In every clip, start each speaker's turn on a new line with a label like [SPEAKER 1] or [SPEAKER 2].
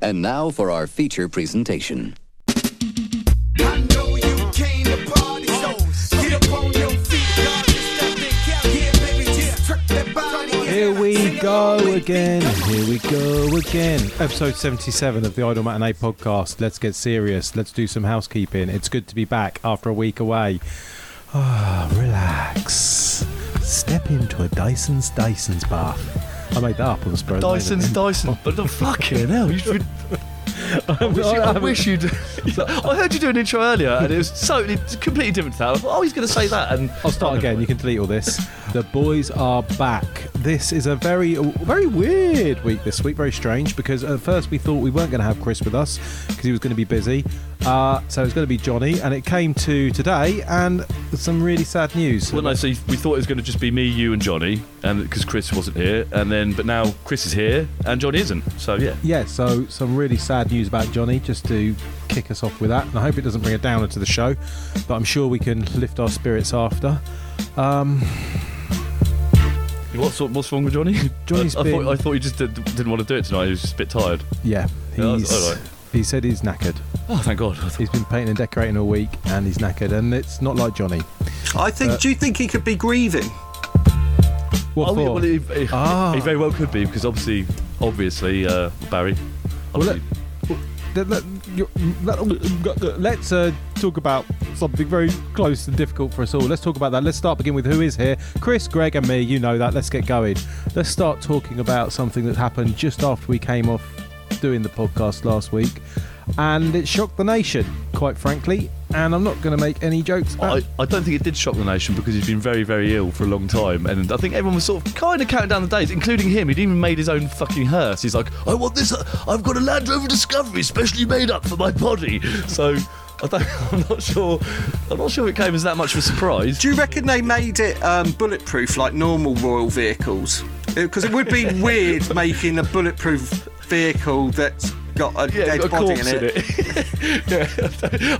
[SPEAKER 1] And now for our feature presentation.
[SPEAKER 2] I know you came to party, so get up on your feet, y'all. Just up and count. Yeah, baby, just twerk that body.
[SPEAKER 3] Here we go again. Here we go again. Episode 77 of the Idle Matinee podcast. Let's get serious. Let's do some housekeeping. It's good to be back after a week away. Ah, relax. Step into a Dyson's Dyson's bath. I made that up on the spur. Dyson's.
[SPEAKER 4] Dyson's Dyson. But the fucking hell, you should. I wish, you, I wish you'd. I heard you do an intro earlier, and it was totally, completely different to that. I thought, oh, he's going to say that, and Oh,
[SPEAKER 3] I'll start again. You can delete all this. The boys are back. This is a very, very weird week this week. Very strange because at first we thought we weren't going to have Chris with us because he was going to be busy. Uh, so it was going to be Johnny, and it came to today and some really sad news.
[SPEAKER 4] Well, no, so we thought it was going to just be me, you, and Johnny, and because Chris wasn't here, and then but now Chris is here and Johnny isn't. So yeah,
[SPEAKER 3] yeah, so some really sad news about Johnny. Just to kick us off with that, and I hope it doesn't bring a downer to the show, but I'm sure we can lift our spirits after.
[SPEAKER 4] what's what's wrong with Johnny?
[SPEAKER 3] Johnny's
[SPEAKER 4] I, I
[SPEAKER 3] been-
[SPEAKER 4] thought I thought he just did, didn't want to do it tonight. He was just a bit tired.
[SPEAKER 3] Yeah,
[SPEAKER 4] Yeah,
[SPEAKER 3] he's,
[SPEAKER 4] all right.
[SPEAKER 3] he said he's knackered.
[SPEAKER 4] Oh, thank God. I thought-
[SPEAKER 3] He's been painting and decorating all week, and he's knackered, and it's not like Johnny. Uh,
[SPEAKER 5] I think. do you think he could be grieving?
[SPEAKER 3] What
[SPEAKER 4] Oh,
[SPEAKER 3] for?
[SPEAKER 4] yeah, well, he, he-
[SPEAKER 3] Ah.
[SPEAKER 4] he very well could be because obviously, obviously, uh, Barry.
[SPEAKER 3] Well,
[SPEAKER 4] obviously-
[SPEAKER 3] Let- let- you- let- Let's uh, talk about something very close and difficult for us all. Let's talk about that. Let's start begin with who is here. Chris, Greg, and me. You know that. Let's get going. Let's start talking about something that happened just after we came off doing the podcast last week, and it shocked the nation, quite frankly. And I'm not going to make any jokes. About
[SPEAKER 4] I, I don't think it did shock the nation because he's been very, very ill for a long time. And I think everyone was sort of kind of counting down the days, including him. He'd even made his own fucking hearse. He's like, I want this. uh, I've got a Land Rover Discovery specially made up for my body. So I don't, I'm not sure. I'm not sure it came as that much of a surprise.
[SPEAKER 5] Do you reckon they made it um, bulletproof like normal royal vehicles? Because it would be weird making a bulletproof vehicle that's got a
[SPEAKER 4] Yeah,
[SPEAKER 5] dead
[SPEAKER 4] got a
[SPEAKER 5] body in
[SPEAKER 4] corpse
[SPEAKER 5] it.
[SPEAKER 4] in it. yeah,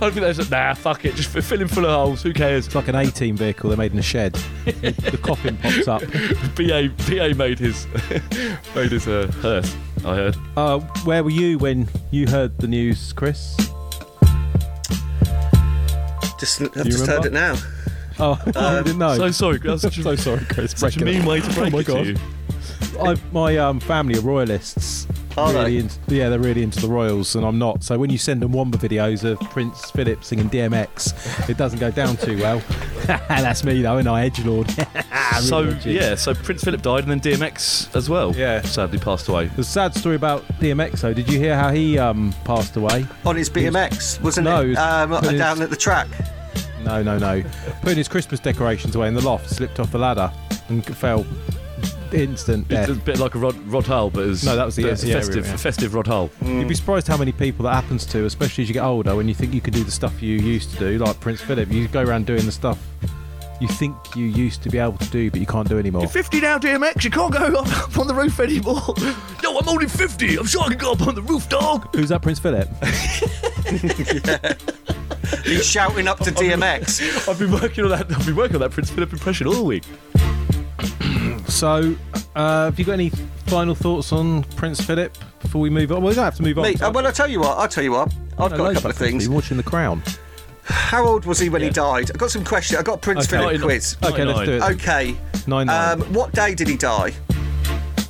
[SPEAKER 4] I think that's nah. Fuck it, just fill him full of holes. Who cares?
[SPEAKER 3] it's like an A-team vehicle they made in a shed. the, the coffin pops up.
[SPEAKER 4] Ba Ba made his made his uh, hearse. I heard.
[SPEAKER 3] Uh, where were you when you heard the news, Chris?
[SPEAKER 5] Just, I've just heard
[SPEAKER 3] remember?
[SPEAKER 5] it now.
[SPEAKER 3] Oh, I didn't know.
[SPEAKER 4] Uh, So sorry. That's such a, so sorry, Chris. Such a
[SPEAKER 3] Break it
[SPEAKER 4] mean
[SPEAKER 3] up.
[SPEAKER 4] way to break
[SPEAKER 3] Oh my
[SPEAKER 4] it to
[SPEAKER 3] God.
[SPEAKER 4] you.
[SPEAKER 3] I, my um, family are royalists.
[SPEAKER 5] Are
[SPEAKER 3] really
[SPEAKER 5] they?
[SPEAKER 3] Into, yeah, they're really into the royals, and I'm not. So when you send them Wamba videos of Prince Philip singing DMX, it doesn't go down too well. That's me though, and I edge lord.
[SPEAKER 4] So yeah, so Prince Philip died, and then DMX as well.
[SPEAKER 3] Yeah.
[SPEAKER 4] sadly passed away.
[SPEAKER 3] The sad story about DMX though. Did you hear how he um, passed away?
[SPEAKER 5] On his BMX, wasn't
[SPEAKER 3] No, it
[SPEAKER 5] it?
[SPEAKER 3] was-
[SPEAKER 5] Um,
[SPEAKER 3] it was-
[SPEAKER 5] down at the track.
[SPEAKER 3] No, no, no. Putting his Christmas decorations away in the loft, slipped off the ladder, and fell. Instant
[SPEAKER 4] It's
[SPEAKER 3] death.
[SPEAKER 4] a bit like a Rod, Rod Hull, but it was
[SPEAKER 3] No, that was the-
[SPEAKER 4] it was
[SPEAKER 3] yeah, yeah,
[SPEAKER 4] festive,
[SPEAKER 3] yeah.
[SPEAKER 4] festive Rod Hull.
[SPEAKER 3] You'd be surprised how many people that happens to, especially as you get older, when you think you can do the stuff you used to do, like Prince Philip. You go around doing the stuff you think you used to be able to do, but you can't do anymore.
[SPEAKER 4] Fifty now, DMX. You can't go up, up on the roof anymore. No, I'm only fifty. I'm sure I can go up on the roof, dog.
[SPEAKER 3] Who's that, Prince Philip?
[SPEAKER 5] He's shouting up to DMX.
[SPEAKER 4] I've been working on that. I've been working on that Prince Philip impression all week.
[SPEAKER 3] so, uh, have you got any final thoughts on Prince Philip before we move on? Well, we don't have to move on.
[SPEAKER 5] Me, uh, well, I'll tell you what. I'll tell you what. I've
[SPEAKER 3] No,
[SPEAKER 5] got a
[SPEAKER 3] loads about
[SPEAKER 5] couple of
[SPEAKER 3] Prince
[SPEAKER 5] things.
[SPEAKER 3] Philip. You're watching The Crown.
[SPEAKER 5] How old was he when he died? I've got some questions. I've got a Prince
[SPEAKER 3] Okay.
[SPEAKER 5] Philip
[SPEAKER 4] Nine-
[SPEAKER 5] quiz.
[SPEAKER 3] Okay, let's do it.
[SPEAKER 5] Okay.
[SPEAKER 3] Nine, nine.
[SPEAKER 5] Um, what day did he die?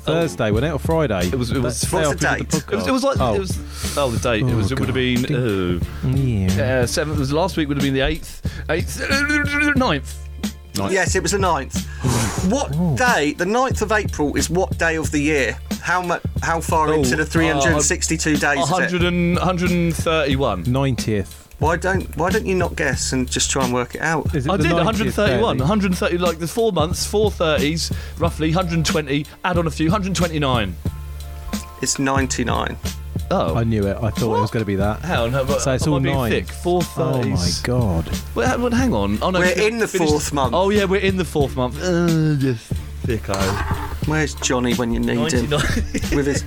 [SPEAKER 3] Thursday, wasn't it, or Friday?
[SPEAKER 4] It was. It was.
[SPEAKER 3] That's
[SPEAKER 4] it
[SPEAKER 3] day
[SPEAKER 5] What's
[SPEAKER 4] was,
[SPEAKER 5] the
[SPEAKER 3] after we did
[SPEAKER 5] date?
[SPEAKER 4] it was, like.
[SPEAKER 3] Oh.
[SPEAKER 4] It was. Oh, the date. it was. It would have been. Uh,
[SPEAKER 3] podcast. Yeah.
[SPEAKER 4] uh, seventh. It was last week. Would have been the eighth. Eighth. uh, Ninth.
[SPEAKER 5] Yes, it was the 9th. what day? The 9th of April is what day of the year? How much? How far
[SPEAKER 3] Oh,
[SPEAKER 5] into the
[SPEAKER 3] uh,
[SPEAKER 5] 362 days is it?
[SPEAKER 4] 100 and, 131.
[SPEAKER 3] 90th.
[SPEAKER 5] Why don't Why don't you not guess and just try and work it out?
[SPEAKER 3] Is it
[SPEAKER 4] I
[SPEAKER 3] the
[SPEAKER 4] did
[SPEAKER 3] 90th,
[SPEAKER 4] 131,
[SPEAKER 3] barely?
[SPEAKER 4] 130, like the four months, four thirties, roughly 120. Add on a few, 129.
[SPEAKER 5] It's 99.
[SPEAKER 4] Oh,
[SPEAKER 3] I knew it. I thought it was going to be that.
[SPEAKER 4] hang on, have I-
[SPEAKER 3] So it's
[SPEAKER 4] am I
[SPEAKER 3] all
[SPEAKER 4] being
[SPEAKER 3] nine.
[SPEAKER 4] thick? Four
[SPEAKER 3] Oh my
[SPEAKER 4] thirties.
[SPEAKER 3] god.
[SPEAKER 4] Well, hang on, hang on. Oh, no,
[SPEAKER 5] We're
[SPEAKER 4] it's
[SPEAKER 5] in the
[SPEAKER 4] finished-
[SPEAKER 5] fourth month.
[SPEAKER 4] Oh yeah, we're in the fourth month. Uh, yes, thicko.
[SPEAKER 5] Where's Johnny when you need him?
[SPEAKER 4] 99.
[SPEAKER 5] With his.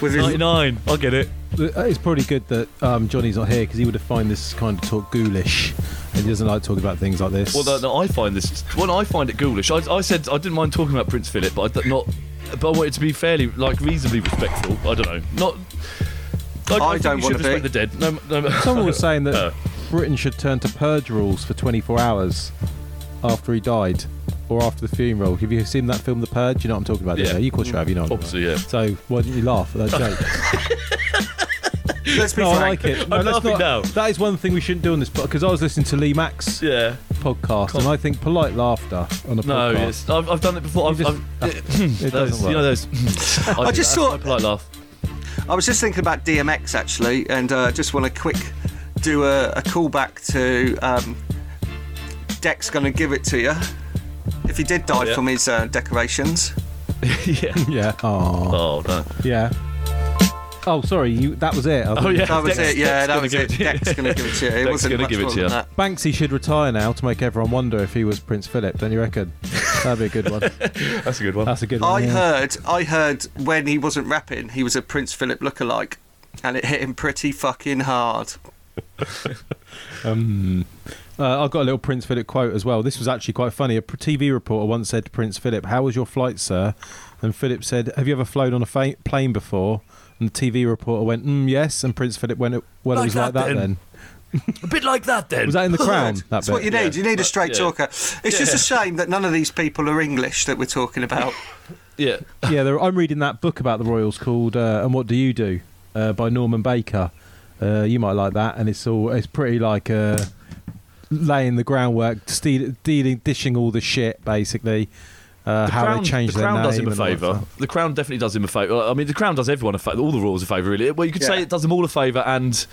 [SPEAKER 5] With his
[SPEAKER 4] 99. I get it.
[SPEAKER 3] It's probably good that um, Johnny's not here because he would have find this kind of talk ghoulish, and he doesn't like talking about things like this.
[SPEAKER 4] Well, no, no, I find this. Well, I find it ghoulish. I, I said I didn't mind talking about Prince Philip, but I d- not but I wanted to be fairly, like, reasonably respectful. I don't know. Not. Like,
[SPEAKER 5] I
[SPEAKER 4] think
[SPEAKER 5] don't
[SPEAKER 4] you should
[SPEAKER 5] wanna
[SPEAKER 4] respect the
[SPEAKER 5] be.
[SPEAKER 4] dead. No, no,
[SPEAKER 3] Someone was saying that
[SPEAKER 4] Uh.
[SPEAKER 3] Britain should turn to purge rules for 24 hours after he died or after the funeral. Have you seen that film, The Purge? You know what I'm talking about,
[SPEAKER 4] Yeah.
[SPEAKER 3] don't you? You, of course, you have. You know. what I'm
[SPEAKER 4] Obviously,
[SPEAKER 3] talking
[SPEAKER 4] yeah.
[SPEAKER 3] about. So why didn't you laugh at that joke?
[SPEAKER 5] Let's be
[SPEAKER 3] no, I
[SPEAKER 5] frank.
[SPEAKER 3] like it. No,
[SPEAKER 4] I'm
[SPEAKER 3] that's
[SPEAKER 4] laughing
[SPEAKER 3] not-
[SPEAKER 4] now.
[SPEAKER 3] That is one thing we shouldn't do on this because I was listening to Lee Mack's
[SPEAKER 4] Yeah.
[SPEAKER 3] podcast, and I think polite laughter on a
[SPEAKER 4] No,
[SPEAKER 3] podcast.
[SPEAKER 4] yes. I've, I've done it before. I've,
[SPEAKER 3] just-
[SPEAKER 4] I've,
[SPEAKER 3] it
[SPEAKER 4] those,
[SPEAKER 3] doesn't
[SPEAKER 4] you know
[SPEAKER 3] work.
[SPEAKER 4] those. I, do
[SPEAKER 5] just
[SPEAKER 4] that.
[SPEAKER 5] saw-
[SPEAKER 4] That's my polite laugh.
[SPEAKER 5] I was just thinking about DMX actually, and uh, just want to quick do a, a callback to um, Deck's going to give it to you if he did die
[SPEAKER 4] yeah.
[SPEAKER 5] from his uh, decorations.
[SPEAKER 4] yeah.
[SPEAKER 3] Yeah. Oh.
[SPEAKER 4] Oh no.
[SPEAKER 3] Yeah. Oh, sorry. You. That was it. I
[SPEAKER 4] Oh
[SPEAKER 3] thought-
[SPEAKER 4] yeah.
[SPEAKER 5] That was
[SPEAKER 4] Dex-
[SPEAKER 5] it. Yeah,
[SPEAKER 4] Dex
[SPEAKER 5] that
[SPEAKER 4] gonna
[SPEAKER 5] was
[SPEAKER 4] give
[SPEAKER 5] it.
[SPEAKER 4] to you.
[SPEAKER 5] Deck's going to give it to you. It
[SPEAKER 4] Deck's
[SPEAKER 5] wasn't
[SPEAKER 4] gonna
[SPEAKER 5] much
[SPEAKER 4] give it
[SPEAKER 5] more
[SPEAKER 4] to you.
[SPEAKER 5] than that.
[SPEAKER 3] Banksy should retire now to make everyone wonder if he was Prince Philip. Don't you reckon? That'd be a good one.
[SPEAKER 4] That's a good one.
[SPEAKER 3] That's a good
[SPEAKER 5] I
[SPEAKER 3] one. yeah.
[SPEAKER 5] heard, I heard when he wasn't rapping, he was a Prince Philip lookalike, and it hit him pretty fucking hard.
[SPEAKER 3] Uh, I've got a little Prince Philip quote as well. This was actually quite funny. A pr- TV reporter once said to Prince Philip, How was your flight, sir? And Philip said, Have you ever flown on a fa- plane before? And the TV reporter went, mm, Yes. And Prince Philip went, Well, it
[SPEAKER 4] Like
[SPEAKER 3] was like
[SPEAKER 4] that
[SPEAKER 3] that then.
[SPEAKER 4] then." a bit like that then.
[SPEAKER 3] Was that in The Crown? That
[SPEAKER 5] That's
[SPEAKER 3] bit?
[SPEAKER 5] what you need. you need a straight
[SPEAKER 4] yeah.
[SPEAKER 5] talker. It's just a shame that none of these people are English that we're talking about.
[SPEAKER 4] yeah.
[SPEAKER 3] yeah, there, I'm reading that book about the Royals called uh, "And What Do You Do" uh, by Norman Baker. Uh, you might like that, and it's all it's pretty like uh, laying the groundwork, steal, dealing, dishing all the shit basically. Uh,
[SPEAKER 4] The
[SPEAKER 3] how
[SPEAKER 4] Crown,
[SPEAKER 3] they changed
[SPEAKER 4] the
[SPEAKER 3] their
[SPEAKER 4] Crown
[SPEAKER 3] name
[SPEAKER 4] does him a
[SPEAKER 3] and all that
[SPEAKER 4] favour.
[SPEAKER 3] stuff.
[SPEAKER 4] The Crown definitely does him a favour. I mean, the Crown does everyone a favour. All the rules a favour, really. Well, you could say
[SPEAKER 5] Yeah.
[SPEAKER 4] it does them all a favour and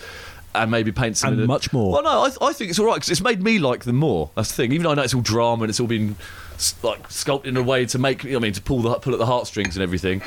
[SPEAKER 4] and maybe paints them
[SPEAKER 3] And
[SPEAKER 4] in a-
[SPEAKER 3] much more.
[SPEAKER 4] Well, no, I, th- I think it's all right because it's made me like them more. That's the thing. Even though I know it's all drama and it's all been s- like sculpted in a way to make, I mean, to pull the pull at the heartstrings and everything.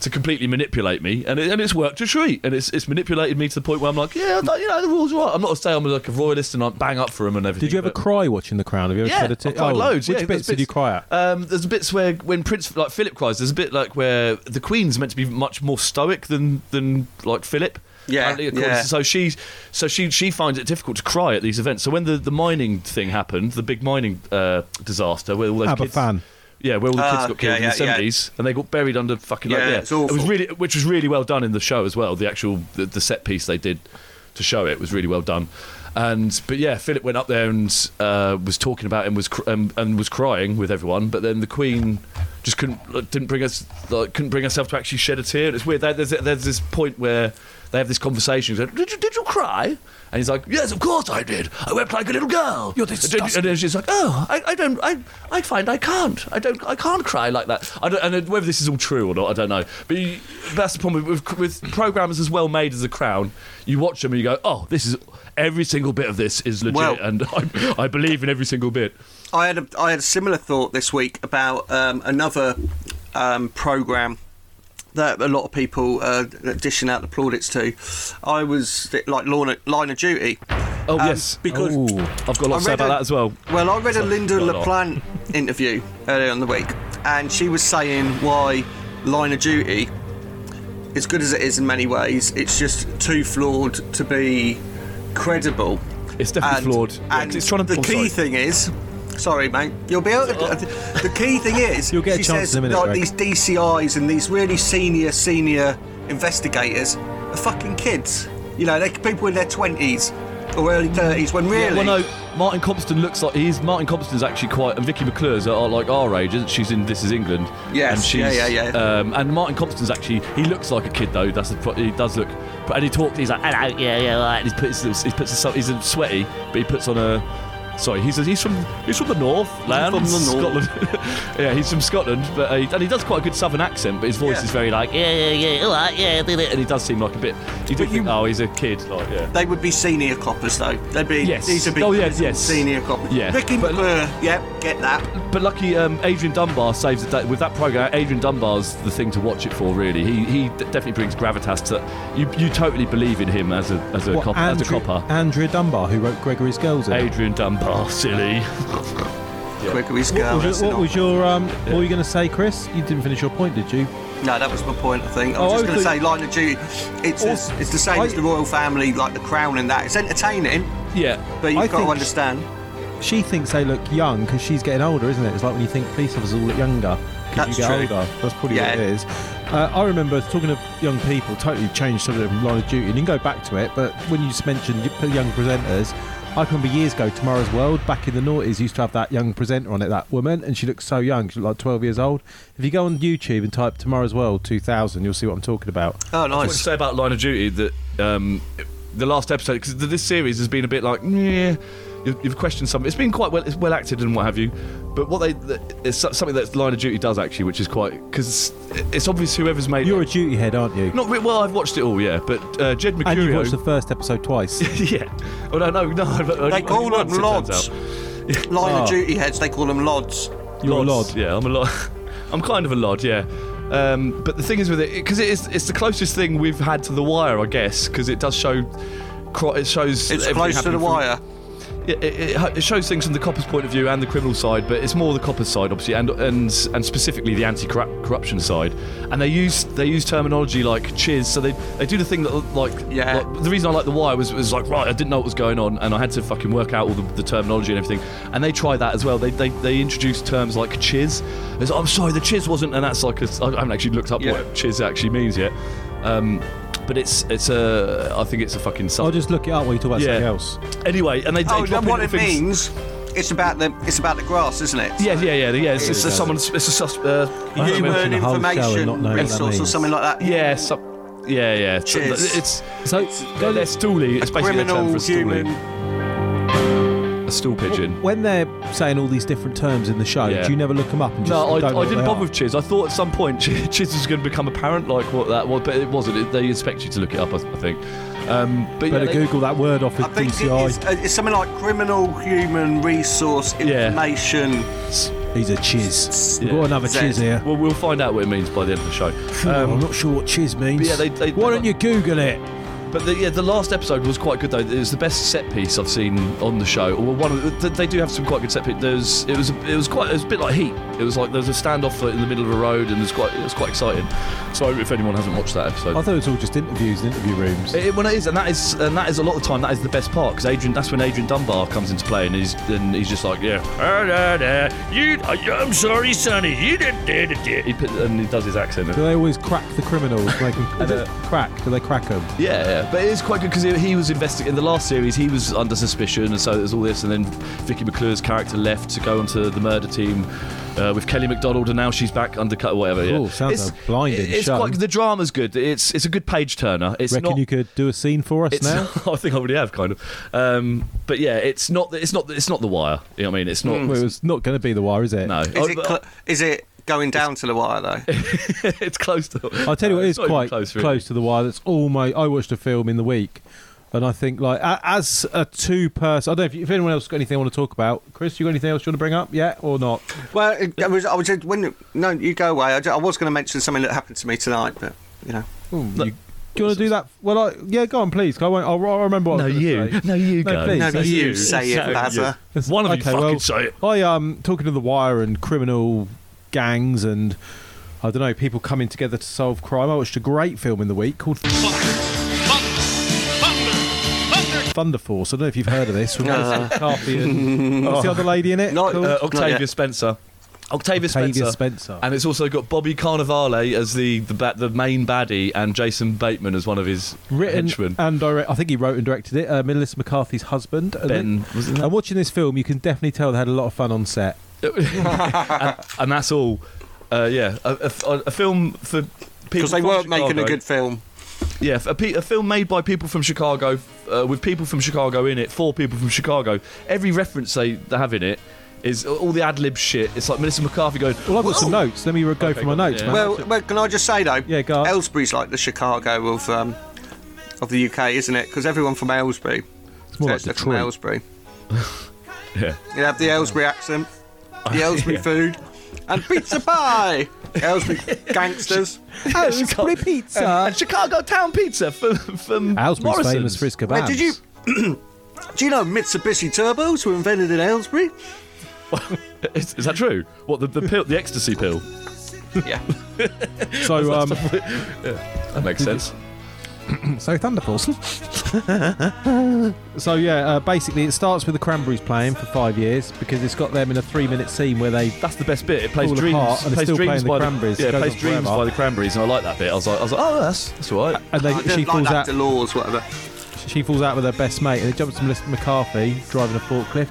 [SPEAKER 4] To completely manipulate me, and, it, and it's worked a treat, and it's it's manipulated me to the point where I'm like, yeah, I don't- you know, the rules are right. I'm not saying I'm like a royalist and I bang up for them and everything.
[SPEAKER 3] Did you ever
[SPEAKER 4] but-
[SPEAKER 3] cry watching The Crown? Have you ever
[SPEAKER 4] yeah,
[SPEAKER 3] cried at
[SPEAKER 4] I
[SPEAKER 3] it?
[SPEAKER 4] cried
[SPEAKER 3] Oh,
[SPEAKER 4] loads.
[SPEAKER 3] Which
[SPEAKER 4] yeah,
[SPEAKER 3] bits
[SPEAKER 4] there's
[SPEAKER 3] did you cry at?
[SPEAKER 4] Um, there's bits where when Prince like Philip cries. There's a bit like where the Queen's meant to be much more stoic than than like Philip.
[SPEAKER 5] Yeah,
[SPEAKER 4] Apparently, according
[SPEAKER 5] yeah.
[SPEAKER 4] to- So she's so she she finds it difficult to cry at these events. So when the, the mining thing happened, the big mining uh, disaster where all those
[SPEAKER 3] ABBA
[SPEAKER 4] kids,
[SPEAKER 3] fan.
[SPEAKER 4] yeah, where all the kids
[SPEAKER 5] Ah,
[SPEAKER 4] got killed
[SPEAKER 5] yeah,
[SPEAKER 4] in
[SPEAKER 5] yeah,
[SPEAKER 4] the
[SPEAKER 5] yeah.
[SPEAKER 4] seventies, and they got buried under fucking like,
[SPEAKER 5] Yeah,
[SPEAKER 4] yeah.
[SPEAKER 5] it's awful.
[SPEAKER 4] It was really, which was really well done in the show as well. The actual the, the set piece they did to show it was really well done. And but yeah, Philip went up there and uh, was talking about him was cr- um, and was crying with everyone. But then the Queen just couldn't like, didn't bring us like, couldn't bring herself to actually shed a tear. It's weird. There- There's there's this point where they have this conversation. He's like, did you did you cry? And he's like, yes, of course I did. I wept like a little girl. You're disgusting. And then she's like, oh, I, I don't, I, I find I can't. I don't, I can't cry like that. I don't, and whether this is all true or not, I don't know. But you, that's the problem with, with programmers as well made as The Crown. You watch them and you go, oh, this is, every single bit of this is legit
[SPEAKER 5] Well-
[SPEAKER 4] and I, I believe in every single bit.
[SPEAKER 5] I had a, I had a similar thought this week about um, another um, program that a lot of people uh, dishing out the plaudits to. I was like Lorna, Line of Duty.
[SPEAKER 4] Oh,
[SPEAKER 5] Um,
[SPEAKER 4] yes.
[SPEAKER 5] because
[SPEAKER 3] Ooh.
[SPEAKER 4] I've got a lot to
[SPEAKER 5] I
[SPEAKER 4] say
[SPEAKER 5] read
[SPEAKER 4] about
[SPEAKER 5] a-
[SPEAKER 4] that as well.
[SPEAKER 5] Well, I read a Linda
[SPEAKER 4] got a lot.
[SPEAKER 5] LaPlante interview earlier in the week, and she was saying why Line of Duty, as good as it is in many ways, it's just too flawed to be credible.
[SPEAKER 4] It's definitely flawed. Yeah, 'cause
[SPEAKER 5] and
[SPEAKER 4] it's trying to,
[SPEAKER 5] the
[SPEAKER 4] oh,
[SPEAKER 5] key
[SPEAKER 4] sorry.
[SPEAKER 5] thing is, sorry, mate, you'll be able. To, the key thing is,
[SPEAKER 3] You'll get a
[SPEAKER 5] she
[SPEAKER 3] chance
[SPEAKER 5] says
[SPEAKER 3] in a minute,
[SPEAKER 5] like
[SPEAKER 3] Greg.
[SPEAKER 5] these DCIs and these really senior senior investigators are fucking kids. You know, they're people in their twenties or early thirties when really.
[SPEAKER 4] Yeah, well, no, Martin Compton looks like he's Martin Compton's actually quite, and Vicky McClure's are like our age. Isn't? she? She's in This Is England.
[SPEAKER 5] Yes,
[SPEAKER 4] and she's,
[SPEAKER 5] yeah, yeah, yeah.
[SPEAKER 4] Um, and Martin Compton's actually he looks like a kid though. That's the, pro- he does look, and he talked. He's like, hello, yeah, yeah, right. And he puts his- he puts his, he's sweaty, but he puts on a. Sorry, he's, he's from he's from the north land,
[SPEAKER 5] from the north.
[SPEAKER 4] Scotland. yeah, he's from Scotland, but uh, he- and he does quite a good southern accent. But his voice
[SPEAKER 5] Yeah.
[SPEAKER 4] is very like yeah, yeah, yeah, all right, yeah, did it. and he does seem like a bit. You do
[SPEAKER 5] But
[SPEAKER 4] think,
[SPEAKER 5] you-
[SPEAKER 4] oh, he's a kid, like yeah.
[SPEAKER 5] They would be senior coppers, though. They'd be
[SPEAKER 4] Yes.
[SPEAKER 5] these would be
[SPEAKER 4] Oh, yes, yes.
[SPEAKER 5] senior coppers.
[SPEAKER 4] Yeah.
[SPEAKER 5] Ricky
[SPEAKER 4] But-
[SPEAKER 5] McClure. Yep, get that.
[SPEAKER 4] But lucky um, Adrian Dunbar saves the day with that program. Adrian Dunbar's the thing to watch it for, really. He he d- definitely brings gravitas to that. You you totally believe in him as a as a,
[SPEAKER 3] What,
[SPEAKER 4] cop, as a
[SPEAKER 3] Andrew-
[SPEAKER 4] copper.
[SPEAKER 3] Andrea Dunbar, who wrote Gregory's Girls. in it.
[SPEAKER 4] Adrian Dunbar, silly.
[SPEAKER 5] Quicker he's
[SPEAKER 3] What
[SPEAKER 5] going.
[SPEAKER 3] was your, what was your um? What were you going to say, Chris? You didn't finish your point, did you?
[SPEAKER 5] No, that was my point. I think I was
[SPEAKER 3] Oh,
[SPEAKER 5] just
[SPEAKER 3] I
[SPEAKER 5] going to
[SPEAKER 3] thought-
[SPEAKER 5] say line of duty. It's
[SPEAKER 4] Oh,
[SPEAKER 3] Also,
[SPEAKER 5] it's the same
[SPEAKER 3] I-
[SPEAKER 5] as the royal family, like the crown and that. It's entertaining,
[SPEAKER 4] Yeah.
[SPEAKER 5] but you've
[SPEAKER 3] I
[SPEAKER 5] got to
[SPEAKER 3] think-
[SPEAKER 5] understand.
[SPEAKER 3] she thinks they look young because she's getting older, isn't it? It's like when you think police officers all look younger. because
[SPEAKER 5] That's
[SPEAKER 3] you get
[SPEAKER 5] true.
[SPEAKER 3] older. That's probably
[SPEAKER 5] Yeah.
[SPEAKER 3] what it is. Uh, I remember talking of young people, totally changed some of them line of duty, and you can go back to it, but when you just mentioned y- young presenters, I can remember years ago, Tomorrow's World, back in the noughties, used to have that young presenter on it, that woman, and she looked so young, she looked like 12 years old. If you go on YouTube and type Tomorrow's World 2000, you'll see what I'm talking about.
[SPEAKER 5] Oh,
[SPEAKER 4] I want to
[SPEAKER 5] nice.
[SPEAKER 4] say about Line of Duty that um, the last episode, because this series has been a bit like, yeah, you've, you've questioned something. It's been quite well, it's well acted and what have you. But what they, the, it's so- something that Line of Duty does actually, which is quite, because it's obvious whoever's made
[SPEAKER 3] You're a
[SPEAKER 4] it.
[SPEAKER 3] duty head, aren't you?
[SPEAKER 4] Not re- well, I've watched it all, yeah. But uh, Jed Mercurio.
[SPEAKER 3] and you've watched the first episode twice.
[SPEAKER 4] yeah. Oh no, no, no. I've- I've
[SPEAKER 5] They
[SPEAKER 4] only
[SPEAKER 5] call
[SPEAKER 4] once,
[SPEAKER 5] them
[SPEAKER 4] it turns
[SPEAKER 5] lods.
[SPEAKER 4] out.
[SPEAKER 5] Line
[SPEAKER 4] Ah.
[SPEAKER 5] of duty heads, they call them lods.
[SPEAKER 3] You're a
[SPEAKER 4] Lods,
[SPEAKER 3] lod.
[SPEAKER 4] Yeah, I'm a lod. I'm kind of a lod, yeah. Um, but the thing is with it, because it is, it's the closest thing we've had to the wire, I guess, because it does show. cro- It shows.
[SPEAKER 5] It's
[SPEAKER 4] everything
[SPEAKER 5] close to the
[SPEAKER 4] happening from-
[SPEAKER 5] wire.
[SPEAKER 4] It, it, it shows things from the copper's point of view and the criminal side, but it's more the copper's side, obviously, and and and specifically the anti-corruption side. And they use they use terminology like "chiz," so they they do the thing that like
[SPEAKER 5] Yeah.
[SPEAKER 4] like- the reason I like the wire was was like right, I didn't know what was going on, and I had to fucking work out all the, the terminology and everything. And they try that as well. They they, they introduce terms like "chiz." It's like, I'm sorry, the chiz wasn't, and that's like a, I haven't actually looked up
[SPEAKER 5] Yeah.
[SPEAKER 4] what "chiz" actually means yet. Um, but it's it's a I think it's a fucking
[SPEAKER 3] I'll
[SPEAKER 4] sub.
[SPEAKER 3] Oh, just look it up while you talk about
[SPEAKER 4] Yeah.
[SPEAKER 3] something else.
[SPEAKER 4] Anyway, and they, they
[SPEAKER 5] Oh,
[SPEAKER 4] drop
[SPEAKER 5] then
[SPEAKER 4] in
[SPEAKER 5] what
[SPEAKER 4] little
[SPEAKER 5] it
[SPEAKER 4] things-
[SPEAKER 5] means, it's about the it's about the grass, isn't it?
[SPEAKER 4] Yeah, yeah, yeah, yeah. It's, it's
[SPEAKER 3] Yeah.
[SPEAKER 4] a someone. It's a sus. Uh,
[SPEAKER 3] I haven't
[SPEAKER 5] Human
[SPEAKER 3] mentioned the whole show and not knowing what
[SPEAKER 5] information
[SPEAKER 3] that
[SPEAKER 5] resource or
[SPEAKER 3] means.
[SPEAKER 5] something like that.
[SPEAKER 4] yeah, some, yeah, yeah. So
[SPEAKER 5] Cheers.
[SPEAKER 4] th- It's
[SPEAKER 3] So,
[SPEAKER 4] they're, they're stoolie. It's basically a term
[SPEAKER 5] Criminal,
[SPEAKER 4] for a
[SPEAKER 5] human.
[SPEAKER 4] stoolie. A stool pigeon.
[SPEAKER 3] when they're saying all these different terms in the show,
[SPEAKER 4] Yeah.
[SPEAKER 3] do you never look them up and just
[SPEAKER 4] No,
[SPEAKER 3] don't
[SPEAKER 4] I,
[SPEAKER 3] know
[SPEAKER 4] I
[SPEAKER 3] what
[SPEAKER 4] didn't
[SPEAKER 3] they
[SPEAKER 4] bother
[SPEAKER 3] are?
[SPEAKER 4] with Chiz. I thought at some point Chiz Chiz was going to become apparent, like what that was, but it wasn't. It, they expect you to look it up, I, I think. Um, but yeah,
[SPEAKER 3] Better
[SPEAKER 4] they-
[SPEAKER 3] Google that word off
[SPEAKER 5] I
[SPEAKER 3] of
[SPEAKER 5] think it is,
[SPEAKER 3] DCI.
[SPEAKER 5] uh, it's something like criminal human resource
[SPEAKER 4] Yeah.
[SPEAKER 5] information.
[SPEAKER 3] He's a chiz. We've
[SPEAKER 4] Yeah.
[SPEAKER 3] got another
[SPEAKER 5] Zed.
[SPEAKER 3] chiz here.
[SPEAKER 4] Well, we'll find out what it means by the end of the show.
[SPEAKER 3] Oh, I'm not sure what chiz means.
[SPEAKER 4] but yeah, they- they-
[SPEAKER 3] Why
[SPEAKER 4] they
[SPEAKER 3] don't
[SPEAKER 4] like-
[SPEAKER 3] you Google it?
[SPEAKER 4] But the, yeah, the last episode was quite good though. It was the best set piece I've seen on the show. Well, one of the, th- they do have some quite good set piece. There's it was it was quite it was a bit like Heat. It was like there was a standoff in the middle of a road, and it was quite it was quite exciting. So if anyone hasn't watched that episode,
[SPEAKER 3] I thought it was all just interviews and interview rooms.
[SPEAKER 4] it, when it is, and that is, and that is a lot of time. That is the best part because Adrian. That's when Adrian Dunbar comes into play, and he's and he's just like, yeah, ah, da, da, you. I, I'm sorry, Sonny. You did, did, did. He put, and he does his accent.
[SPEAKER 3] do they always crack the criminals? Make them, is it crack? Do they crack them?
[SPEAKER 4] Yeah, yeah, but it is quite good because he, he was investigating. In the last series, he was under suspicion, and so there's all this. And then Vicky McClure's character left to go onto the murder team uh, with Kelly McDonald, and now she's back undercut or whatever.
[SPEAKER 3] Cool,
[SPEAKER 4] yeah.
[SPEAKER 3] sounds a blinding
[SPEAKER 4] it- It's
[SPEAKER 3] show.
[SPEAKER 4] quite the drama's good. It's it's a good page turner. It's
[SPEAKER 3] Reckon
[SPEAKER 4] not.
[SPEAKER 3] you could do a scene for us
[SPEAKER 4] it's
[SPEAKER 3] now?
[SPEAKER 4] I think I already have kind of, um, but yeah, it's not. It's not. It's not the wire. You know what I mean? It's not.
[SPEAKER 3] Well, it was not going to be the wire, is it?
[SPEAKER 4] No,
[SPEAKER 5] Hmm. Is it cl- is it going down to the wire though?
[SPEAKER 4] it's close to.
[SPEAKER 3] I'll tell you what
[SPEAKER 4] No,
[SPEAKER 3] it is
[SPEAKER 4] it's not even
[SPEAKER 3] quite
[SPEAKER 4] close,
[SPEAKER 3] close,
[SPEAKER 4] really.
[SPEAKER 3] to the wire. That's all my. I watched a film in the week, and I think like a- as a two person. I don't know if, you- if anyone else got anything I want to talk about. Chris, you got anything else you want to bring up? Yeah or not?
[SPEAKER 5] Well, it, I was I was when no, you go away. I, ju- I was going to mention something that happened to me tonight, but you know.
[SPEAKER 3] Ooh, you, do you want to do that? Well, I, yeah, go on, please. 'cause I won't. I'll, I'll remember. What I was
[SPEAKER 4] No,
[SPEAKER 3] gonna
[SPEAKER 4] you.
[SPEAKER 3] say.
[SPEAKER 4] No, you
[SPEAKER 3] No,
[SPEAKER 4] go.
[SPEAKER 3] please.
[SPEAKER 5] No,
[SPEAKER 3] It's like
[SPEAKER 5] you
[SPEAKER 3] you.
[SPEAKER 5] say it, Bazza.
[SPEAKER 4] One of you
[SPEAKER 3] okay,
[SPEAKER 4] fucking
[SPEAKER 3] well,
[SPEAKER 4] say it.
[SPEAKER 3] I um talking to the wire and criminal gangs and I don't know people coming together to solve crime. I watched a great film in the week called Thunder Force. I don't know if you've heard of this. With Melissa McCarthy and what's the other lady in it?
[SPEAKER 5] No,
[SPEAKER 3] called?
[SPEAKER 4] uh,
[SPEAKER 5] Not
[SPEAKER 4] Octavia
[SPEAKER 5] yet.
[SPEAKER 4] Spencer.
[SPEAKER 3] Octavia
[SPEAKER 4] Octavia, Spencer.
[SPEAKER 3] Spencer.
[SPEAKER 4] And it's also got Bobby Cannavale as the the, ba- the main baddie and Jason Bateman as one of his
[SPEAKER 3] written
[SPEAKER 4] henchmen.
[SPEAKER 3] and direct. I think he wrote and directed it. Uh, Melissa McCarthy's husband. And
[SPEAKER 4] Ben,
[SPEAKER 3] it-
[SPEAKER 4] wasn't it?
[SPEAKER 3] And watching this film, you can definitely tell they had a lot of fun on set.
[SPEAKER 4] and that's all. Uh, yeah, a, a f- a- a film for people
[SPEAKER 5] Because they
[SPEAKER 4] from
[SPEAKER 5] weren't making a
[SPEAKER 4] Chicago.
[SPEAKER 5] good film.
[SPEAKER 4] Yeah, a, pe- a film made by people from Chicago, uh, with people from Chicago in it, for people from Chicago. Every reference they, they have in it is all the ad lib shit. It's like Melissa McCarthy going,
[SPEAKER 3] Well, I've got some notes. Let me go for my
[SPEAKER 4] go on,
[SPEAKER 3] notes,
[SPEAKER 4] yeah.
[SPEAKER 3] man.
[SPEAKER 5] Oh. Well, well, can I just say though?
[SPEAKER 3] Yeah, go on.
[SPEAKER 5] Aylesbury's like the Chicago of um, of the UK, isn't it? Because everyone from Aylesbury,
[SPEAKER 3] it's more like
[SPEAKER 5] says they're from
[SPEAKER 3] Detroit.
[SPEAKER 5] Aylesbury.
[SPEAKER 4] yeah.
[SPEAKER 5] You have the Aylesbury accent, the Aylesbury food, and pizza pie. Aylesbury gangsters.
[SPEAKER 3] Oh, split pizza.
[SPEAKER 4] And Chicago Town Pizza from, from
[SPEAKER 3] uh, Aylesbury's
[SPEAKER 4] Morrison's.
[SPEAKER 3] famous for his kebabs.
[SPEAKER 5] Now, did you? Do you know Mitsubishi turbos were invented in Aylesbury?
[SPEAKER 4] Is, is that true? What the the pill, the ecstasy pill?
[SPEAKER 5] Yeah.
[SPEAKER 3] So um,
[SPEAKER 4] That makes sense.
[SPEAKER 3] so Thunderfalls. so yeah, uh, basically it starts with the Cranberries playing for five years because it's got them in a three-minute scene where they
[SPEAKER 4] That's the best bit. It plays
[SPEAKER 3] Fall
[SPEAKER 4] dreams.
[SPEAKER 3] apart and
[SPEAKER 4] it
[SPEAKER 3] it's
[SPEAKER 4] plays
[SPEAKER 3] still playing
[SPEAKER 4] dreams
[SPEAKER 3] the
[SPEAKER 4] by
[SPEAKER 3] Cranberries.
[SPEAKER 4] The, yeah,
[SPEAKER 3] It
[SPEAKER 4] it
[SPEAKER 3] goes
[SPEAKER 4] plays
[SPEAKER 3] on
[SPEAKER 4] dreams
[SPEAKER 3] forever.
[SPEAKER 4] by the Cranberries, and I like that bit. I was like, I was like, oh, that's that's all right.
[SPEAKER 3] and they,
[SPEAKER 5] I
[SPEAKER 3] she
[SPEAKER 5] don't like
[SPEAKER 3] falls
[SPEAKER 5] that
[SPEAKER 3] out.
[SPEAKER 5] Delors, whatever.
[SPEAKER 3] She falls out with her best mate, and it jumps to Melissa McCarthy driving a forklift,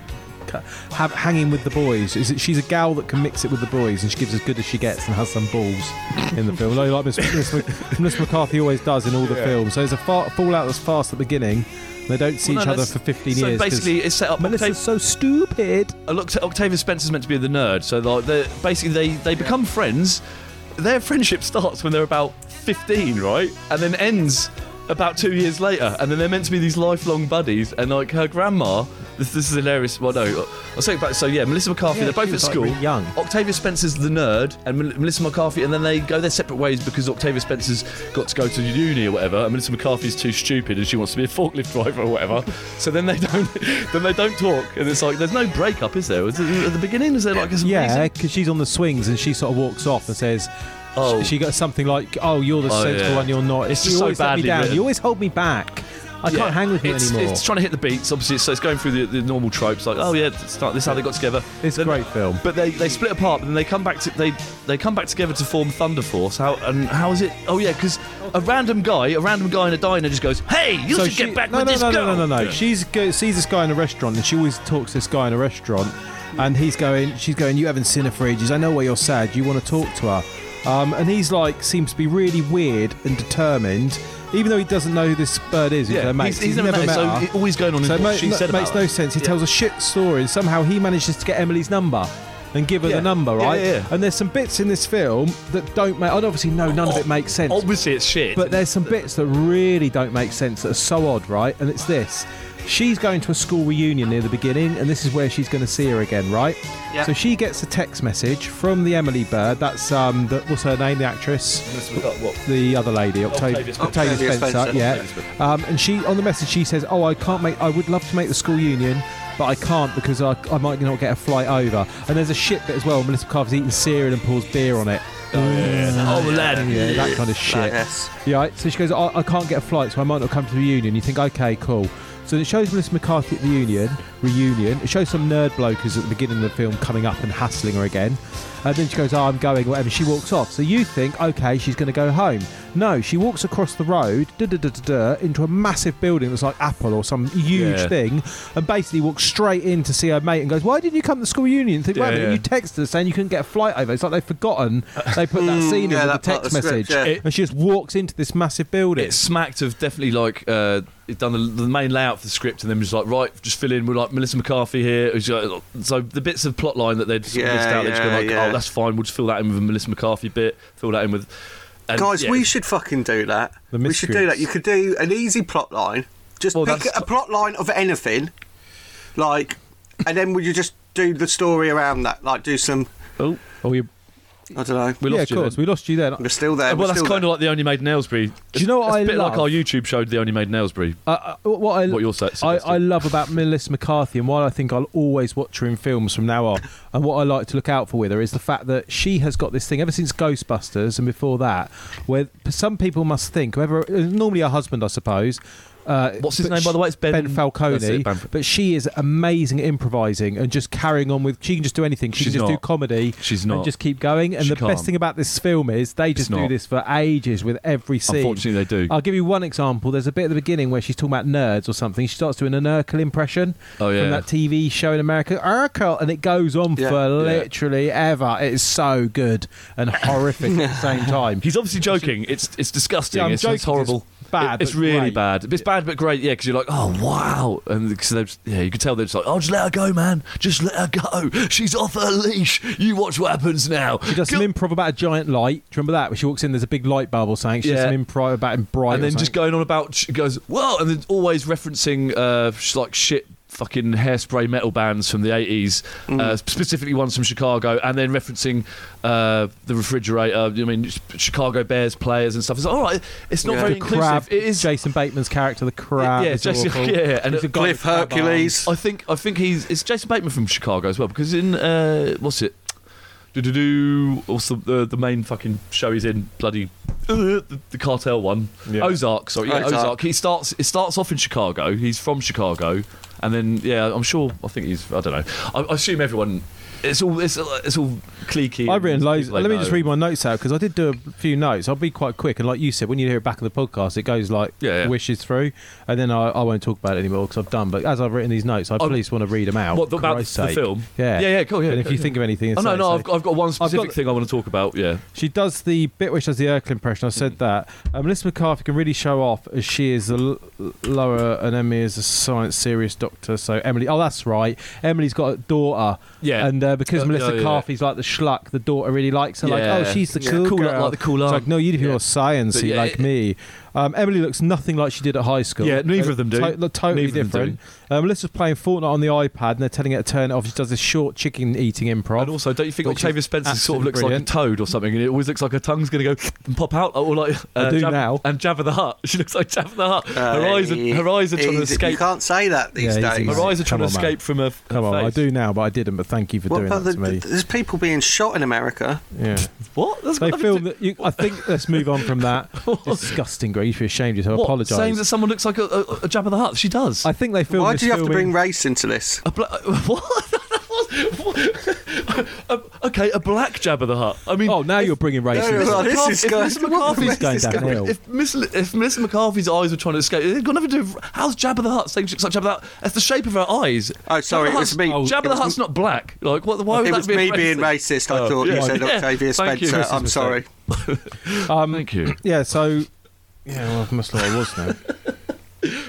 [SPEAKER 3] ca- have, hanging with the boys. Is it, she's a gal that can mix it with the boys, and she gives as good as she gets and has some balls in the film. Like, like Miss, Miss, Mc- Miss McCarthy always does in all the films. So there's a fa- fallout that's fast at the beginning. and They don't see
[SPEAKER 4] Well,
[SPEAKER 3] each
[SPEAKER 4] no,
[SPEAKER 3] other
[SPEAKER 4] that's-
[SPEAKER 3] for 15
[SPEAKER 4] so
[SPEAKER 3] years. 'cause
[SPEAKER 4] basically, it's set up.
[SPEAKER 3] Melissa's so stupid.
[SPEAKER 4] Octav- Oct- Octavia Spencer's meant to be the nerd, so like, they're, basically they they become friends. Their friendship starts when they're about fifteen, right, and then ends about two years later. And then they're meant to be these lifelong buddies. And like her grandma, this, this is hilarious. Well, no, I'll say it back. So yeah, Melissa McCarthy.
[SPEAKER 3] Yeah,
[SPEAKER 4] they're both
[SPEAKER 3] she
[SPEAKER 4] at
[SPEAKER 3] was, like,
[SPEAKER 4] school.
[SPEAKER 3] really young.
[SPEAKER 4] Octavia Spencer's the nerd, and Mel- Melissa McCarthy, and then they go their separate ways because Octavia Spencer's got to go to uni or whatever, and Melissa McCarthy's too stupid and she wants to be a forklift driver or whatever. so then they don't, then they don't talk, and it's like there's no breakup, is there? Is it- At the beginning, is there like a
[SPEAKER 3] Yeah,
[SPEAKER 4] reason?
[SPEAKER 3] because she's on the swings and she sort of walks off and says,
[SPEAKER 4] Oh.
[SPEAKER 3] oh. she got something like, oh, you're the
[SPEAKER 4] Oh,
[SPEAKER 3] sensible
[SPEAKER 4] yeah.
[SPEAKER 3] one, you're not.
[SPEAKER 4] It's
[SPEAKER 3] you
[SPEAKER 4] just so
[SPEAKER 3] always let me
[SPEAKER 4] badly
[SPEAKER 3] down.
[SPEAKER 4] written.
[SPEAKER 3] You always hold me back. I
[SPEAKER 4] Yeah,
[SPEAKER 3] can't hang with you
[SPEAKER 4] it's,
[SPEAKER 3] anymore.
[SPEAKER 4] It's trying to hit the beats, obviously. So it's going through the, the normal tropes, like oh yeah, it's not- this is how they got together.
[SPEAKER 3] It's a
[SPEAKER 4] Then-
[SPEAKER 3] great film.
[SPEAKER 4] But they, they split apart, and then they come back to they they come back together to form Thunder Force. How and how is it? Oh yeah, because a random guy, a random guy in a diner just goes, "Hey, you should
[SPEAKER 3] she-
[SPEAKER 4] get back
[SPEAKER 3] no,
[SPEAKER 4] with
[SPEAKER 3] no,
[SPEAKER 4] this
[SPEAKER 3] no,
[SPEAKER 4] girl."
[SPEAKER 3] No, no, no, no. She's go, sees this guy in a restaurant, and she always talks to this guy in a restaurant, and he's going, she's going, you haven't seen her for ages. I know why you're sad. You want to talk to her, um, and he's like, seems to be really weird and determined, even though he doesn't know who this bird is. who's
[SPEAKER 4] Yeah,
[SPEAKER 3] her mate.
[SPEAKER 4] he's, he's never, met, her, so
[SPEAKER 3] her.
[SPEAKER 4] it- all he's going on is
[SPEAKER 3] So
[SPEAKER 4] what
[SPEAKER 3] it ma-
[SPEAKER 4] she
[SPEAKER 3] ma-
[SPEAKER 4] said
[SPEAKER 3] makes
[SPEAKER 4] about
[SPEAKER 3] no
[SPEAKER 4] her.
[SPEAKER 3] sense. He
[SPEAKER 4] Yeah.
[SPEAKER 3] tells a shit story, and somehow he manages to get Emily's number and give her
[SPEAKER 4] Yeah.
[SPEAKER 3] the number,
[SPEAKER 4] Yeah,
[SPEAKER 3] right?
[SPEAKER 4] yeah, yeah.
[SPEAKER 3] And there's some bits in this film that don't make. I'd obviously know none
[SPEAKER 4] Oh,
[SPEAKER 3] of it makes sense.
[SPEAKER 4] Obviously, it's shit.
[SPEAKER 3] But there's some bits that really don't make sense that are so odd, right? And it's this. She's going to a school reunion near the beginning, and this is where she's going to see her again, right?
[SPEAKER 5] Yeah.
[SPEAKER 3] So she gets a text message from the Emily Bird. That's um, the, what's her name, the actress,
[SPEAKER 4] We've got uh, what?
[SPEAKER 3] the other lady, Octavia,
[SPEAKER 4] Octavia Spencer.
[SPEAKER 3] Octavia
[SPEAKER 5] Octavia
[SPEAKER 3] Spencer,
[SPEAKER 5] Spencer.
[SPEAKER 3] yeah.
[SPEAKER 4] Octavia Spencer.
[SPEAKER 3] Um, and she on the message she says, "Oh, I can't make. I would love to make the school union, but I can't because I, I might not get a flight over." And there's a shit bit as well. Melissa McCarthy's eating cereal and pours beer on it.
[SPEAKER 4] Oh, lad.
[SPEAKER 3] Yeah, that kind of shit.
[SPEAKER 5] yes.
[SPEAKER 3] Yeah, right, so she goes, I, I can't get a flight, so I might not come to the union. You think, okay, cool. So it shows Melissa McCarthy at the union, reunion. It shows some nerd bloke who's at the beginning of the film coming up and hassling her again. And then she goes, oh, I'm going, whatever. She walks off. So you think, okay, she's going to go home. No, she walks across the road, da da da da da, into a massive building that's like Apple or some huge
[SPEAKER 4] Yeah.
[SPEAKER 3] thing, and basically walks straight in to see her mate and goes, Why didn't you come to the school union? Think, wait
[SPEAKER 4] Yeah,
[SPEAKER 3] a minute,
[SPEAKER 4] yeah.
[SPEAKER 3] you texted us saying you couldn't get a flight over. It's like they've forgotten they put that scene
[SPEAKER 5] Mm, yeah,
[SPEAKER 3] in with
[SPEAKER 5] that
[SPEAKER 3] the
[SPEAKER 5] part
[SPEAKER 3] text
[SPEAKER 5] of the script,
[SPEAKER 3] message
[SPEAKER 5] yeah.
[SPEAKER 4] It-
[SPEAKER 3] and she just walks into this massive building.
[SPEAKER 4] It smacked of definitely like uh, it done the, the main layout for the script, and then was like, right, just fill in. We're like Melissa McCarthy here. It was, uh, So the bits of plot line that they'd sort of
[SPEAKER 5] Yeah,
[SPEAKER 4] missed out, they just go
[SPEAKER 5] yeah,
[SPEAKER 4] like,
[SPEAKER 5] yeah.
[SPEAKER 4] oh, that's fine. We'll just fill that in with a Melissa McCarthy bit. Fill that in with. And
[SPEAKER 5] Guys,
[SPEAKER 4] yeah,
[SPEAKER 5] we should fucking do that.
[SPEAKER 3] The
[SPEAKER 5] we should do
[SPEAKER 3] miscreants.
[SPEAKER 5] that. You could do an easy plot line. Just
[SPEAKER 4] Well,
[SPEAKER 5] pick
[SPEAKER 4] that's-
[SPEAKER 5] a plot line of anything, like, and then would you just do the story around that? Like, do some.
[SPEAKER 4] Oh,
[SPEAKER 3] oh, we,
[SPEAKER 5] I don't know.
[SPEAKER 4] we
[SPEAKER 3] yeah, of
[SPEAKER 4] lost you.
[SPEAKER 3] course,
[SPEAKER 4] then.
[SPEAKER 3] we lost you then.
[SPEAKER 5] We're still there.
[SPEAKER 4] Oh, well,
[SPEAKER 5] we're
[SPEAKER 4] that's
[SPEAKER 5] still
[SPEAKER 4] kind of like the Only Made in Aylesbury.
[SPEAKER 3] Do you know what
[SPEAKER 4] It's
[SPEAKER 3] I
[SPEAKER 4] a bit like
[SPEAKER 3] love?
[SPEAKER 4] our YouTube showed the Only Made in Aylesbury.
[SPEAKER 3] Uh, uh, what I,
[SPEAKER 4] What you're sa-
[SPEAKER 3] I,
[SPEAKER 4] suggesting.
[SPEAKER 3] I love about Melissa McCarthy, and why I think I'll always watch her in films from now on, and what I like to look out for with her is the fact that she has got this thing ever since Ghostbusters and before that, where some people must think whoever uh, normally her husband, I suppose. Uh,
[SPEAKER 4] What's his
[SPEAKER 3] but
[SPEAKER 4] name, by the way? It's Ben-
[SPEAKER 3] ben Falcone.
[SPEAKER 4] That's it, Ben-
[SPEAKER 3] But she is amazing at improvising and just carrying on with. She can just do anything. She
[SPEAKER 4] She's
[SPEAKER 3] can just do
[SPEAKER 4] not.
[SPEAKER 3] comedy.
[SPEAKER 4] She's
[SPEAKER 3] And
[SPEAKER 4] not.
[SPEAKER 3] just keep going. And
[SPEAKER 4] She
[SPEAKER 3] the best
[SPEAKER 4] can't.
[SPEAKER 3] thing about this film is they just do
[SPEAKER 4] not.
[SPEAKER 3] this for ages with every scene.
[SPEAKER 4] Unfortunately, they do.
[SPEAKER 3] I'll give you one example. There's a bit at the beginning where she's talking about nerds or something. She starts doing an Urkel impression
[SPEAKER 4] Oh, yeah.
[SPEAKER 3] from that TV show in America, Urkel, and it goes on
[SPEAKER 5] Yeah.
[SPEAKER 3] for
[SPEAKER 4] Yeah.
[SPEAKER 3] literally ever. It is so good and horrific at the same time.
[SPEAKER 4] He's obviously joking. It's it's disgusting.
[SPEAKER 3] Yeah, I'm
[SPEAKER 4] it's,
[SPEAKER 3] joking,
[SPEAKER 4] it's horrible.
[SPEAKER 3] it's bad,
[SPEAKER 4] It- it's
[SPEAKER 3] but
[SPEAKER 4] really
[SPEAKER 3] great.
[SPEAKER 4] bad. It's bad but great. Yeah, because you're like, oh wow, and because they're just- yeah, you could tell they're just like, oh, just let her go, man. Just let her go. She's off her leash. You watch what happens now.
[SPEAKER 3] She does some
[SPEAKER 4] Go-
[SPEAKER 3] improv about a giant light. Do you remember that? Where she walks in, there's a big light bulb or something. She
[SPEAKER 4] Yeah.
[SPEAKER 3] does some improv about it bright.
[SPEAKER 4] and
[SPEAKER 3] or
[SPEAKER 4] then just
[SPEAKER 3] something.
[SPEAKER 4] going on about she goes whoa, and then always referencing uh sh- like shit fucking hairspray metal bands from the 80s uh, specifically ones from chicago and then referencing uh the refrigerator i mean chicago bears players and stuff it's like, all right it's not
[SPEAKER 5] Yeah.
[SPEAKER 4] very
[SPEAKER 3] the
[SPEAKER 4] inclusive
[SPEAKER 3] crab.
[SPEAKER 4] it is
[SPEAKER 3] Jason Bateman's character, the crab.
[SPEAKER 4] Yeah,
[SPEAKER 3] is
[SPEAKER 4] Jason-
[SPEAKER 3] awful.
[SPEAKER 4] yeah, and
[SPEAKER 3] He's a guy
[SPEAKER 5] Cliff
[SPEAKER 3] with crab
[SPEAKER 5] Hercules.
[SPEAKER 4] I think I think he's it's Jason Bateman from Chicago as well because in uh, what's it Do do do. Also, the the main fucking show he's in, bloody uh, the, the cartel one,
[SPEAKER 3] Yeah.
[SPEAKER 4] Ozark. Sorry, yeah,
[SPEAKER 5] Ozark.
[SPEAKER 4] Ozark. He starts. It starts off in Chicago. He's from Chicago, and then yeah, I'm sure. I think he's. I don't know. I, I assume everyone. It's all. It's all. It's all cliquey.
[SPEAKER 3] I've written
[SPEAKER 4] and
[SPEAKER 3] loads.
[SPEAKER 4] people they
[SPEAKER 3] Let me just
[SPEAKER 4] know.
[SPEAKER 3] read my notes out because I did do a few notes. I'll be quite quick, and like you said, when you hear it back on the podcast, it goes like
[SPEAKER 4] Yeah, yeah.
[SPEAKER 3] wishes through, and then I, I won't talk about it anymore because I've done. But as I've written these notes, I
[SPEAKER 4] Oh,
[SPEAKER 3] at least want to read them out.
[SPEAKER 4] What the- about
[SPEAKER 3] Christ's
[SPEAKER 4] the
[SPEAKER 3] sake.
[SPEAKER 4] film?
[SPEAKER 3] Yeah,
[SPEAKER 4] Yeah, yeah, cool, yeah,
[SPEAKER 3] And if
[SPEAKER 4] cool,
[SPEAKER 3] you
[SPEAKER 4] yeah.
[SPEAKER 3] think of anything,
[SPEAKER 4] Oh no,
[SPEAKER 3] say
[SPEAKER 4] no.
[SPEAKER 3] so.
[SPEAKER 4] I've got. I've got one
[SPEAKER 3] got
[SPEAKER 4] specific
[SPEAKER 3] the-
[SPEAKER 4] thing I want to talk about. Yeah.
[SPEAKER 3] She does the bit where she does the Urkel impression. I
[SPEAKER 4] Mm.
[SPEAKER 3] said that. Uh, Melissa McCarthy can really show off as she is the l- lower and Emily is a science serious doctor. So Emily, oh that's right. Emily's got a daughter.
[SPEAKER 4] Yeah.
[SPEAKER 3] And uh, because
[SPEAKER 4] Uh,
[SPEAKER 3] Melissa
[SPEAKER 4] yeah, yeah.
[SPEAKER 3] McCarthy's like the schluck, the daughter really likes her.
[SPEAKER 4] Yeah.
[SPEAKER 3] Like oh she's the
[SPEAKER 4] Yeah.
[SPEAKER 3] cool,
[SPEAKER 4] Cool, like-
[SPEAKER 3] girl.
[SPEAKER 4] like the cool
[SPEAKER 3] It's
[SPEAKER 4] aunt.
[SPEAKER 3] like no, you
[SPEAKER 4] Yeah.
[SPEAKER 3] are
[SPEAKER 4] But
[SPEAKER 3] sciencey
[SPEAKER 4] yeah,
[SPEAKER 3] like
[SPEAKER 4] it-
[SPEAKER 3] me. Um, Emily looks nothing like she did at high school. Uh,
[SPEAKER 4] Yeah, neither of them do.
[SPEAKER 3] to- look totally
[SPEAKER 4] Neither of them do.
[SPEAKER 3] different. Um, Melissa's playing Fortnite on the iPad, and they're telling her to turn it off. She does this short chicken eating improv.
[SPEAKER 4] And also, don't you think
[SPEAKER 3] Which is
[SPEAKER 4] Octavia Spencer sort of
[SPEAKER 3] absolutely
[SPEAKER 4] looks
[SPEAKER 3] brilliant.
[SPEAKER 4] like a toad or something? And it always looks like her tongue's going to go and pop out, or like uh,
[SPEAKER 3] do
[SPEAKER 4] Jab-
[SPEAKER 3] now.
[SPEAKER 4] And Jabba the Hutt. She looks like Jabba the Hutt.
[SPEAKER 5] Uh,
[SPEAKER 4] her eyes, are, her eyes are trying to
[SPEAKER 5] easy- You
[SPEAKER 4] escape. Her
[SPEAKER 5] can't say that these
[SPEAKER 3] Yeah, easy.
[SPEAKER 5] days.
[SPEAKER 3] Her
[SPEAKER 4] eyes are
[SPEAKER 3] Come
[SPEAKER 4] trying to
[SPEAKER 3] on, man.
[SPEAKER 4] escape from her. her
[SPEAKER 3] Come on, I
[SPEAKER 4] face.
[SPEAKER 3] do now, but I didn't. But thank you for
[SPEAKER 5] What
[SPEAKER 3] doing
[SPEAKER 5] about
[SPEAKER 3] that
[SPEAKER 5] the,
[SPEAKER 3] to me.
[SPEAKER 5] there's people being shot in America.
[SPEAKER 3] yeah.
[SPEAKER 4] What? That's
[SPEAKER 3] They
[SPEAKER 4] got nothing
[SPEAKER 3] film
[SPEAKER 4] to-
[SPEAKER 3] that. You, I think let's move on from that. Disgusting, Greg. You should be ashamed of yourself. I
[SPEAKER 4] What?
[SPEAKER 3] Apologise.
[SPEAKER 4] Saying that someone looks like a, a, a Jabba the Hutt. She does.
[SPEAKER 3] I think they filmed.
[SPEAKER 5] Why
[SPEAKER 3] this
[SPEAKER 5] do you have to
[SPEAKER 3] filming-
[SPEAKER 5] bring race into this?
[SPEAKER 4] A bla- what? What? Uh, okay, a black Jabba the Hutt. I mean,
[SPEAKER 3] Oh, now you're bringing racism.
[SPEAKER 5] no, no. this is
[SPEAKER 4] if
[SPEAKER 5] going-
[SPEAKER 4] Miss McCarthy's
[SPEAKER 3] This going is going- downhill.
[SPEAKER 4] If Miss if Miss McCarthy's eyes were trying to escape, it's got nothing to do. with- How's Jabba the Hutt saying she looks like Jabba the Hutt? That's the shape of her eyes.
[SPEAKER 5] Oh,
[SPEAKER 4] Jabba
[SPEAKER 5] sorry, it
[SPEAKER 4] the
[SPEAKER 5] was
[SPEAKER 4] Hutt's-
[SPEAKER 5] me. Oh,
[SPEAKER 4] Jabba
[SPEAKER 5] it
[SPEAKER 4] the
[SPEAKER 5] was
[SPEAKER 4] Hutt's not black. Like what? Why would
[SPEAKER 5] it
[SPEAKER 4] Oh, that
[SPEAKER 5] was
[SPEAKER 4] be
[SPEAKER 5] me
[SPEAKER 4] racist?
[SPEAKER 5] being racist. I
[SPEAKER 4] Oh,
[SPEAKER 5] thought
[SPEAKER 4] yeah.
[SPEAKER 5] you said
[SPEAKER 4] Yeah,
[SPEAKER 5] Octavia
[SPEAKER 4] thank you.
[SPEAKER 5] Spencer.
[SPEAKER 4] Chris's
[SPEAKER 5] I'm sorry.
[SPEAKER 3] Um,
[SPEAKER 4] Thank you.
[SPEAKER 3] yeah. So. Yeah, well, I must know I was now.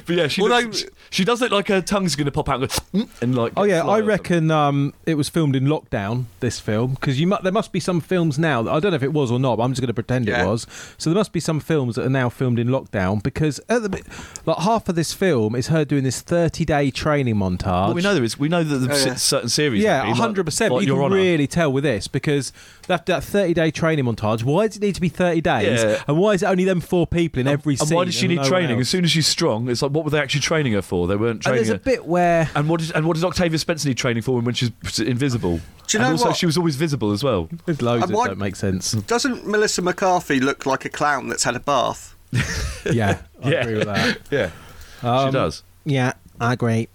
[SPEAKER 4] But yeah, she
[SPEAKER 5] Well,
[SPEAKER 4] looks,
[SPEAKER 5] no-
[SPEAKER 4] she does look like her tongue's going to pop out and, go, "Mm," and like.
[SPEAKER 3] Oh yeah,
[SPEAKER 4] fly
[SPEAKER 3] I
[SPEAKER 4] or
[SPEAKER 3] reckon um, it was filmed in lockdown. This film, because you mu- there must be some films now. That, I don't know if it was or not. But I'm just going to pretend
[SPEAKER 5] Yeah.
[SPEAKER 3] it was. So there must be some films that are now filmed in lockdown because at the, bit- like half of this film is her doing this 30 day training montage.
[SPEAKER 4] something. What we know there is we know that the
[SPEAKER 5] Oh, yeah.
[SPEAKER 4] certain series.
[SPEAKER 3] Yeah,
[SPEAKER 4] have been, like-
[SPEAKER 3] hundred percent.
[SPEAKER 4] Like,
[SPEAKER 3] You
[SPEAKER 4] Your
[SPEAKER 3] can
[SPEAKER 4] Honor.
[SPEAKER 3] really tell with this because that that thirty day training montage. Why does it need to be thirty days?
[SPEAKER 4] Yeah.
[SPEAKER 3] And why is it only them four people in every
[SPEAKER 4] and
[SPEAKER 3] scene?
[SPEAKER 4] why does she need
[SPEAKER 3] no one
[SPEAKER 4] training? As
[SPEAKER 3] else?
[SPEAKER 4] soon as she's strong, it's like what were they actually training her for? They weren't
[SPEAKER 3] And
[SPEAKER 4] training
[SPEAKER 3] there's
[SPEAKER 4] her.
[SPEAKER 3] a bit where
[SPEAKER 4] And what did and what did Octavia Spencer need training for when she's invisible?
[SPEAKER 5] Do you know
[SPEAKER 4] and also
[SPEAKER 5] what?
[SPEAKER 4] she was always visible as well.
[SPEAKER 3] there's loads
[SPEAKER 5] And
[SPEAKER 3] that
[SPEAKER 5] why-
[SPEAKER 3] don't make sense.
[SPEAKER 5] Doesn't Melissa McCarthy look like a clown that's had a bath?
[SPEAKER 3] yeah, I
[SPEAKER 4] Yeah.
[SPEAKER 3] agree with that.
[SPEAKER 4] Yeah. she does.
[SPEAKER 3] Yeah, I agree.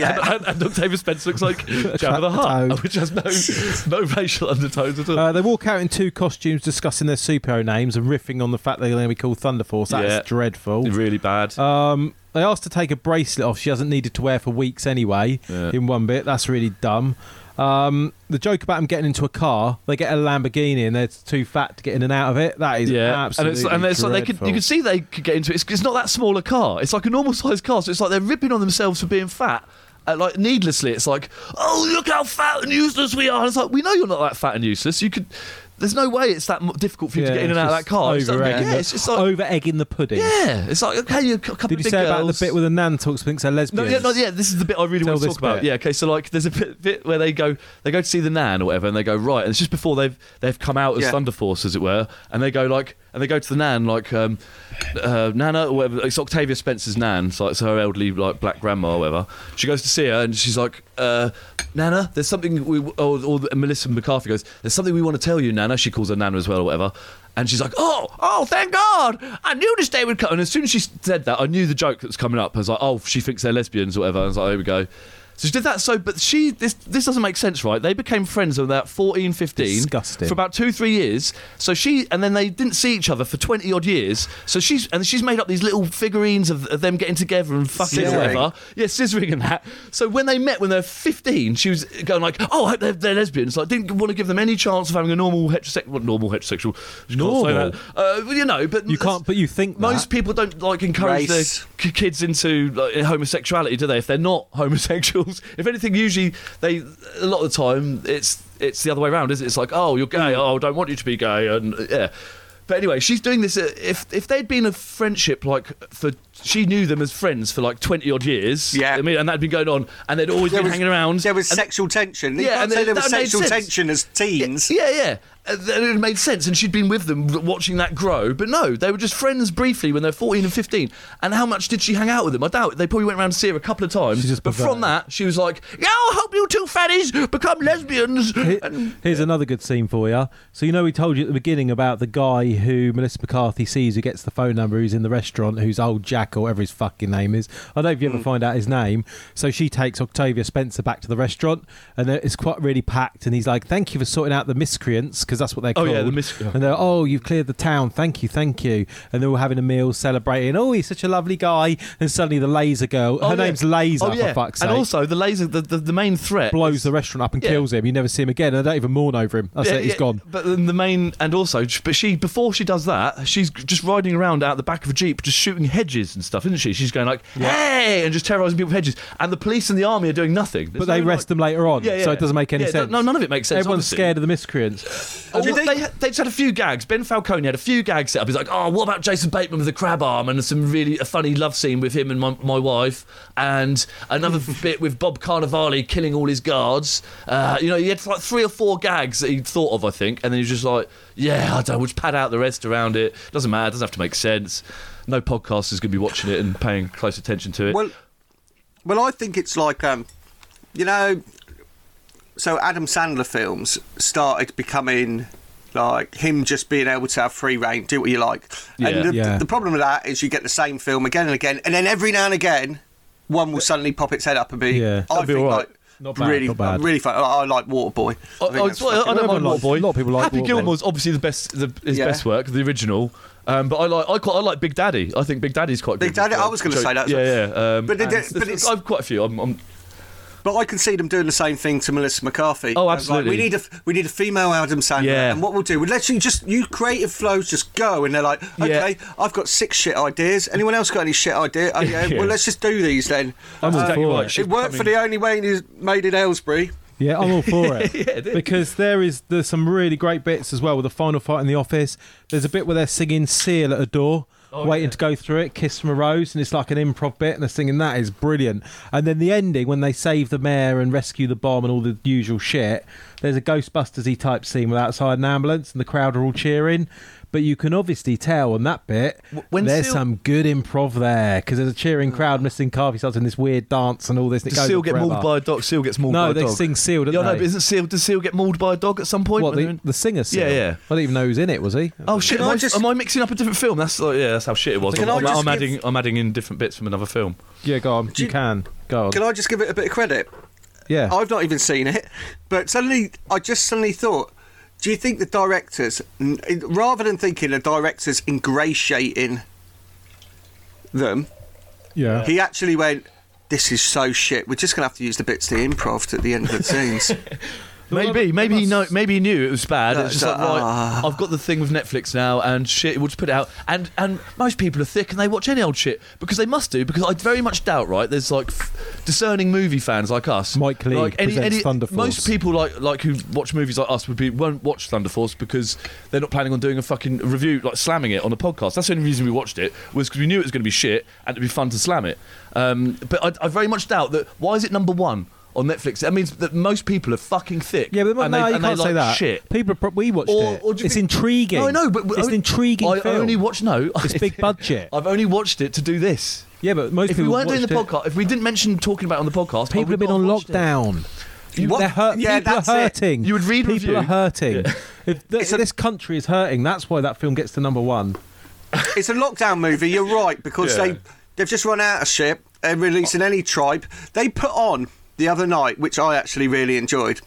[SPEAKER 5] yeah.
[SPEAKER 4] and, and Octavia Spencer looks like Jabba the Hutt,
[SPEAKER 3] Toad.
[SPEAKER 4] which has no no racial undertones at all.
[SPEAKER 3] Uh, they walk out in two costumes, discussing their superhero names and riffing on the fact they're going to be called Thunder Force. That's
[SPEAKER 4] Yeah.
[SPEAKER 3] dreadful.
[SPEAKER 4] really bad.
[SPEAKER 3] Um, they asked to take a bracelet off she hasn't needed to wear for weeks anyway.
[SPEAKER 4] Yeah.
[SPEAKER 3] In one bit, that's really dumb. Um, the joke about them getting into a car, they get a Lamborghini and they're too fat to get in and out of it. That is
[SPEAKER 4] yeah,
[SPEAKER 3] absolutely
[SPEAKER 4] and it's, and it's like they could,
[SPEAKER 3] dreadful.
[SPEAKER 4] you could see they could get into it. It's, it's not that small a car. It's like a normal sized car. So it's like they're ripping on themselves for being fat. Uh, like needlessly, it's like, oh look how fat and useless we are. And it's like we know you're not that fat and useless. You could, there's no way it's that m- difficult for you
[SPEAKER 3] Yeah,
[SPEAKER 4] to get in
[SPEAKER 3] it's
[SPEAKER 4] and out of
[SPEAKER 3] just
[SPEAKER 4] that car. It's like,
[SPEAKER 3] over-egging
[SPEAKER 4] yeah,
[SPEAKER 3] the-
[SPEAKER 4] it's just like,
[SPEAKER 3] over-egging the pudding.
[SPEAKER 4] yeah, it's like okay, you a couple of
[SPEAKER 3] Did you
[SPEAKER 4] big
[SPEAKER 3] say
[SPEAKER 4] girls.
[SPEAKER 3] about the bit where the nan talks thinks they're
[SPEAKER 4] No,
[SPEAKER 3] lesbians?
[SPEAKER 4] yeah, no, yeah. This is the bit I really
[SPEAKER 3] Tell
[SPEAKER 4] want to
[SPEAKER 3] this
[SPEAKER 4] talk about.
[SPEAKER 3] bit.
[SPEAKER 4] Yeah, okay. So like, there's a bit, bit where they go, they go to see the nan or whatever, and they go right, and it's just before they've they've come out as
[SPEAKER 5] Yeah.
[SPEAKER 4] Thunder Force, as it were, and they go like, and they go to the nan like, um, uh, Nana or whatever. It's Octavia Spencer's nan, so it's her elderly like black grandma or whatever. She goes to see her, and she's like, uh, Nana, there's something we or, or Melissa McCarthy goes, there's something we want to tell you, Nana. She calls her Nana as well or whatever. And she's like, "Oh, oh, thank God! I knew this day would come." And as soon as she said that, I knew the joke that was coming up. I was like, "Oh, she thinks they're lesbians or whatever." I was like, "There we go." So she did that. So, but she this this doesn't make sense, right? They became friends about 14, 15
[SPEAKER 3] Disgusting.
[SPEAKER 4] for about two, three years. So she and then they didn't see each other for twenty odd years. So she's and she's made up these little figurines of, of them getting together and fucking or
[SPEAKER 5] Scissoring.
[SPEAKER 4] whatever. Yeah, scissoring and that. So when they met when they were 15, she was going like, "Oh, I hope they're, they're lesbians." Like, didn't want to give them any chance of having a normal heterosexual, well, normal heterosexual. You can't say
[SPEAKER 3] Normal?
[SPEAKER 4] that. Uh, well, you know, but
[SPEAKER 3] You can't, but you think
[SPEAKER 4] Most
[SPEAKER 3] that.
[SPEAKER 4] people don't like encourage their
[SPEAKER 5] Race.
[SPEAKER 4] k- kids into like, homosexuality, do they? If they're not homosexuals, if anything, usually they a lot of the time it's it's the other way around, is it? It's like, oh, you're gay.
[SPEAKER 5] Mm.
[SPEAKER 4] Oh, I don't want you to be gay, and uh, yeah. But anyway, she's doing this. uh, If if they'd been a friendship like for she knew them as friends for like twenty odd years.
[SPEAKER 5] Yeah.
[SPEAKER 4] I mean, and that'd been going on, and they'd always been hanging around.
[SPEAKER 5] There was
[SPEAKER 4] and-
[SPEAKER 5] sexual tension. You
[SPEAKER 4] Yeah,
[SPEAKER 5] can't
[SPEAKER 4] and
[SPEAKER 5] say
[SPEAKER 4] it-
[SPEAKER 5] there was
[SPEAKER 4] that made
[SPEAKER 5] sexual
[SPEAKER 4] sense.
[SPEAKER 5] tension as teens.
[SPEAKER 4] yeah, yeah. uh, then it made sense, and she'd been with them watching that grow. But no, they were just friends briefly when they were 14 and 15. And how much did she hang out with them? I doubt it. They probably went around to see her a couple of times.
[SPEAKER 3] She's just
[SPEAKER 4] but from
[SPEAKER 3] perverted.
[SPEAKER 4] that, she was like, "Yeah, I hope you two fatties become lesbians."
[SPEAKER 3] Here-
[SPEAKER 4] And
[SPEAKER 3] Here's another good scene for you. So you know we told you at the beginning about the guy who Melissa McCarthy sees, who gets the phone number, who's in the restaurant, who's old Jack or whatever his fucking name is. I don't know if
[SPEAKER 4] Hmm.
[SPEAKER 3] you ever find out his name. So she takes Octavia Spencer back to the restaurant, and it's quite really packed. And he's like, "Thank you for sorting out the miscreants," because that's what they're
[SPEAKER 4] Oh,
[SPEAKER 3] called.
[SPEAKER 4] yeah, the miscreants.
[SPEAKER 3] And they're, "Oh, you've cleared the town. Thank you, thank you." And they're all having a meal, celebrating. Oh, he's such a lovely guy. And suddenly the laser girl,
[SPEAKER 4] Oh,
[SPEAKER 3] her
[SPEAKER 4] yeah.
[SPEAKER 3] name's Laser.
[SPEAKER 4] Oh, yeah.
[SPEAKER 3] For fuck's
[SPEAKER 4] and
[SPEAKER 3] sake
[SPEAKER 4] also the laser, the, the, the main threat
[SPEAKER 3] blows
[SPEAKER 4] is-
[SPEAKER 3] the restaurant up and
[SPEAKER 4] Yeah.
[SPEAKER 3] kills him. You never see him again. And they don't even mourn over him. That's
[SPEAKER 4] Yeah,
[SPEAKER 3] it. He's
[SPEAKER 4] yeah,
[SPEAKER 3] gone.
[SPEAKER 4] But then the main, and also, but she before she does that, she's just riding around out the back of a jeep, just shooting hedges and stuff, isn't she? She's going like, "Hey!" and just terrorizing people with hedges. And the police and the army are doing nothing. There's
[SPEAKER 3] But they
[SPEAKER 4] no,
[SPEAKER 3] arrest
[SPEAKER 4] like-
[SPEAKER 3] them later on,
[SPEAKER 4] Yeah, yeah.
[SPEAKER 3] so it doesn't make any
[SPEAKER 4] Yeah,
[SPEAKER 3] sense.
[SPEAKER 4] no, none of it makes sense,
[SPEAKER 3] Everyone's
[SPEAKER 4] obviously.
[SPEAKER 3] scared of the miscreants.
[SPEAKER 4] Oh, they, they, just had a few gags. Ben Falcone had a few gags set up. He's like, "Oh, what about Jason Bateman with the crab arm and some really a funny love scene with him and my, my wife, and another bit with Bob Carnivale killing all his guards." Uh, you know, he had like three or four gags that he thought of, I think, and then he was just like, "Yeah, I don't. We'll just pad out the rest around it. Doesn't matter. Doesn't have to make sense." No podcast is going to be watching it and paying close attention to it.
[SPEAKER 5] Well, well, I think it's like um, you know, so Adam Sandler films started becoming like him just being able to have free reign, do what you like.
[SPEAKER 4] Yeah.
[SPEAKER 5] and the,
[SPEAKER 3] Yeah.
[SPEAKER 5] the problem with that is you get the same film again and again, and then every now and again, one will suddenly pop its head up and be.
[SPEAKER 3] Yeah.
[SPEAKER 5] I
[SPEAKER 4] That'd be
[SPEAKER 5] think
[SPEAKER 4] all right.
[SPEAKER 5] like.
[SPEAKER 3] Not bad,
[SPEAKER 5] really,
[SPEAKER 3] not bad.
[SPEAKER 5] really fun. I, I like Waterboy. I think
[SPEAKER 4] Oh,
[SPEAKER 5] that's
[SPEAKER 4] it's- well, I
[SPEAKER 5] fucking-
[SPEAKER 4] don't
[SPEAKER 3] Everyone
[SPEAKER 4] mind
[SPEAKER 3] likes-
[SPEAKER 4] Waterboy.
[SPEAKER 3] a lot of people like
[SPEAKER 4] Happy
[SPEAKER 3] Waterboy.
[SPEAKER 4] Gilmore's obviously the best, the, his
[SPEAKER 5] Yeah.
[SPEAKER 4] best work, the original. Um, but I like, I quite, I like Big Daddy. I think Big Daddy's quite
[SPEAKER 5] Big
[SPEAKER 4] good.
[SPEAKER 5] Daddy-
[SPEAKER 4] Uh,
[SPEAKER 5] I was gonna
[SPEAKER 4] joke-
[SPEAKER 5] say that as
[SPEAKER 4] Yeah,
[SPEAKER 5] well.
[SPEAKER 4] yeah. Um,
[SPEAKER 5] But they
[SPEAKER 4] and
[SPEAKER 5] did-
[SPEAKER 4] there's-
[SPEAKER 5] but it's-
[SPEAKER 4] I've quite a few. I'm, I'm,
[SPEAKER 5] But I can see them doing the same thing to Melissa McCarthy.
[SPEAKER 4] Oh,
[SPEAKER 5] Like,
[SPEAKER 4] absolutely.
[SPEAKER 5] we need a we need a female Adam Sandler.
[SPEAKER 4] Yeah.
[SPEAKER 5] And what we'll do, we'll let you just you creative flows just go, and they're like,
[SPEAKER 4] Yeah.
[SPEAKER 5] okay, I've got six shit ideas. Anyone else got any shit idea? Oh, yeah,
[SPEAKER 4] Yeah.
[SPEAKER 5] Well, let's just do these then.
[SPEAKER 3] I'm all
[SPEAKER 4] exactly
[SPEAKER 3] for
[SPEAKER 4] right.
[SPEAKER 3] it.
[SPEAKER 4] She's
[SPEAKER 5] it worked for
[SPEAKER 4] becoming-
[SPEAKER 5] the only way it made in Aylesbury.
[SPEAKER 3] Yeah, I'm all for it.
[SPEAKER 4] it is.
[SPEAKER 3] because there is there's some really great bits as well with the final fight in the office. There's a bit where they're singing "Seal" at a door.
[SPEAKER 4] Oh,
[SPEAKER 3] waiting to go through it, kiss from a rose, and it's like an improv bit, and they're singing that is brilliant. And then the ending when they save the mayor and rescue the bomb and all the usual shit. There's a Ghostbusters-y type scene with outside an ambulance, and the crowd are all cheering. But you can obviously tell on that bit
[SPEAKER 4] when
[SPEAKER 3] there's
[SPEAKER 4] Seal-
[SPEAKER 3] some good improv there because there's a cheering crowd. Missing Carvey starts in this weird dance and all this. And it
[SPEAKER 4] does
[SPEAKER 3] goes
[SPEAKER 4] Seal
[SPEAKER 3] on
[SPEAKER 4] get mauled
[SPEAKER 3] forever.
[SPEAKER 4] by a dog? Seal gets mauled
[SPEAKER 3] No,
[SPEAKER 4] by a dog.
[SPEAKER 3] they sing Seal, don't
[SPEAKER 4] yeah, No,
[SPEAKER 3] they?
[SPEAKER 4] but isn't Seal, does Seal get mauled by a dog at some point?
[SPEAKER 3] What
[SPEAKER 4] when
[SPEAKER 3] the,
[SPEAKER 4] they're in-
[SPEAKER 3] the singer? Seal?
[SPEAKER 4] Yeah, yeah.
[SPEAKER 3] I didn't even know he was in it. Was he?
[SPEAKER 4] Oh shit!
[SPEAKER 5] Can
[SPEAKER 4] Am I,
[SPEAKER 5] I just-
[SPEAKER 4] am I mixing up a different film? That's like, yeah, that's how shit it was.
[SPEAKER 5] Can
[SPEAKER 4] I'm,
[SPEAKER 5] I
[SPEAKER 4] I'm-
[SPEAKER 5] just
[SPEAKER 4] I'm
[SPEAKER 5] give-
[SPEAKER 4] adding, I'm adding in different bits from another film.
[SPEAKER 3] Yeah, go on. You,
[SPEAKER 5] you-
[SPEAKER 3] can go on.
[SPEAKER 5] Can I just give it a bit of credit?
[SPEAKER 3] yeah.
[SPEAKER 5] I've not even seen it, but suddenly I just suddenly thought. Do you think the directors, n- rather than thinking the directors ingratiating them,
[SPEAKER 3] yeah.
[SPEAKER 5] He actually went, This is so shit. We're just going to have to use the bits to improv at the end of the scenes.
[SPEAKER 4] Maybe, maybe he know, maybe he knew it was bad.
[SPEAKER 5] No,
[SPEAKER 4] it's just
[SPEAKER 5] it's
[SPEAKER 4] like,
[SPEAKER 5] like, ah.
[SPEAKER 4] right, I've got the thing with Netflix now, and shit, we'll just put it out. And and most people are thick, and they watch any old shit because they must do. Because I very much doubt, right? There's like f- discerning movie fans like us.
[SPEAKER 3] Mike Leigh
[SPEAKER 4] like
[SPEAKER 3] presents Thunder Force.
[SPEAKER 4] Most people like like who watch movies like us would be won't watch Thunder Force because they're not planning on doing a fucking review, like slamming it on a podcast. That's the only reason we watched it was because we knew it was going to be shit and it'd be fun to slam it. Um, but I, I very much doubt that. Why is it number one? On Netflix, that means that most people are fucking thick.
[SPEAKER 3] yeah, but no,
[SPEAKER 4] And they-
[SPEAKER 3] you
[SPEAKER 4] and they
[SPEAKER 3] can't say
[SPEAKER 4] like
[SPEAKER 3] that.
[SPEAKER 4] Shit.
[SPEAKER 3] People, are pro- we watched it.
[SPEAKER 4] do you
[SPEAKER 3] it's
[SPEAKER 4] think-
[SPEAKER 3] intriguing.
[SPEAKER 4] No, I know, but
[SPEAKER 3] it's an intriguing
[SPEAKER 4] I
[SPEAKER 3] film.
[SPEAKER 4] only watched no.
[SPEAKER 3] It's big budget.
[SPEAKER 4] I've only watched it to do this.
[SPEAKER 3] yeah, but most
[SPEAKER 4] If we
[SPEAKER 3] people
[SPEAKER 4] weren't doing the
[SPEAKER 3] watched it.
[SPEAKER 4] podcast, if we didn't mention talking about it on the podcast, I
[SPEAKER 3] People
[SPEAKER 4] would
[SPEAKER 3] have been
[SPEAKER 4] not
[SPEAKER 3] on
[SPEAKER 4] watched it.
[SPEAKER 3] lockdown.
[SPEAKER 5] You-
[SPEAKER 3] They're hurt.
[SPEAKER 5] Yeah,
[SPEAKER 3] people are
[SPEAKER 5] that's it.
[SPEAKER 3] hurting.
[SPEAKER 4] You would read
[SPEAKER 3] People
[SPEAKER 4] review.
[SPEAKER 3] are hurting. If th-
[SPEAKER 5] It's a-
[SPEAKER 3] this country is hurting, that's why that film gets to number one.
[SPEAKER 5] it's a lockdown movie, you're right, because
[SPEAKER 4] Yeah.
[SPEAKER 5] they, they've just run out of shit and releasing any tribe. They put on the other night, which I actually really enjoyed,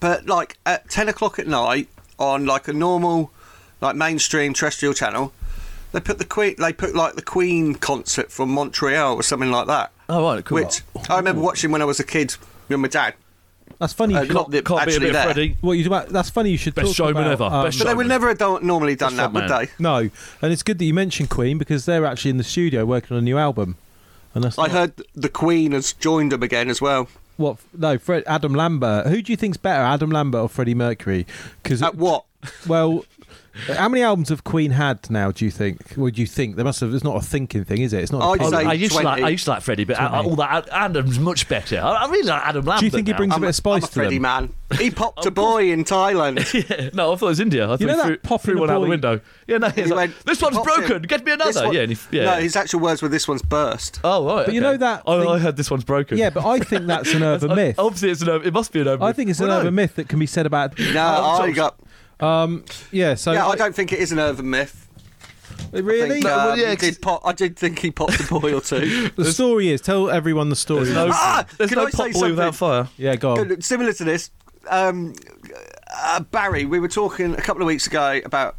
[SPEAKER 5] but like at 10 o'clock at night on like a normal, like mainstream terrestrial channel. They put the Queen. They put like the Queen concert from Montreal or something like that.
[SPEAKER 4] Oh, right, cool.
[SPEAKER 5] Which I remember watching when I was a kid with my dad.
[SPEAKER 3] That's funny.
[SPEAKER 5] Uh,
[SPEAKER 3] you should-
[SPEAKER 5] not the-
[SPEAKER 4] Can't be a
[SPEAKER 5] actually
[SPEAKER 4] bit
[SPEAKER 5] there.
[SPEAKER 4] Freddy.
[SPEAKER 3] what you do about? That's funny. You should
[SPEAKER 4] Best
[SPEAKER 3] talk
[SPEAKER 4] showman
[SPEAKER 3] about,
[SPEAKER 4] ever.
[SPEAKER 3] um,
[SPEAKER 4] Best
[SPEAKER 5] But they
[SPEAKER 4] Showman.
[SPEAKER 5] would never have done, normally done that, would
[SPEAKER 4] Showman.
[SPEAKER 5] they?
[SPEAKER 3] No, and it's good that you mentioned Queen because they're actually in the studio working on a new album. And that's
[SPEAKER 5] I
[SPEAKER 3] not-
[SPEAKER 5] heard the Queen has joined them again as well.
[SPEAKER 3] what? No, Fred, Adam Lambert. Who do you think's better, Adam Lambert or Freddie Mercury? Because
[SPEAKER 5] At what?
[SPEAKER 3] Well, how many albums have Queen had now? Do you think? Or do you think they must have? It's not a thinking thing, is it? It's not. a
[SPEAKER 5] I'd
[SPEAKER 3] puzzle.
[SPEAKER 5] say
[SPEAKER 4] I used to
[SPEAKER 5] 20.
[SPEAKER 4] like I used to like Freddie, but I, I- all that Adam's much better. I, I really like Adam Lambert.
[SPEAKER 3] do you think he
[SPEAKER 4] now.
[SPEAKER 3] brings
[SPEAKER 5] I'm
[SPEAKER 3] a bit of spice
[SPEAKER 5] I'm a
[SPEAKER 3] to them?
[SPEAKER 5] Freddy man. He popped
[SPEAKER 4] Oh,
[SPEAKER 5] a boy in Thailand.
[SPEAKER 4] No, I thought it was India. I thought
[SPEAKER 3] know
[SPEAKER 4] he
[SPEAKER 3] that
[SPEAKER 4] threw,
[SPEAKER 3] pop in
[SPEAKER 4] threw
[SPEAKER 3] the
[SPEAKER 4] one out the
[SPEAKER 3] boy-
[SPEAKER 4] window. Yeah, no, he's
[SPEAKER 5] He
[SPEAKER 4] like,
[SPEAKER 5] went,
[SPEAKER 4] this one's
[SPEAKER 5] "Popped it."
[SPEAKER 4] broken. Get me
[SPEAKER 5] This
[SPEAKER 4] another.
[SPEAKER 5] one-
[SPEAKER 4] yeah, and he, yeah.
[SPEAKER 5] No, his actual words were, "This one's burst."
[SPEAKER 4] oh, right.
[SPEAKER 3] But you
[SPEAKER 4] okay.
[SPEAKER 3] know that
[SPEAKER 4] Oh, I
[SPEAKER 3] thing-
[SPEAKER 4] heard this one's broken.
[SPEAKER 3] Yeah, but I think that's an urban
[SPEAKER 4] Uh,
[SPEAKER 3] myth.
[SPEAKER 4] Obviously, it's an urban. It must be an urban.
[SPEAKER 3] I think it's an
[SPEAKER 4] Well, no.
[SPEAKER 3] urban myth that can be said about.
[SPEAKER 4] Oh,
[SPEAKER 5] No, I got.
[SPEAKER 3] Yeah, so
[SPEAKER 5] Yeah, I don't think it is an urban myth. I
[SPEAKER 3] really.
[SPEAKER 5] think, um,
[SPEAKER 4] well, yeah,
[SPEAKER 5] he
[SPEAKER 4] 'cause-
[SPEAKER 5] did pop, I did think he popped a boy or two.
[SPEAKER 3] the story is tell everyone the story.
[SPEAKER 4] There's no,
[SPEAKER 5] Ah,
[SPEAKER 4] there's
[SPEAKER 5] can
[SPEAKER 4] no
[SPEAKER 5] I say
[SPEAKER 4] pop boy without fire.
[SPEAKER 3] yeah, go on.
[SPEAKER 5] Look, Similar to this, um, uh, Barry, we were talking a couple of weeks ago about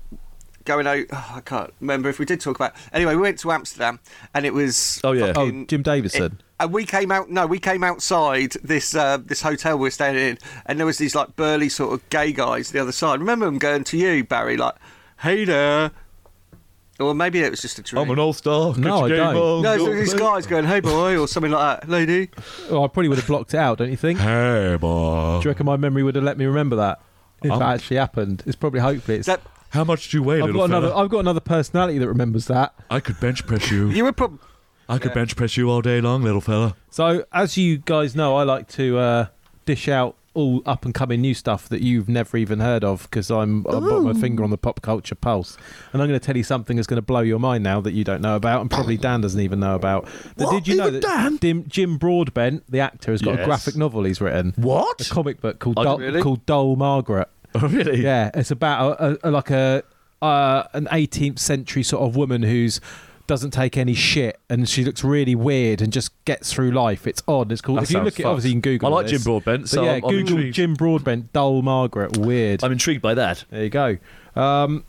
[SPEAKER 5] going out. Oh, I can't remember if we did talk about. Anyway, we went to Amsterdam and it was.
[SPEAKER 4] Oh, yeah.
[SPEAKER 3] Oh,
[SPEAKER 5] fucking-
[SPEAKER 3] Jim Davison.
[SPEAKER 5] and we came out. No, we came outside this uh, this hotel we were staying in, and there was these like burly sort of gay guys the other side. Remember them going to you, Barry, like, "Hey there," or maybe it was just a dream.
[SPEAKER 4] I'm an all star.
[SPEAKER 3] No, I don't.
[SPEAKER 5] no, so these guys going, "Hey boy," or something like that, lady.
[SPEAKER 3] Oh, I probably would have blocked it out, don't you think? Do
[SPEAKER 4] Hey, boy.
[SPEAKER 3] you reckon my memory would have let me remember that Oh. if
[SPEAKER 4] Um,
[SPEAKER 3] that actually happened? It's probably hopefully it's.
[SPEAKER 5] That
[SPEAKER 4] How much do you weigh,
[SPEAKER 3] I've got another. I've got another personality that remembers that.
[SPEAKER 4] I could bench press you.
[SPEAKER 5] you were probably.
[SPEAKER 4] I could bench press you all day long, little fella.
[SPEAKER 3] So, as you guys know, I like to uh, dish out all up and coming new stuff that you've never even heard of because I'm I've got my finger on the pop culture pulse, and I'm going to tell you something that's going to blow your mind now that you don't know about, and probably Dan doesn't even know about. But
[SPEAKER 4] What?
[SPEAKER 3] Did you know
[SPEAKER 4] Even
[SPEAKER 3] that
[SPEAKER 4] Dan?
[SPEAKER 3] Dim, Jim Broadbent, the actor, has got a
[SPEAKER 4] Yes.
[SPEAKER 3] graphic novel he's written, a
[SPEAKER 4] What?
[SPEAKER 3] comic book called
[SPEAKER 4] I
[SPEAKER 3] Dol-
[SPEAKER 5] really?
[SPEAKER 3] called Dole Margaret.
[SPEAKER 4] Oh, really?
[SPEAKER 3] Yeah, it's about a, a, a- like a uh, an 18th century sort of woman who's doesn't take any shit and she looks really weird and just gets through life. It's odd. It's called.
[SPEAKER 4] That
[SPEAKER 3] if you
[SPEAKER 4] sounds
[SPEAKER 3] look at
[SPEAKER 4] fucked.
[SPEAKER 3] obviously you can Google.
[SPEAKER 4] I like
[SPEAKER 3] this.
[SPEAKER 4] Jim Broadbent,
[SPEAKER 3] But
[SPEAKER 4] so
[SPEAKER 3] yeah,
[SPEAKER 4] I'm- I'm
[SPEAKER 3] Google
[SPEAKER 4] intrigued.
[SPEAKER 3] Jim Broadbent, dull Margaret, weird.
[SPEAKER 4] I'm intrigued by that.
[SPEAKER 3] there you go. Um,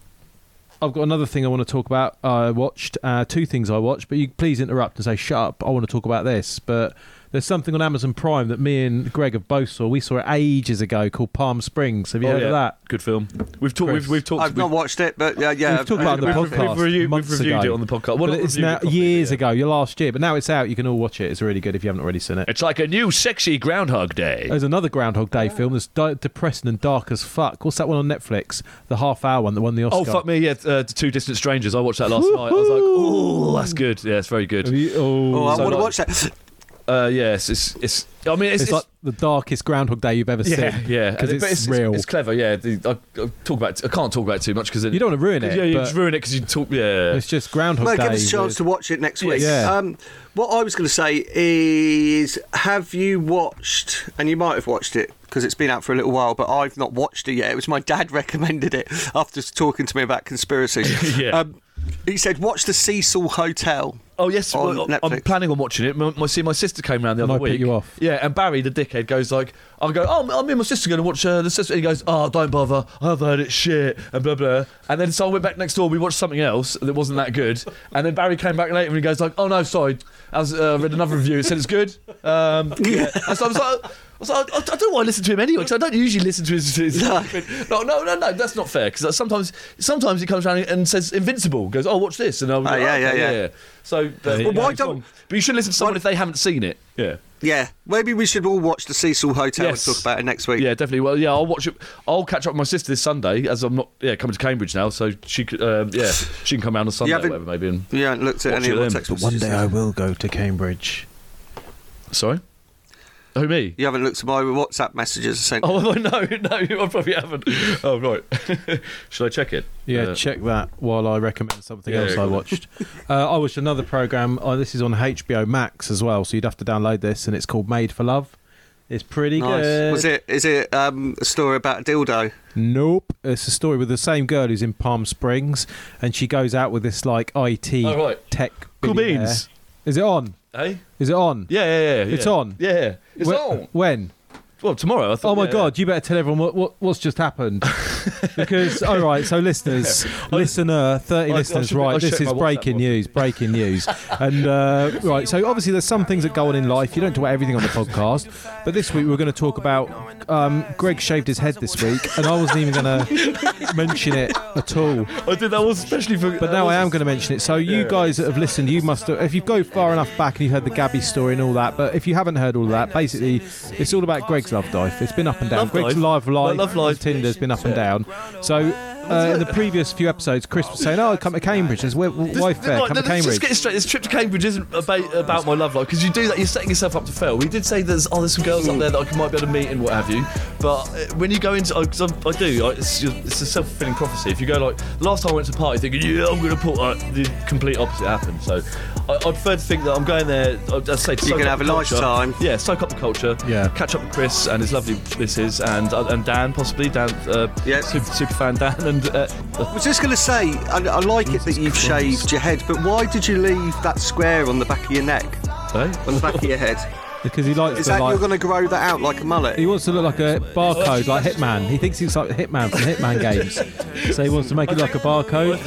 [SPEAKER 3] I've got another thing I want to talk about. I watched uh, two things I watched, but you please interrupt and say shut up. I want to talk about this, but. There's something on Amazon Prime that me and Greg have both saw. We saw it ages ago called Palm Springs. Have you
[SPEAKER 4] Oh,
[SPEAKER 3] heard
[SPEAKER 4] yeah.
[SPEAKER 3] of that?
[SPEAKER 4] Good film. We've talked.
[SPEAKER 3] Chris.
[SPEAKER 4] We've, we've talked.
[SPEAKER 5] I've
[SPEAKER 4] we've-
[SPEAKER 5] not watched it, but yeah, yeah.
[SPEAKER 3] We've talked about it on
[SPEAKER 5] I've-
[SPEAKER 3] the
[SPEAKER 5] I've-
[SPEAKER 3] podcast.
[SPEAKER 4] We've, reviewed- we've
[SPEAKER 3] months
[SPEAKER 4] reviewed
[SPEAKER 3] ago.
[SPEAKER 4] it on the podcast. Well,
[SPEAKER 3] But
[SPEAKER 4] not
[SPEAKER 3] it's
[SPEAKER 4] reviewed
[SPEAKER 3] now
[SPEAKER 4] it properly,
[SPEAKER 3] years
[SPEAKER 4] yeah.
[SPEAKER 3] ago, your last year, but now it's out. You can all watch it. It's really good if you haven't already seen it.
[SPEAKER 4] It's like a new sexy Groundhog Day.
[SPEAKER 3] There's another Groundhog Day film that's di- depressing and dark as fuck. What's that one on Netflix? The half hour one that won the Oscar.
[SPEAKER 4] Oh fuck me! Yeah, uh, Two Distant Strangers. I watched that last night. I was like, oh, that's good. Yeah, it's very
[SPEAKER 3] Have
[SPEAKER 4] good.
[SPEAKER 3] you- oh.
[SPEAKER 5] Oh, I
[SPEAKER 4] So
[SPEAKER 5] want to
[SPEAKER 4] like-
[SPEAKER 5] watch that.
[SPEAKER 4] Uh, yeah, it's, it's it's. I mean, it's,
[SPEAKER 3] it's, like the darkest Groundhog Day you've ever
[SPEAKER 4] yeah,
[SPEAKER 3] seen.
[SPEAKER 4] yeah,
[SPEAKER 3] because
[SPEAKER 4] And it-
[SPEAKER 3] it's,
[SPEAKER 4] but
[SPEAKER 3] real.
[SPEAKER 4] It's, clever. Yeah, the, I, I talk about. It, I can't talk about it too much because
[SPEAKER 3] you don't want to ruin it.
[SPEAKER 4] Yeah, you
[SPEAKER 3] but
[SPEAKER 4] just ruin it because you talk. Yeah,
[SPEAKER 3] It's just Groundhog
[SPEAKER 5] Well,
[SPEAKER 3] Day.
[SPEAKER 5] give us a chance
[SPEAKER 3] with-
[SPEAKER 5] to watch it next week.
[SPEAKER 3] Yeah.
[SPEAKER 5] Um, what I was going to say is, have you watched? And you might have watched it because it's been out for a little while, but I've not watched it yet. It was my dad recommended it after talking to me about conspiracies.
[SPEAKER 4] Yeah.
[SPEAKER 5] Um, he said, "Watch the Cecil Hotel."
[SPEAKER 4] Oh yes,
[SPEAKER 5] on
[SPEAKER 4] well, I- I'm
[SPEAKER 5] Netflix.
[SPEAKER 4] planning on watching it. My, my, see, my sister came round the
[SPEAKER 3] And
[SPEAKER 4] other
[SPEAKER 3] I put
[SPEAKER 4] week.
[SPEAKER 3] you off.
[SPEAKER 4] Yeah, and Barry, the dickhead, goes like, "I'll go. Oh, m- me and my sister going to watch uh, the sister." He goes, "Oh, don't bother. I've heard it's shit and blah blah." And then so I went back next door. We watched something else that wasn't that good. And then Barry came back later and he goes like, "Oh no, sorry. I was, uh, read another review. It said it's good." Um, yeah. And so I was like. I, was like, I I don't know why I listen to him anyway because I don't usually listen to his. his no, no, no, no, that's not fair because sometimes, sometimes he comes around and says "Invincible," goes, "Oh, watch this," and I'll go,
[SPEAKER 5] Oh, yeah, yeah, yeah.
[SPEAKER 4] So, but,
[SPEAKER 5] Well, why
[SPEAKER 4] it's
[SPEAKER 5] don't-
[SPEAKER 4] wrong. But you should listen to someone if they haven't seen it. Yeah.
[SPEAKER 5] Yeah, maybe we should all watch the Cecil Hotel
[SPEAKER 4] Yes.
[SPEAKER 5] and talk about it next week.
[SPEAKER 4] Yeah, definitely. Well, yeah, I'll watch it. I'll catch up with my sister this Sunday as I'm not yeah coming to Cambridge now, so she could um, yeah she can come round on Sunday or
[SPEAKER 5] haven't-
[SPEAKER 4] whatever maybe. And,
[SPEAKER 5] You haven't looked at
[SPEAKER 4] Watch
[SPEAKER 5] any
[SPEAKER 4] it
[SPEAKER 5] of my
[SPEAKER 4] then.
[SPEAKER 5] text
[SPEAKER 4] But
[SPEAKER 5] messages.
[SPEAKER 3] One day I will go to Cambridge.
[SPEAKER 4] sorry, who me?
[SPEAKER 5] You haven't looked at my WhatsApp messages. I sent.
[SPEAKER 4] Oh no, no, I probably haven't. Oh right, should I check it?
[SPEAKER 3] Yeah,
[SPEAKER 4] Uh,
[SPEAKER 3] check that while I recommend something
[SPEAKER 4] Yeah,
[SPEAKER 3] else
[SPEAKER 4] yeah,
[SPEAKER 3] I
[SPEAKER 4] cool.
[SPEAKER 3] watched. uh, I watched another program. Oh, this is on HBO Max as well, so you'd have to download this, and it's called Made for Love. It's pretty
[SPEAKER 5] nice.
[SPEAKER 3] good.
[SPEAKER 5] Was it? Is it um, a story about a dildo?
[SPEAKER 3] Nope. It's a story with the same girl who's in Palm Springs, and she goes out with this like IT
[SPEAKER 4] Oh, right.
[SPEAKER 3] tech.
[SPEAKER 4] Cool
[SPEAKER 3] billionaire.
[SPEAKER 4] beans.
[SPEAKER 3] Is it on?
[SPEAKER 4] Hey.
[SPEAKER 3] Is it on?
[SPEAKER 4] Yeah, yeah, yeah, yeah.
[SPEAKER 3] It's on.
[SPEAKER 4] Yeah, it's
[SPEAKER 3] Wh-
[SPEAKER 4] on.
[SPEAKER 3] When?
[SPEAKER 4] Well, tomorrow. I thought,
[SPEAKER 3] Oh my
[SPEAKER 4] yeah.
[SPEAKER 3] God! You better tell everyone what, what what's just happened, because all right. So listeners, listener, thirty
[SPEAKER 4] I- I
[SPEAKER 3] listeners,
[SPEAKER 4] should- I
[SPEAKER 3] right? This
[SPEAKER 4] should check
[SPEAKER 3] is
[SPEAKER 4] my WhatsApp
[SPEAKER 3] breaking
[SPEAKER 4] one.
[SPEAKER 3] news. Breaking news. and uh, right. So obviously, there's some things that go on in life. You don't talk about everything on the podcast, but this week we're going to talk about. Um, Greg shaved his head this week, and I wasn't even going to mention it at all.
[SPEAKER 4] I did that was especially for.
[SPEAKER 3] But now I am going to mention it. So you guys that have listened, you must have, if you go far enough back and you've heard the Gabby story and all that. But if you haven't heard all of that, basically, it's all about Greg's love life. It's been up and down.
[SPEAKER 4] Love
[SPEAKER 3] Greg's
[SPEAKER 4] life?
[SPEAKER 3] live life,
[SPEAKER 4] My love life.
[SPEAKER 3] Tinder's been up and down. down. So uh, in the previous few episodes, Chris was saying, "Oh, come to Cambridge. There's wi-
[SPEAKER 4] This-
[SPEAKER 3] wife there.
[SPEAKER 4] right,
[SPEAKER 3] Come to
[SPEAKER 4] let's just
[SPEAKER 3] Cambridge."
[SPEAKER 4] get it straight. This trip to Cambridge isn't about, about my love life because you do that. You're setting yourself up to fail. We did say there's oh, there's some girls up there that I might be able to meet and what have you. But uh, when you go into, I, 'cause I, I do. I, it's, just- it's a self fulfilling prophecy. If you go like last time I went to a party thinking, yeah, I'm going to put uh, the complete opposite happened. So I, I prefer to think that I'm going there. I'd I'd say to
[SPEAKER 5] You're
[SPEAKER 4] soak
[SPEAKER 5] gonna
[SPEAKER 4] up
[SPEAKER 5] have
[SPEAKER 4] the
[SPEAKER 5] a nice
[SPEAKER 4] culture.
[SPEAKER 5] time.
[SPEAKER 4] Yeah, soak up the culture.
[SPEAKER 3] Yeah.
[SPEAKER 4] catch up with Chris and his lovely missus and uh, and Dan possibly Dan. Uh,
[SPEAKER 5] Yeah.
[SPEAKER 4] super, super fan Dan and. Uh,
[SPEAKER 5] I was just going to say, I, I like it that you've shaved your head, but why did you leave that square on the back of your neck?
[SPEAKER 4] eh?
[SPEAKER 5] On the back of your head?
[SPEAKER 3] because he likes
[SPEAKER 5] Is
[SPEAKER 3] the
[SPEAKER 5] that
[SPEAKER 3] like.
[SPEAKER 5] you're going to grow that out like a
[SPEAKER 3] He
[SPEAKER 5] mullet?
[SPEAKER 3] wants to look like a barcode, like Hitman. He thinks he's like Hitman from Hitman games. So he wants to make it like a barcode.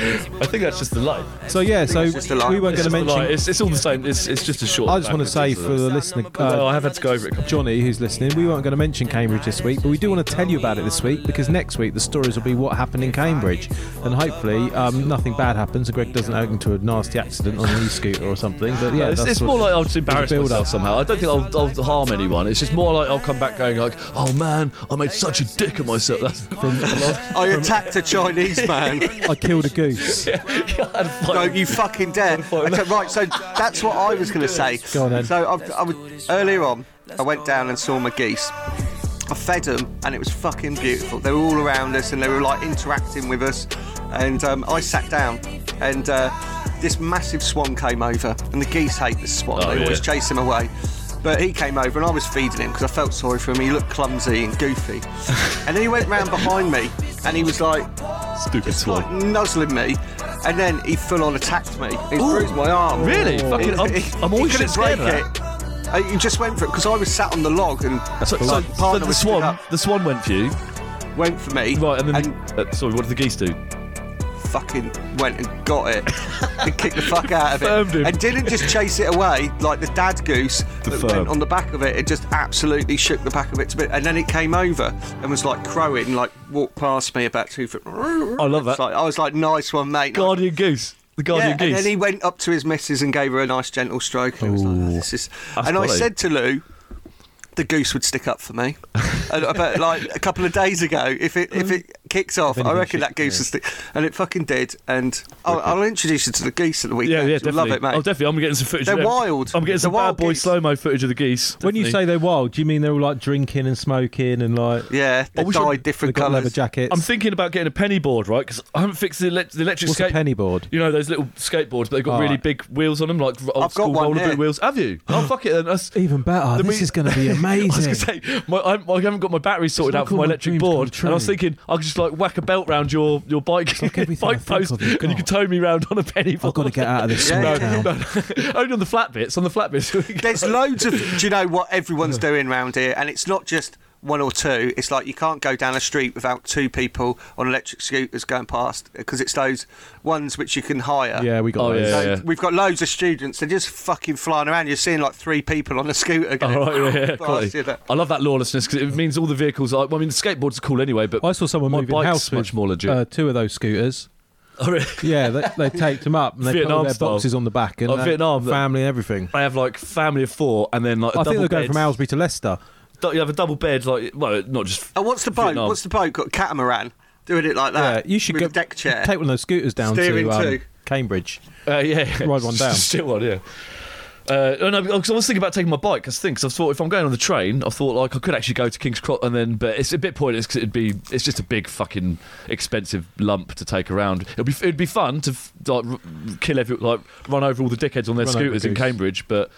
[SPEAKER 4] I think that's just the life.
[SPEAKER 3] So yeah, so
[SPEAKER 5] it's just a lie.
[SPEAKER 3] we weren't
[SPEAKER 4] It's,
[SPEAKER 3] going to
[SPEAKER 4] just
[SPEAKER 3] mention.
[SPEAKER 4] a lie. It's- it's all the same. It's, it's just a short.
[SPEAKER 3] I just want to say
[SPEAKER 4] backwards,
[SPEAKER 3] for
[SPEAKER 4] isn't
[SPEAKER 3] the
[SPEAKER 4] it?
[SPEAKER 3] listener,
[SPEAKER 4] No, Oh, I
[SPEAKER 3] uh,
[SPEAKER 4] have had to go over it. a couple-
[SPEAKER 3] Johnny, who's listening, we weren't going to mention Cambridge this week, but we do want to tell you about it this week because next week the stories will be what happened in Cambridge, and hopefully um, nothing bad happens and Greg doesn't own into a nasty accident on an e-scooter or something. But yeah,
[SPEAKER 4] it's
[SPEAKER 3] that's
[SPEAKER 4] it's
[SPEAKER 3] what-
[SPEAKER 4] more like I'll just embarrass
[SPEAKER 3] build
[SPEAKER 4] myself
[SPEAKER 3] up.
[SPEAKER 4] somehow. I don't think I'll, I'll harm anyone. It's just more like I'll come back going like, "Oh man, I made such a dick of myself." That's from.
[SPEAKER 5] I attacked a Chinese man.
[SPEAKER 3] I killed a goose.
[SPEAKER 5] Don't you fucking dare. Okay, right, so that's what I was going to say.
[SPEAKER 3] Go on then.
[SPEAKER 5] So I've, I was, earlier on, I went down and saw my geese. I fed them, and it was fucking beautiful. They were all around us, and they were like interacting with us. And um, I sat down, and uh, this massive swan came over, and the geese hate this swan.
[SPEAKER 4] Oh,
[SPEAKER 5] they always
[SPEAKER 4] yeah.
[SPEAKER 5] chase him away. But he came over, and I was feeding him because I felt sorry for him. He looked clumsy and goofy. and then he went round behind me, and he was like,
[SPEAKER 4] Stupid
[SPEAKER 5] like
[SPEAKER 4] swan.
[SPEAKER 5] nuzzling me, and then he full on attacked me. He bruised my arm.
[SPEAKER 4] Really?
[SPEAKER 5] He-
[SPEAKER 4] Fucking. I'm,
[SPEAKER 5] he-
[SPEAKER 4] I'm
[SPEAKER 5] he
[SPEAKER 4] always
[SPEAKER 5] couldn't
[SPEAKER 4] shit scared of
[SPEAKER 5] break
[SPEAKER 4] that.
[SPEAKER 5] it. Uh, He just went for it because I was sat on the log and
[SPEAKER 4] So,
[SPEAKER 5] my
[SPEAKER 4] so, so
[SPEAKER 5] partner
[SPEAKER 4] the
[SPEAKER 5] was stood
[SPEAKER 4] swan,
[SPEAKER 5] up,
[SPEAKER 4] the swan went for you,
[SPEAKER 5] went for me,
[SPEAKER 4] right? And then, uh, sorry, what did the geese do?
[SPEAKER 5] fucking went and got it and kicked the fuck out of
[SPEAKER 4] Firmed
[SPEAKER 5] it,
[SPEAKER 4] him.
[SPEAKER 5] and didn't just chase it away like the dad goose that
[SPEAKER 4] firm.
[SPEAKER 5] went on the back of it. It just absolutely shook the back of it to bits, and then it came over and was like crowing, like walked past me about two foot. I
[SPEAKER 4] love that.
[SPEAKER 5] I was like, nice one, mate.
[SPEAKER 4] Guardian goose. The guardian
[SPEAKER 5] yeah,
[SPEAKER 4] geese.
[SPEAKER 5] And then he went up to his missus and gave her a nice gentle stroke. And, it was like, "Oh, this is... and I
[SPEAKER 4] quality.
[SPEAKER 5] said to Lou, the goose would stick up for me. and, but like a couple of days ago, if it if it kicks off, I
[SPEAKER 3] anything,
[SPEAKER 5] reckon
[SPEAKER 3] shit,
[SPEAKER 5] that goose would stick. And it fucking did. And I'll, I'll introduce you to the geese at the
[SPEAKER 4] yeah, yeah,
[SPEAKER 5] weekend. You'll
[SPEAKER 4] definitely.
[SPEAKER 5] love it, mate.
[SPEAKER 4] Oh, definitely. I'm getting some footage.
[SPEAKER 5] They're
[SPEAKER 4] of them.
[SPEAKER 5] wild.
[SPEAKER 4] I'm getting some
[SPEAKER 5] They're
[SPEAKER 4] bad
[SPEAKER 5] wild
[SPEAKER 4] boy
[SPEAKER 5] geese.
[SPEAKER 4] slow mo footage of the geese.
[SPEAKER 3] When you
[SPEAKER 4] definitely.
[SPEAKER 3] say they're wild, do you mean they're all like drinking and smoking and like
[SPEAKER 5] yeah, they
[SPEAKER 4] wish I-
[SPEAKER 5] dyed
[SPEAKER 3] they've
[SPEAKER 5] different
[SPEAKER 3] got leather
[SPEAKER 5] colours.
[SPEAKER 3] jackets?
[SPEAKER 4] I'm thinking about getting a penny board, right? Because I haven't fixed the, ele- the electric
[SPEAKER 3] What's
[SPEAKER 4] skateboard.
[SPEAKER 3] a penny board?
[SPEAKER 4] You know those little skateboards, but they've got
[SPEAKER 3] Oh,
[SPEAKER 4] really
[SPEAKER 3] right.
[SPEAKER 4] big wheels on them, like old
[SPEAKER 5] I've got
[SPEAKER 4] school
[SPEAKER 5] one
[SPEAKER 4] roller
[SPEAKER 5] there.
[SPEAKER 4] boot wheels. Have you? Oh fuck it, then. That's,
[SPEAKER 3] Even better.
[SPEAKER 4] Then
[SPEAKER 3] This
[SPEAKER 4] we-
[SPEAKER 3] is going to be
[SPEAKER 4] I was
[SPEAKER 3] amazing.
[SPEAKER 4] gonna say my, I, I haven't got my battery sorted
[SPEAKER 3] like
[SPEAKER 4] out for
[SPEAKER 3] all
[SPEAKER 4] my
[SPEAKER 3] my
[SPEAKER 4] electric
[SPEAKER 3] dreams come
[SPEAKER 4] board, and I was
[SPEAKER 3] true.
[SPEAKER 4] thinking I could just like whack a belt round your your bike
[SPEAKER 3] like everything I
[SPEAKER 4] bike
[SPEAKER 3] think
[SPEAKER 4] post,
[SPEAKER 3] of
[SPEAKER 4] and
[SPEAKER 3] you've
[SPEAKER 4] you
[SPEAKER 3] got.
[SPEAKER 4] could tow me round on a penny board.
[SPEAKER 3] I've got to get out of this
[SPEAKER 5] Yeah,
[SPEAKER 3] small
[SPEAKER 5] yeah,
[SPEAKER 3] town.
[SPEAKER 4] Only on the flat bits. On the flat bits.
[SPEAKER 5] There's loads of. Do you know what everyone's doing round here? And it's not just one or two. It's like you can't go down a street without two people on electric scooters going past because it's those ones which you can hire.
[SPEAKER 3] Yeah, we got
[SPEAKER 4] Oh,
[SPEAKER 3] those.
[SPEAKER 4] yeah,
[SPEAKER 5] So
[SPEAKER 4] yeah.
[SPEAKER 5] We've got loads of students. They're just fucking flying around. You're seeing like three people on a scooter. Going,
[SPEAKER 3] Oh,
[SPEAKER 4] All right, yeah, yeah,
[SPEAKER 5] past
[SPEAKER 4] quality.
[SPEAKER 5] you there.
[SPEAKER 4] I love that lawlessness because it means all the vehicles. Are, well, I mean, the skateboards are cool anyway, but
[SPEAKER 3] I saw someone
[SPEAKER 4] my
[SPEAKER 3] moving
[SPEAKER 4] bike's
[SPEAKER 3] house
[SPEAKER 4] much
[SPEAKER 3] with
[SPEAKER 4] more legit.
[SPEAKER 3] Uh, two of those scooters.
[SPEAKER 4] Oh, really?
[SPEAKER 3] Yeah, they, they taped them up and they put all
[SPEAKER 4] Vietnam
[SPEAKER 3] their
[SPEAKER 4] style.
[SPEAKER 3] boxes on the back and
[SPEAKER 4] Oh,
[SPEAKER 3] uh,
[SPEAKER 4] Vietnam.
[SPEAKER 3] family and everything.
[SPEAKER 4] I have like family of four, and then like a
[SPEAKER 3] I
[SPEAKER 4] double
[SPEAKER 3] think they're going
[SPEAKER 4] bed.
[SPEAKER 3] from Aylesbury to Leicester.
[SPEAKER 4] Du- You have a double bed, like well, not just.
[SPEAKER 5] And what's the boat?
[SPEAKER 4] Vietnam.
[SPEAKER 5] What's the boat got? Catamaran. Doing it like
[SPEAKER 3] Yeah,
[SPEAKER 5] that.
[SPEAKER 3] Uh, you should
[SPEAKER 5] with
[SPEAKER 3] go
[SPEAKER 5] a deck chair.
[SPEAKER 3] take one of those scooters down
[SPEAKER 5] Steering
[SPEAKER 3] to um,
[SPEAKER 5] too.
[SPEAKER 3] Cambridge.
[SPEAKER 4] Uh, yeah,
[SPEAKER 3] Ride one down.
[SPEAKER 4] Still one, yeah. Uh, oh, no, because I was thinking about taking my bike. Cause things, I thought if I'm going on the train, I thought like I could actually go to King's Cross, and then but it's a bit pointless because it'd be it's just a big fucking expensive lump to take around. It'd be it'd be fun to f- like r- kill every like run over all the dickheads on their
[SPEAKER 3] Run over
[SPEAKER 4] scooters in
[SPEAKER 3] goose.
[SPEAKER 4] Cambridge, but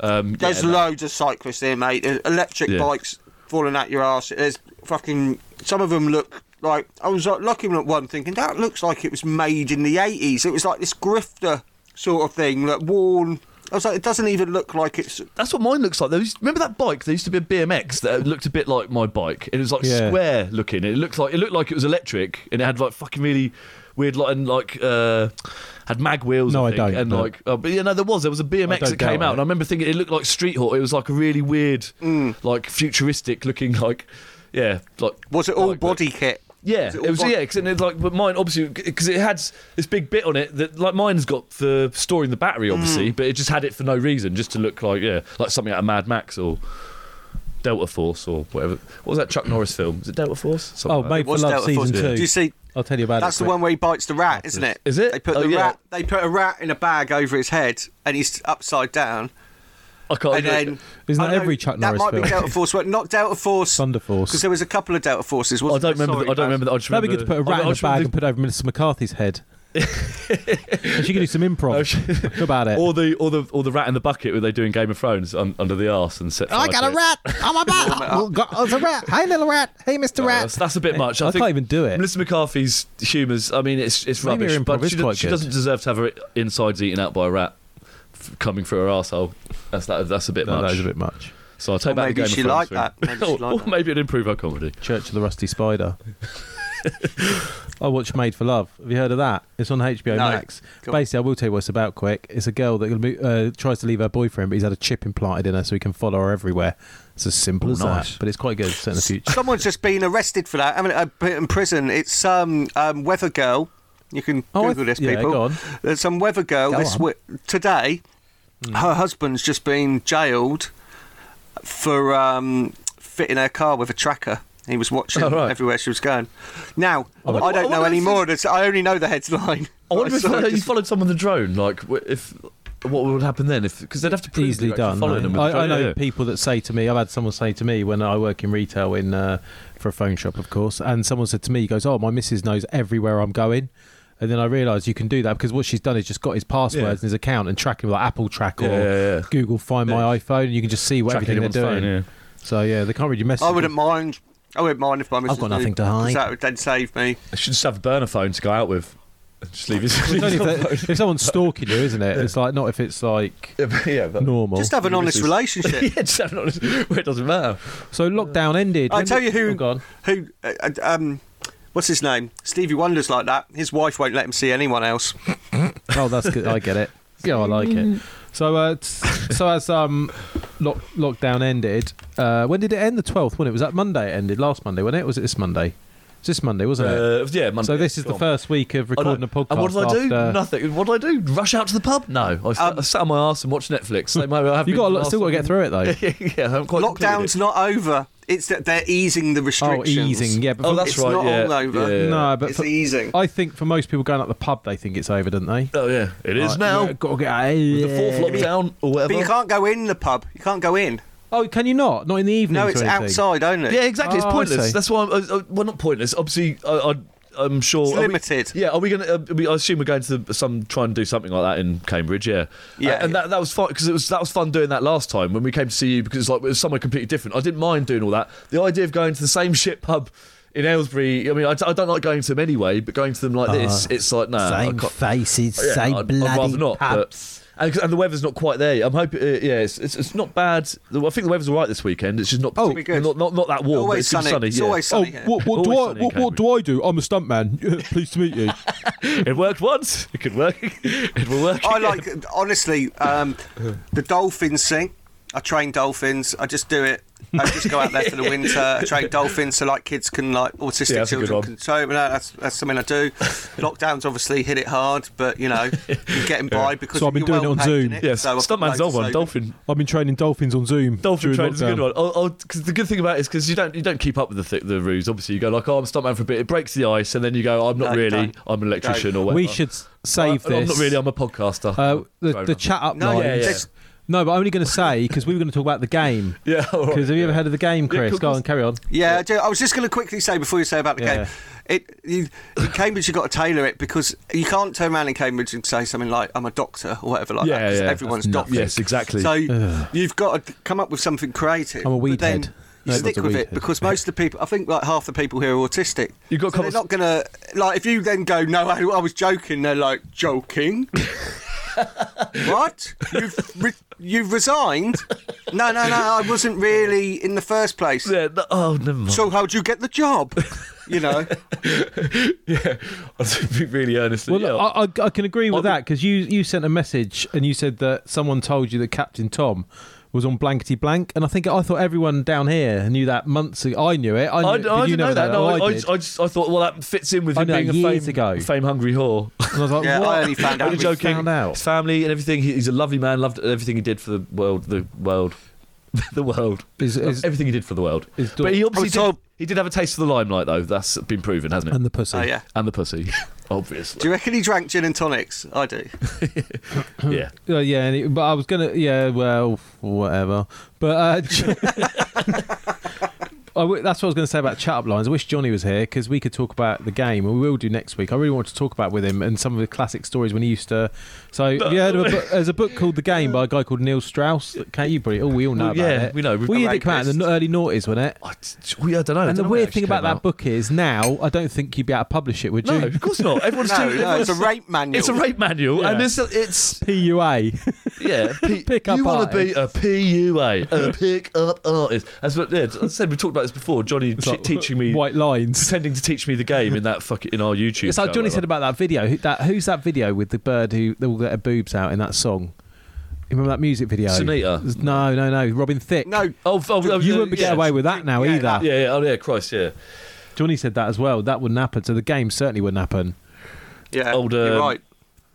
[SPEAKER 4] um,
[SPEAKER 5] There's
[SPEAKER 4] yeah, no.
[SPEAKER 5] loads of cyclists here, mate. There's electric
[SPEAKER 4] Yeah.
[SPEAKER 5] bikes falling out your arse. There's fucking. Some of them look like. I was like, looking at one thinking, that looks like it was made in the 80s. It was like this grifter sort of thing, like worn. I was like, it doesn't even look like it's.
[SPEAKER 4] That's what mine looks like. There used, remember that bike? There used to be a BMX that looked a bit like my bike. It was like
[SPEAKER 3] Yeah.
[SPEAKER 4] square looking. It looked like it looked like it was electric, and it had like fucking really weird like and like uh, had mag wheels.
[SPEAKER 3] No, I
[SPEAKER 4] think,
[SPEAKER 3] don't,
[SPEAKER 4] And
[SPEAKER 3] but-
[SPEAKER 4] like, oh, but yeah, no, there was there was a
[SPEAKER 3] I
[SPEAKER 4] BMX
[SPEAKER 3] don't
[SPEAKER 4] that came
[SPEAKER 3] doubt
[SPEAKER 4] out,
[SPEAKER 3] it.
[SPEAKER 4] and I remember thinking it looked like street hawk. It was like a really weird,
[SPEAKER 5] Mm.
[SPEAKER 4] like futuristic looking like. Yeah, like
[SPEAKER 5] Was it all
[SPEAKER 4] bike that-
[SPEAKER 5] body kit?
[SPEAKER 4] yeah,
[SPEAKER 5] Was
[SPEAKER 4] it,
[SPEAKER 5] all
[SPEAKER 4] was
[SPEAKER 5] body-
[SPEAKER 4] yeah, because it's like but mine obviously because it had this big bit on it that like mine's got for storing the
[SPEAKER 5] Hmm.
[SPEAKER 4] battery obviously, but it just had it for no reason, just to look like yeah, like something out of Mad Max or Delta Force or whatever. What was that Chuck Norris film? Is it Delta Force? Something
[SPEAKER 3] Oh,
[SPEAKER 4] like
[SPEAKER 3] Made
[SPEAKER 5] What's
[SPEAKER 3] for Love
[SPEAKER 5] Delta Force?
[SPEAKER 3] season two.
[SPEAKER 5] Do you see?
[SPEAKER 3] I'll tell you about
[SPEAKER 5] That's
[SPEAKER 3] it.
[SPEAKER 5] the
[SPEAKER 3] quick.
[SPEAKER 5] one where he bites the rat, isn't it?
[SPEAKER 4] Is it?
[SPEAKER 5] They put
[SPEAKER 4] Oh,
[SPEAKER 5] the
[SPEAKER 4] yeah.
[SPEAKER 5] rat. They put a rat in a bag over his head, and he's upside down.
[SPEAKER 4] that. I can't.
[SPEAKER 5] and then
[SPEAKER 3] Isn't
[SPEAKER 5] I
[SPEAKER 3] that
[SPEAKER 5] know-
[SPEAKER 3] every Chuck
[SPEAKER 5] That
[SPEAKER 3] Norris
[SPEAKER 5] might be
[SPEAKER 3] film?
[SPEAKER 5] Delta Force, but not Delta Force.
[SPEAKER 3] Thunder Force.
[SPEAKER 5] Because there was a couple of Delta Forces.
[SPEAKER 4] I
[SPEAKER 5] Wasn't
[SPEAKER 4] don't remember.
[SPEAKER 5] Sorry,
[SPEAKER 4] the, I don't
[SPEAKER 5] guys.
[SPEAKER 4] remember. The, I just
[SPEAKER 3] That'd be
[SPEAKER 4] remember
[SPEAKER 3] good to put a
[SPEAKER 4] I- I
[SPEAKER 3] rat in a
[SPEAKER 4] just remember
[SPEAKER 3] bag
[SPEAKER 4] the-
[SPEAKER 3] and put it over Melissa McCarthy's head. and she could do some improv Think about it.
[SPEAKER 4] Or the or the or the rat in the bucket where they do in Game of Thrones un, under the arse and
[SPEAKER 3] Oh,
[SPEAKER 4] set.
[SPEAKER 6] I
[SPEAKER 4] fire
[SPEAKER 6] got
[SPEAKER 4] to
[SPEAKER 6] a
[SPEAKER 4] it.
[SPEAKER 6] rat. I'm a bat. oh, God, it's a rat. Hey, little rat. Hey, Mr.
[SPEAKER 4] Uh,
[SPEAKER 6] Rat.
[SPEAKER 4] that's, that's a bit much. I,
[SPEAKER 3] I
[SPEAKER 4] think
[SPEAKER 3] can't even do it.
[SPEAKER 4] Melissa McCarthy's humour's. I mean, it's it's
[SPEAKER 3] Maybe her
[SPEAKER 4] rubbish.
[SPEAKER 3] improv
[SPEAKER 4] But
[SPEAKER 3] is
[SPEAKER 4] she, do-
[SPEAKER 3] quite
[SPEAKER 4] she
[SPEAKER 3] good.
[SPEAKER 4] doesn't deserve to have her insides eaten out by a rat f- coming through her asshole. That's that, That's a bit
[SPEAKER 3] No,
[SPEAKER 4] much.
[SPEAKER 3] that is a bit much.
[SPEAKER 4] So I take
[SPEAKER 5] Or
[SPEAKER 4] back
[SPEAKER 5] maybe
[SPEAKER 4] the Game
[SPEAKER 5] she
[SPEAKER 4] of Thrones
[SPEAKER 5] liked
[SPEAKER 4] thing.
[SPEAKER 5] that. Maybe she
[SPEAKER 4] or,
[SPEAKER 5] liked
[SPEAKER 4] or maybe it'd improve her comedy.
[SPEAKER 3] Church of the Rusty Spider. I watched Made for Love. Have you heard of that? It's on HBO
[SPEAKER 5] No.
[SPEAKER 3] Max.
[SPEAKER 5] Go on.
[SPEAKER 3] Basically, I will tell you what it's about quick. It's a girl that gonna be- uh, tries to leave her boyfriend, but he's had a chip implanted in her so he can follow her everywhere. It's as simple as
[SPEAKER 4] nice.
[SPEAKER 3] that. But it's quite good. Set in the future.
[SPEAKER 5] Someone's just been arrested for that. I mean, uh, put in prison. It's um, um weather girl. You can
[SPEAKER 3] Oh, I
[SPEAKER 5] Google
[SPEAKER 3] th-
[SPEAKER 5] this,
[SPEAKER 3] yeah,
[SPEAKER 5] people.
[SPEAKER 3] go on.
[SPEAKER 5] There's some weather girl
[SPEAKER 3] Go
[SPEAKER 5] this
[SPEAKER 3] on.
[SPEAKER 5] wi- today. Her husband's just been jailed for um, fitting her car with a tracker. He was watching
[SPEAKER 4] Oh, right.
[SPEAKER 5] everywhere she was going. Now
[SPEAKER 3] Oh,
[SPEAKER 4] wonder-
[SPEAKER 5] I
[SPEAKER 4] I
[SPEAKER 5] don't know
[SPEAKER 4] wonder
[SPEAKER 5] any
[SPEAKER 4] if
[SPEAKER 5] more. This... I only know the headline.
[SPEAKER 4] I wonder if
[SPEAKER 5] saw it
[SPEAKER 4] you
[SPEAKER 5] just-
[SPEAKER 4] followed someone on the drone. Like w- if what would happen then? If because they'd have to prove
[SPEAKER 3] Easily
[SPEAKER 4] that you're actually
[SPEAKER 3] done.
[SPEAKER 4] Following
[SPEAKER 3] no.
[SPEAKER 4] them with the
[SPEAKER 3] I, I
[SPEAKER 4] drone,
[SPEAKER 3] know
[SPEAKER 4] yeah.
[SPEAKER 3] people that say to me, I've had someone say to me when I work in retail in uh, for a phone shop, of course, and someone said to me, he goes, Oh, my missus knows everywhere I'm going. And then I realised you can do that because what she's done is just got his passwords
[SPEAKER 4] Yeah.
[SPEAKER 3] and his account and track him like Apple Track or
[SPEAKER 4] Yeah, yeah, yeah.
[SPEAKER 3] Google Find My iPhone. And you can just see what
[SPEAKER 4] Track
[SPEAKER 3] everything they're
[SPEAKER 4] anyone's
[SPEAKER 3] doing.
[SPEAKER 4] phone, yeah.
[SPEAKER 3] So yeah, they can't read your message.
[SPEAKER 5] I wouldn't mind. I wouldn't mind if my missus
[SPEAKER 3] got
[SPEAKER 5] knew,
[SPEAKER 3] nothing to
[SPEAKER 5] 'cause
[SPEAKER 3] hide.
[SPEAKER 5] That would then save me.
[SPEAKER 4] I should just have a burner phone to go out with. Just leave his.
[SPEAKER 3] It's only if, they- if someone's stalking you, isn't it? It's like not if it's like
[SPEAKER 4] yeah, but- yeah, but-
[SPEAKER 3] normal.
[SPEAKER 5] Just have an
[SPEAKER 4] Your
[SPEAKER 5] honest
[SPEAKER 4] missus.
[SPEAKER 5] relationship.
[SPEAKER 4] yeah, just have an honest- where it doesn't matter.
[SPEAKER 3] so lockdown ended.
[SPEAKER 5] I
[SPEAKER 3] When
[SPEAKER 5] tell
[SPEAKER 3] did-
[SPEAKER 5] you who.
[SPEAKER 3] Oh, God.
[SPEAKER 5] Who? Uh, uh, um, what's his name? Stevie Wonder's like that. His wife won't let him see anyone else.
[SPEAKER 3] Oh, that's good. I get it. Yeah, I like it. So, uh, t- so as um, lock- lockdown ended, uh, when did it end? The twelfth. When it was that Monday? It ended last Monday, wasn't it? Was it this Monday? It's this Monday, wasn't it?
[SPEAKER 4] Uh, yeah, Monday.
[SPEAKER 3] so this is the
[SPEAKER 4] Gone.
[SPEAKER 3] first week of
[SPEAKER 4] I know.
[SPEAKER 3] recording a podcast.
[SPEAKER 4] And what did I do?
[SPEAKER 3] after- Um,
[SPEAKER 4] Nothing. What did I do? Rush out to the pub? No, I, s- I sat on my arse and watched Netflix. Same way I have
[SPEAKER 3] You
[SPEAKER 4] been
[SPEAKER 3] got a
[SPEAKER 4] for
[SPEAKER 3] lot,
[SPEAKER 4] the
[SPEAKER 3] still got to get
[SPEAKER 4] last-
[SPEAKER 3] through it though.
[SPEAKER 4] yeah, I haven't quite completed
[SPEAKER 5] Lockdown's
[SPEAKER 4] it.
[SPEAKER 5] not over. It's that they're easing the
[SPEAKER 3] oh,
[SPEAKER 5] restrictions.
[SPEAKER 3] easing. Yeah, but
[SPEAKER 4] Oh,
[SPEAKER 3] for-
[SPEAKER 4] that's
[SPEAKER 5] It's
[SPEAKER 4] right.
[SPEAKER 5] not
[SPEAKER 4] yeah.
[SPEAKER 5] all over.
[SPEAKER 4] Yeah.
[SPEAKER 3] no, but
[SPEAKER 5] it's
[SPEAKER 3] for-
[SPEAKER 5] easing.
[SPEAKER 3] I think for most people going out the pub, they think it's over, don't they?
[SPEAKER 4] Oh yeah, it is
[SPEAKER 3] Like,
[SPEAKER 4] now.
[SPEAKER 3] yeah, gotta get out.
[SPEAKER 4] The fourth lockdown or whatever.
[SPEAKER 5] but you can't go in the pub. You can't go in.
[SPEAKER 3] Oh, can you not? Not in the evening.
[SPEAKER 5] No, it's outside only.
[SPEAKER 4] Yeah, exactly.
[SPEAKER 3] Oh, I
[SPEAKER 4] it's pointless.
[SPEAKER 3] see.
[SPEAKER 4] That's why. I'm, uh, uh, well, not pointless. Obviously, I, I, I'm sure.
[SPEAKER 5] It's
[SPEAKER 4] are we-
[SPEAKER 5] limited.
[SPEAKER 4] yeah. Are we going to? Uh, we- I assume we're going to the, some try and do something like that in Cambridge. Yeah.
[SPEAKER 5] Yeah,
[SPEAKER 4] Uh, and That, that was fun because it was that was fun doing that last time when we came to see you because like it was somewhere completely different. I didn't mind doing all that. The idea of going to the same shit pub. In Aylesbury, I mean, I, d- I don't like going to them anyway, but going to them like
[SPEAKER 3] Uh,
[SPEAKER 4] this, it's like, no. I
[SPEAKER 6] same
[SPEAKER 4] can't-
[SPEAKER 6] faces,
[SPEAKER 4] Oh, yeah,
[SPEAKER 6] same
[SPEAKER 4] I'd- I'd
[SPEAKER 6] bloody
[SPEAKER 4] rather not, but-
[SPEAKER 6] pubs.
[SPEAKER 4] and, and the weather's not quite there. I'm hoping, uh, yeah, it's, it's, it's not bad. The- I think the weather's all right this weekend. It's just not
[SPEAKER 5] Oh,
[SPEAKER 4] partic-
[SPEAKER 5] good.
[SPEAKER 4] not, not not that warm. but it's
[SPEAKER 5] always
[SPEAKER 4] gonna be
[SPEAKER 5] sunny.
[SPEAKER 4] sunny.
[SPEAKER 5] It's
[SPEAKER 4] yeah.
[SPEAKER 5] always sunny. here.
[SPEAKER 3] Oh, what,
[SPEAKER 4] Always sunny in
[SPEAKER 3] I do? I'm a stuntman. Pleased to meet you.
[SPEAKER 4] It worked once. It could work. It will work.
[SPEAKER 5] I
[SPEAKER 4] again.
[SPEAKER 5] like honestly um, the dolphins sing. I train dolphins. I just do it. I just go out there for the winter. I train dolphins so like kids can like autistic
[SPEAKER 4] Yeah, that's a good
[SPEAKER 5] children
[SPEAKER 4] one.
[SPEAKER 5] can. So you know, that's that's something I do. Lockdowns obviously hit it hard, but you know you're getting by because
[SPEAKER 3] So I've been
[SPEAKER 5] you're
[SPEAKER 3] doing it on
[SPEAKER 5] well paid
[SPEAKER 3] Zoom.
[SPEAKER 5] in
[SPEAKER 4] Yes,
[SPEAKER 5] so I've got
[SPEAKER 4] stuntman's
[SPEAKER 5] loads
[SPEAKER 4] old
[SPEAKER 5] of
[SPEAKER 4] one.
[SPEAKER 5] saving.
[SPEAKER 4] Dolphin.
[SPEAKER 3] I've been training dolphins on Zoom.
[SPEAKER 4] Dolphin
[SPEAKER 3] during
[SPEAKER 4] training's a good
[SPEAKER 3] lockdown.
[SPEAKER 4] one. Oh, oh, 'cause the good thing about it is because you don't you don't keep up with the th- the rules. Obviously, you go like, oh, I'm stuntman for a bit. It breaks the ice, and then you go, I'm not
[SPEAKER 5] No,
[SPEAKER 4] really.
[SPEAKER 5] don't.
[SPEAKER 4] I'm an electrician or whatever.
[SPEAKER 3] We should s- save
[SPEAKER 4] I'm
[SPEAKER 3] this.
[SPEAKER 4] not really. I'm a podcaster.
[SPEAKER 3] Uh, the,
[SPEAKER 4] Fair
[SPEAKER 3] the
[SPEAKER 4] enough.
[SPEAKER 3] chat up
[SPEAKER 5] No,
[SPEAKER 3] lines.
[SPEAKER 4] yeah, yeah.
[SPEAKER 5] This-
[SPEAKER 3] No, but I'm only going to say because we were going to talk about the game.
[SPEAKER 4] Yeah. all right.
[SPEAKER 3] Because have you ever heard of the game,
[SPEAKER 4] Yeah,
[SPEAKER 3] Chris?
[SPEAKER 4] cool,
[SPEAKER 3] Go
[SPEAKER 4] cool.
[SPEAKER 3] on, carry on.
[SPEAKER 5] Yeah, I, do. I was just going to quickly say before you say about the
[SPEAKER 3] Yeah.
[SPEAKER 5] game, it you, in Cambridge you've got to tailor it because you can't turn around in Cambridge and say something like "I'm a doctor" or whatever like
[SPEAKER 4] Yeah,
[SPEAKER 5] that. 'cause
[SPEAKER 4] yeah.
[SPEAKER 5] everyone's
[SPEAKER 4] That's
[SPEAKER 5] doctor.
[SPEAKER 4] nuts. Yes, exactly.
[SPEAKER 5] So you've got to come up with something creative.
[SPEAKER 3] I'm a
[SPEAKER 5] but
[SPEAKER 3] weed
[SPEAKER 5] then
[SPEAKER 3] head.
[SPEAKER 5] You
[SPEAKER 3] No, everyone's
[SPEAKER 5] stick
[SPEAKER 3] a
[SPEAKER 5] with
[SPEAKER 3] weed
[SPEAKER 5] it
[SPEAKER 3] head.
[SPEAKER 5] because most of the people, I think, like half the people here are autistic.
[SPEAKER 4] You've got
[SPEAKER 5] so they're
[SPEAKER 4] colours-
[SPEAKER 5] not gonna like if you then go, no, I, I was joking. They're like joking. what? You've re- you've resigned? No, no, no. I wasn't really in the first place.
[SPEAKER 4] Yeah, no- oh, never mind.
[SPEAKER 5] So how'd you get the job? You know,
[SPEAKER 4] yeah, I'll be really earnest.
[SPEAKER 3] Well,
[SPEAKER 4] yeah.
[SPEAKER 3] look, I, I, I can agree with
[SPEAKER 4] I'll be-
[SPEAKER 3] that because you, you sent a message and you said that someone told you that Captain Tom was on blankety blank, and I think I thought everyone down here knew that months ago. I knew it. I, knew,
[SPEAKER 4] I,
[SPEAKER 3] it,
[SPEAKER 4] d-
[SPEAKER 3] but
[SPEAKER 4] I
[SPEAKER 3] you
[SPEAKER 4] didn't know that. No,
[SPEAKER 3] Oh,
[SPEAKER 4] I, I,
[SPEAKER 3] did.
[SPEAKER 4] just, I just I thought, well, that fits in with
[SPEAKER 3] I
[SPEAKER 4] him
[SPEAKER 3] know,
[SPEAKER 4] being a
[SPEAKER 3] years
[SPEAKER 4] fame,
[SPEAKER 3] ago.
[SPEAKER 4] fame-hungry whore.
[SPEAKER 3] and I was like,
[SPEAKER 5] yeah,
[SPEAKER 3] what?
[SPEAKER 5] I only found out.
[SPEAKER 4] Only
[SPEAKER 5] with-
[SPEAKER 4] joking.
[SPEAKER 3] found out.
[SPEAKER 4] His family and everything. He- He's a lovely man. Loved everything he did for the world. The world. the world.
[SPEAKER 3] Is- is-
[SPEAKER 4] Everything he did for the world.
[SPEAKER 3] Is-
[SPEAKER 4] but he
[SPEAKER 5] I
[SPEAKER 4] obviously
[SPEAKER 5] was
[SPEAKER 4] did,
[SPEAKER 5] told-
[SPEAKER 4] he did have a taste of the limelight, though. That's been proven, hasn't it?
[SPEAKER 3] and the pussy.
[SPEAKER 5] Oh yeah.
[SPEAKER 4] And the pussy,
[SPEAKER 5] Do
[SPEAKER 4] obviously.
[SPEAKER 5] you reckon he drank gin and tonics? I do.
[SPEAKER 4] yeah.
[SPEAKER 3] Uh, yeah, and it- but I was gonna. Yeah, well, whatever. But uh, J- I w- that's what I was going to say about chat up lines. I wish Johnny was here because we could talk about the game, and we will do next week. I really want to talk about with him and some of the classic stories when he used to. So yeah, there were bu- there's a book called The Game by a guy called Neil Strauss. Can't you probably? Oh, we all know
[SPEAKER 4] Well,
[SPEAKER 3] about
[SPEAKER 4] yeah,
[SPEAKER 3] it.
[SPEAKER 4] we know. We've
[SPEAKER 3] Well,
[SPEAKER 4] got
[SPEAKER 3] yeah, it
[SPEAKER 5] rank
[SPEAKER 3] came out in the early noughties, wasn't it?
[SPEAKER 4] I, I don't know. I
[SPEAKER 3] And
[SPEAKER 4] don't know
[SPEAKER 3] the
[SPEAKER 4] when it
[SPEAKER 3] weird thing
[SPEAKER 4] actually
[SPEAKER 3] about
[SPEAKER 4] came
[SPEAKER 3] that
[SPEAKER 4] out.
[SPEAKER 3] book is now I don't think you'd be able to publish it, would
[SPEAKER 4] No,
[SPEAKER 3] you?
[SPEAKER 4] of course not. Everyone's
[SPEAKER 5] No,
[SPEAKER 4] too.
[SPEAKER 5] no, it's a
[SPEAKER 4] everyone's-
[SPEAKER 5] rape manual.
[SPEAKER 4] It's a rape manual,
[SPEAKER 3] Yeah.
[SPEAKER 4] and it's it's
[SPEAKER 3] PUA.
[SPEAKER 4] yeah. P-
[SPEAKER 3] Pick up
[SPEAKER 4] you want to be
[SPEAKER 3] artist.
[SPEAKER 4] a PUA, a pick up artist. That's what yeah, as I said. We talked about this before. Johnny t- teaching me,
[SPEAKER 3] white lines.
[SPEAKER 4] pretending to teach me the game in that fucking in our YouTube.
[SPEAKER 3] It's like
[SPEAKER 4] show,
[SPEAKER 3] Johnny
[SPEAKER 4] whatever.
[SPEAKER 3] said about that video. Who, that who's that video with the bird who they all get her boobs out in that song? You remember that music video?
[SPEAKER 4] Sunita.
[SPEAKER 3] No, no, no. Robin Thicke.
[SPEAKER 5] No,
[SPEAKER 4] Oh, f- oh, oh,
[SPEAKER 3] you
[SPEAKER 4] yeah,
[SPEAKER 3] wouldn't be
[SPEAKER 4] yeah.
[SPEAKER 3] getting away with that now
[SPEAKER 5] Yeah,
[SPEAKER 3] either.
[SPEAKER 4] Yeah, yeah, oh yeah, Christ, yeah.
[SPEAKER 3] Johnny said that as well. That wouldn't happen. So the game certainly wouldn't happen.
[SPEAKER 5] yeah,
[SPEAKER 4] Old,
[SPEAKER 5] you're
[SPEAKER 4] um,
[SPEAKER 5] right.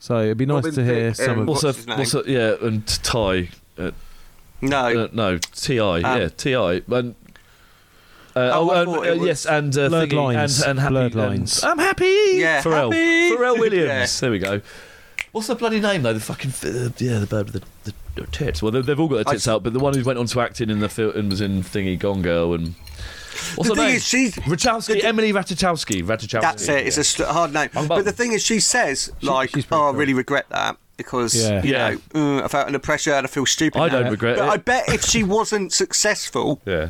[SPEAKER 3] So it'd be nice
[SPEAKER 5] Robin
[SPEAKER 3] to hear
[SPEAKER 5] Thicke,
[SPEAKER 3] some
[SPEAKER 5] um,
[SPEAKER 3] of.
[SPEAKER 5] What's
[SPEAKER 4] Also,
[SPEAKER 5] his name?
[SPEAKER 4] also, yeah, and Ty, uh,
[SPEAKER 5] No,
[SPEAKER 4] uh, no, Ti, yeah, Ti, and. Uh,
[SPEAKER 5] Ah.
[SPEAKER 4] oh,
[SPEAKER 5] Oh, I
[SPEAKER 4] and,
[SPEAKER 5] thought
[SPEAKER 4] uh,
[SPEAKER 5] it was-
[SPEAKER 4] yes, and uh,
[SPEAKER 3] Blurred
[SPEAKER 4] thingy,
[SPEAKER 3] Lines.
[SPEAKER 4] and, and happy,
[SPEAKER 3] Blurred
[SPEAKER 4] and-
[SPEAKER 3] Lines.
[SPEAKER 4] I'm happy.
[SPEAKER 5] Yeah,
[SPEAKER 4] Pharrell,
[SPEAKER 5] happy.
[SPEAKER 4] Pharrell Williams.
[SPEAKER 5] Yeah.
[SPEAKER 4] There we go. What's the bloody name though? The fucking f- uh, yeah, the bird with the, the, the tits. Well, they- they've all got their
[SPEAKER 5] I
[SPEAKER 4] tits
[SPEAKER 5] s-
[SPEAKER 4] out, but the one who went on to acting in the film and was in Thingy Gone Girl and what's her
[SPEAKER 5] The thing
[SPEAKER 4] name?
[SPEAKER 5] is, she's-
[SPEAKER 4] Ratchowski, Emily Ratajkowski. Ratajkowski.
[SPEAKER 5] that's it. It's a st- hard name.
[SPEAKER 4] I'm
[SPEAKER 5] But the
[SPEAKER 4] bummed.
[SPEAKER 5] thing is, she says like,
[SPEAKER 3] she's pretty
[SPEAKER 5] "Oh, I
[SPEAKER 3] cool.
[SPEAKER 5] really regret that because
[SPEAKER 3] Yeah.
[SPEAKER 5] you
[SPEAKER 4] Yeah.
[SPEAKER 5] know mm, I felt under pressure and I feel stupid."
[SPEAKER 4] I
[SPEAKER 5] now."
[SPEAKER 4] don't regret
[SPEAKER 5] But
[SPEAKER 4] it.
[SPEAKER 5] I bet if she wasn't successful,
[SPEAKER 4] yeah.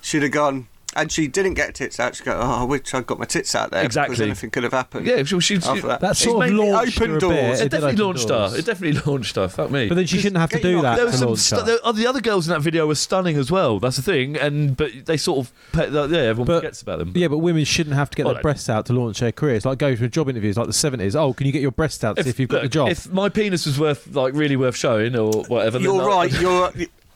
[SPEAKER 5] she'd have gone. And she didn't get tits out. She'd go, "Oh, I wish I got my tits out there." because
[SPEAKER 4] Exactly.
[SPEAKER 5] anything could have happened.
[SPEAKER 4] Yeah, she, she, she,
[SPEAKER 5] After that.
[SPEAKER 3] That
[SPEAKER 5] It's
[SPEAKER 3] sort of
[SPEAKER 5] made me
[SPEAKER 3] launched
[SPEAKER 5] open
[SPEAKER 3] her a
[SPEAKER 5] doors.
[SPEAKER 3] bit.
[SPEAKER 4] it,
[SPEAKER 3] did
[SPEAKER 4] definitely
[SPEAKER 3] open
[SPEAKER 4] launched
[SPEAKER 3] doors.
[SPEAKER 4] her. It definitely launched her. Fuck me.
[SPEAKER 3] But then she shouldn't have to
[SPEAKER 5] Get you
[SPEAKER 3] do
[SPEAKER 5] off.
[SPEAKER 3] that
[SPEAKER 4] there
[SPEAKER 3] to
[SPEAKER 4] was some
[SPEAKER 3] launch
[SPEAKER 4] stu-
[SPEAKER 3] her.
[SPEAKER 4] there- oh, the other girls in that video were stunning as well. That's the thing, and but they sort of pe- yeah, everyone
[SPEAKER 3] But-
[SPEAKER 4] forgets about them.
[SPEAKER 3] Yeah, but women shouldn't have to get
[SPEAKER 4] Well,
[SPEAKER 3] their
[SPEAKER 4] no.
[SPEAKER 3] breasts out to launch their careers. Like going for job interviews, like the seventies. Oh, can you get your breasts out to see if you've got the
[SPEAKER 4] look,
[SPEAKER 3] job?
[SPEAKER 4] If my penis was worth like really worth showing or whatever, then
[SPEAKER 5] you're
[SPEAKER 4] I-
[SPEAKER 5] right. You're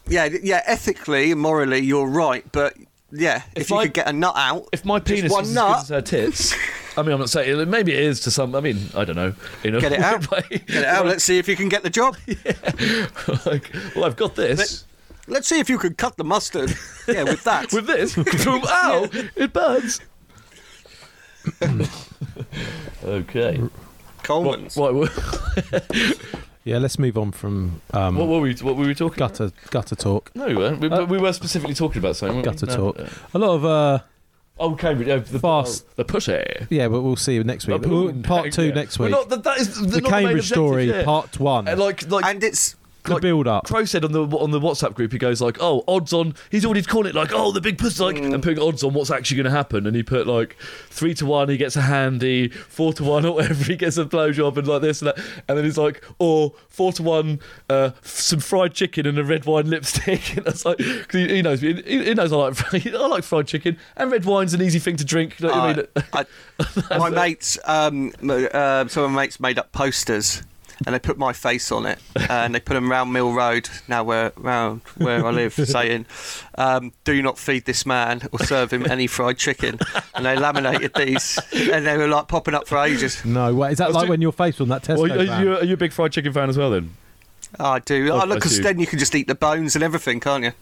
[SPEAKER 5] yeah, yeah. Ethically, morally, you're right. But yeah, if,
[SPEAKER 4] If
[SPEAKER 5] you
[SPEAKER 4] I-
[SPEAKER 5] could get a nut out,
[SPEAKER 4] If my penis
[SPEAKER 5] one
[SPEAKER 4] is as
[SPEAKER 5] nut.
[SPEAKER 4] good as her tits, I mean, I'm not saying maybe it is to some. I mean, I don't know. You know
[SPEAKER 5] get it out.
[SPEAKER 4] way.
[SPEAKER 5] get it out. Let's see if you can get the job.
[SPEAKER 4] like, well, I've got this
[SPEAKER 5] Let's see if you can cut the mustard. Yeah, with that.
[SPEAKER 4] with this. Boom! Ow! It burns. okay.
[SPEAKER 5] Coleman's.
[SPEAKER 4] What, what,
[SPEAKER 3] yeah, let's move on from um,
[SPEAKER 4] what were we? What were we talking? about?
[SPEAKER 3] gutter gutter talk.
[SPEAKER 4] No, we weren't. We, but we were specifically talking about something. weren't
[SPEAKER 3] Uh, Gutter
[SPEAKER 4] we? No.
[SPEAKER 3] talk. A lot of. Uh,
[SPEAKER 4] Oh, Cambridge. Yeah, the
[SPEAKER 3] Fast.
[SPEAKER 4] Oh, the pussy.
[SPEAKER 3] Yeah, but we'll see you next week. We'll- part two next week.
[SPEAKER 4] Well, not, that, that is
[SPEAKER 3] the Cambridge story, part one.
[SPEAKER 4] And Uh, like, like
[SPEAKER 5] And it's
[SPEAKER 3] the
[SPEAKER 4] like-
[SPEAKER 3] build up.
[SPEAKER 4] Crow said on the on the WhatsApp group, he goes like, "Oh, odds on." He's already calling it like, "Oh, the big pussy," like, and putting odds on what's actually going to happen. And he put like three to one, he gets a handy. Four to one, or whatever, he gets a blowjob and like this and that. And then he's like, "Or four to one, uh, f- some fried chicken and a red wine lipstick." And that's like, 'cause he, he knows me. He, he knows I like fri- I like fried chicken and red wine's an easy thing to drink. You know what I
[SPEAKER 5] I,
[SPEAKER 4] mean?
[SPEAKER 5] I, my mates, um, m- uh, some of my mates made up posters, and they put my face on it, uh, and they put them round Mill Road, now where round where I live, saying, um, "Do not feed this man or serve him any fried chicken." And they laminated these, and they were like popping up for ages.
[SPEAKER 3] No, wait, is that like
[SPEAKER 4] doing-
[SPEAKER 3] when your face on that Tesco
[SPEAKER 4] Well, are
[SPEAKER 3] van?
[SPEAKER 4] you, are you a big fried chicken fan as well then?
[SPEAKER 5] I do.
[SPEAKER 4] Oh,
[SPEAKER 5] Oh, look,
[SPEAKER 4] I
[SPEAKER 5] 'cause
[SPEAKER 4] see.
[SPEAKER 5] then you can just eat the bones and everything, can't you?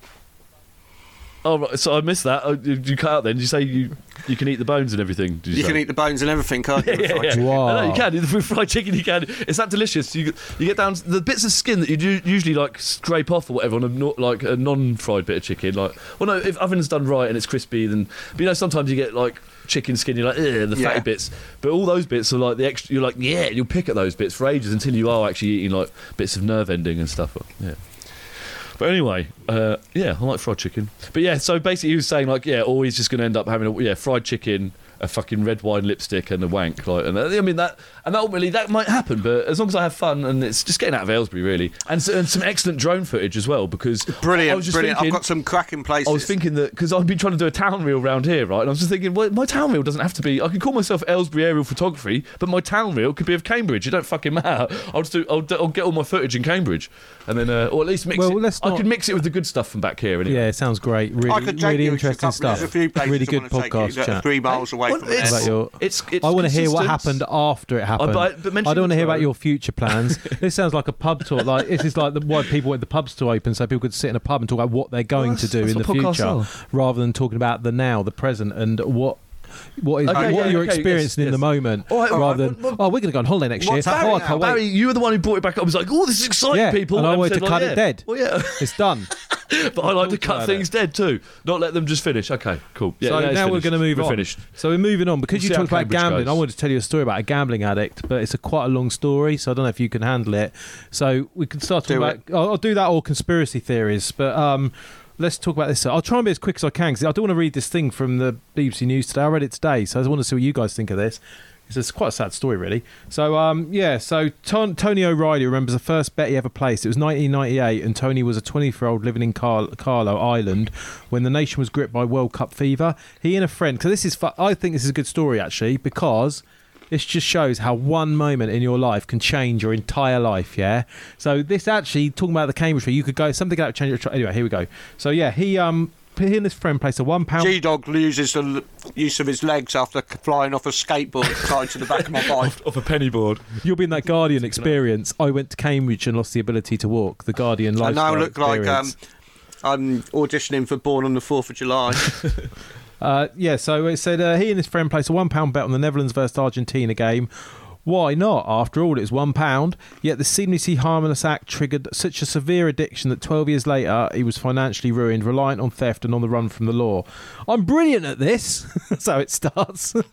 [SPEAKER 4] Oh, right, so I missed that. Oh, you, you cut out then. Did you say you you can eat the bones and everything? Did you
[SPEAKER 5] You
[SPEAKER 4] say?
[SPEAKER 5] can eat the bones and everything, can't you?
[SPEAKER 4] Yeah, yeah.
[SPEAKER 3] Wow.
[SPEAKER 4] I know, you can. With fried chicken, you can. It's that delicious. You you get down to the bits of skin that you do usually like scrape off or whatever on a no, like a non-fried bit of chicken. Like, well, no, if oven's done right and it's crispy, then but you know sometimes you get like chicken skin. You're like, Ugh, the
[SPEAKER 5] Yeah.
[SPEAKER 4] fatty bits. But all those bits are like the extra. You're like, yeah, you'll pick at those bits for ages until you are actually eating like bits of nerve ending and stuff. Yeah. But anyway, uh, yeah, I like fried chicken. But yeah, so basically he was saying like, yeah, or he's just going to end up having a yeah fried chicken, a fucking red wine lipstick, and a wank. Like, and uh, I mean that, and that ultimately that might happen. But as long as I have fun, and it's just getting out of Aylesbury really, and, so, and some excellent drone footage as well because I
[SPEAKER 5] Brilliant,
[SPEAKER 4] was just
[SPEAKER 5] brilliant.
[SPEAKER 4] Thinking,
[SPEAKER 5] I've got some cracking places.
[SPEAKER 4] I was thinking that because I've been trying to do a town reel round here, right? And I was just thinking, well, my town reel doesn't have to be. I can call myself Aylesbury Aerial Photography, but my town reel could be of Cambridge. It don't fucking matter. I'll just do. I'll, do- I'll get all my footage in Cambridge, and then, uh, or at least mix.
[SPEAKER 3] Well,
[SPEAKER 4] it.
[SPEAKER 3] let's
[SPEAKER 4] I
[SPEAKER 3] not-
[SPEAKER 4] could mix it with the good stuff from back here. Anyway.
[SPEAKER 3] Yeah, it sounds great.
[SPEAKER 5] I
[SPEAKER 3] Really,
[SPEAKER 5] could take
[SPEAKER 3] really
[SPEAKER 5] you to a
[SPEAKER 3] interesting
[SPEAKER 5] couple- there's
[SPEAKER 3] stuff.
[SPEAKER 5] A few places
[SPEAKER 3] Really
[SPEAKER 5] I
[SPEAKER 3] good
[SPEAKER 5] wanna take you
[SPEAKER 3] podcast
[SPEAKER 5] that are
[SPEAKER 3] chat.
[SPEAKER 5] Three miles away from
[SPEAKER 4] want-
[SPEAKER 5] this.
[SPEAKER 4] it's-
[SPEAKER 3] about your.
[SPEAKER 4] it's- it's
[SPEAKER 3] I want to hear what
[SPEAKER 4] consistent.
[SPEAKER 3] happened after it happened.
[SPEAKER 4] but- but mention
[SPEAKER 3] I don't want to
[SPEAKER 4] the
[SPEAKER 3] hear about
[SPEAKER 4] road.
[SPEAKER 3] your future plans. this sounds like a pub talk. Like this is like the, why people want the pubs to open so people could sit in a pub and talk about what they're going
[SPEAKER 4] that's-
[SPEAKER 3] to do
[SPEAKER 4] that's
[SPEAKER 3] in the
[SPEAKER 4] what podcasts
[SPEAKER 3] future,
[SPEAKER 4] are.
[SPEAKER 3] rather than talking about the now, the present, and what. What is
[SPEAKER 4] Okay,
[SPEAKER 3] what
[SPEAKER 4] yeah,
[SPEAKER 3] you're
[SPEAKER 4] okay, yes,
[SPEAKER 3] experiencing in the
[SPEAKER 4] yes.
[SPEAKER 3] moment,
[SPEAKER 4] All right, all
[SPEAKER 3] rather
[SPEAKER 4] right,
[SPEAKER 3] than
[SPEAKER 4] well,
[SPEAKER 3] oh, we're going to go on holiday next year.
[SPEAKER 5] what's happening
[SPEAKER 3] Oh, I can't
[SPEAKER 5] now?
[SPEAKER 3] wait.
[SPEAKER 4] Barry, you were the one who brought it back up. I was like, "Oh, this is exciting,
[SPEAKER 3] Yeah,
[SPEAKER 4] people!"
[SPEAKER 3] and I wanted
[SPEAKER 4] said,
[SPEAKER 3] to cut it dead.
[SPEAKER 4] Well, yeah,
[SPEAKER 3] It's done.
[SPEAKER 4] but I like to
[SPEAKER 3] Talked about
[SPEAKER 4] cut things dead too. Not let them just finish. Okay, cool. Yeah,
[SPEAKER 3] so
[SPEAKER 4] no,
[SPEAKER 3] now
[SPEAKER 4] it's
[SPEAKER 3] we're
[SPEAKER 4] finished.
[SPEAKER 3] going to move
[SPEAKER 4] we're
[SPEAKER 3] on.
[SPEAKER 4] Finished.
[SPEAKER 3] So we're moving on because
[SPEAKER 4] We'll
[SPEAKER 3] you
[SPEAKER 4] see how
[SPEAKER 3] talked about
[SPEAKER 4] Cambridge
[SPEAKER 3] gambling.
[SPEAKER 4] goes.
[SPEAKER 3] I wanted to tell you a story about a gambling addict, but it's a quite a long story, so I don't know if you can handle it. So we can start talking
[SPEAKER 5] Do
[SPEAKER 3] about. I'll, I'll do that or conspiracy theories, but um, let's talk about this. I'll try and be as quick as I can because I don't want to read this thing from the BBC News today. I read it today, so I just want to see what you guys think of this. It's it's quite a sad story, really. So, um, yeah, so Ton- Tony O'Reilly remembers the first bet he ever placed. It was 1998, and Tony was a 24 year old living in Car- Carlo Island when the nation was gripped by World Cup fever. He and a friend, because this is, fu- I think this is a good story actually, because this just shows how one moment in your life can change your entire life, yeah? So, this actually, talking about the Cambridge, you could go something that would change your. Tra- anyway, here we go. So, yeah, he, um, he and his friend placed a £1. pound-
[SPEAKER 7] G Dog loses the l- use of his legs after c- flying off a skateboard tied to the back of my bike.
[SPEAKER 4] Off a penny board.
[SPEAKER 3] You'll be in that Guardian experience. I went to Cambridge and lost the ability to walk. The Guardian
[SPEAKER 5] I
[SPEAKER 3] life.
[SPEAKER 5] now look like um, I'm auditioning for Born on the Fourth of July.
[SPEAKER 3] Uh, yeah, so it said uh, he and his friend placed a one pound bet on the Netherlands versus Argentina game. Why not? After all, it's one pound. Yet the seemingly harmless act triggered such a severe addiction that 12 years later he was financially ruined, reliant on theft and on the run from the law. I'm brilliant at this. That's how it starts.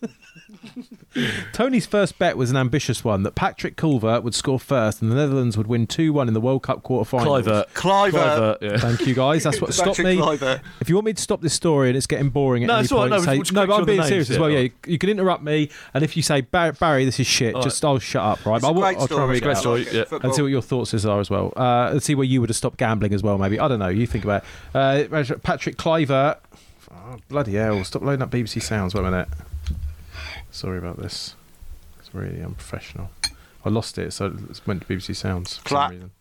[SPEAKER 3] Tony's first bet was an ambitious one that Patrick Culvert would score first and the Netherlands would win 2 1 in the World Cup quarterfinals.
[SPEAKER 4] Cliver.
[SPEAKER 5] Cliver.
[SPEAKER 4] Cliver. Yeah.
[SPEAKER 3] Thank you guys. That's what stopped me.
[SPEAKER 5] Patrick Kluivert.
[SPEAKER 3] If you want me to stop this story and it's getting boring at
[SPEAKER 4] No,
[SPEAKER 3] any
[SPEAKER 4] it's all right.
[SPEAKER 3] point,
[SPEAKER 4] No,
[SPEAKER 3] say,
[SPEAKER 4] we'll just
[SPEAKER 3] no,
[SPEAKER 4] correct
[SPEAKER 3] but
[SPEAKER 4] you
[SPEAKER 3] I'm
[SPEAKER 4] on the
[SPEAKER 3] being
[SPEAKER 4] names.
[SPEAKER 3] serious as
[SPEAKER 4] Yeah,
[SPEAKER 3] well.
[SPEAKER 4] all
[SPEAKER 3] Yeah,
[SPEAKER 4] right.
[SPEAKER 3] you, you can interrupt me, and if you say Barry, Barry this is shit,
[SPEAKER 4] All
[SPEAKER 3] just I'll shut up, right?
[SPEAKER 5] It's
[SPEAKER 3] But
[SPEAKER 5] a
[SPEAKER 3] I will-
[SPEAKER 5] great
[SPEAKER 3] I'll try and
[SPEAKER 5] story.
[SPEAKER 3] work it out.
[SPEAKER 4] Great story. Yeah.
[SPEAKER 3] And see what your thoughts is are as well. Uh, let's see where you would have stopped gambling as well, maybe. I don't know. You think about it. Uh, Patrick Cliver. Oh, bloody hell. Stop loading up BBC Sounds. Wait a minute. Sorry about this. It's really unprofessional. I lost it, so it went to BBC Sounds. For
[SPEAKER 7] Clap.
[SPEAKER 3] Some reason.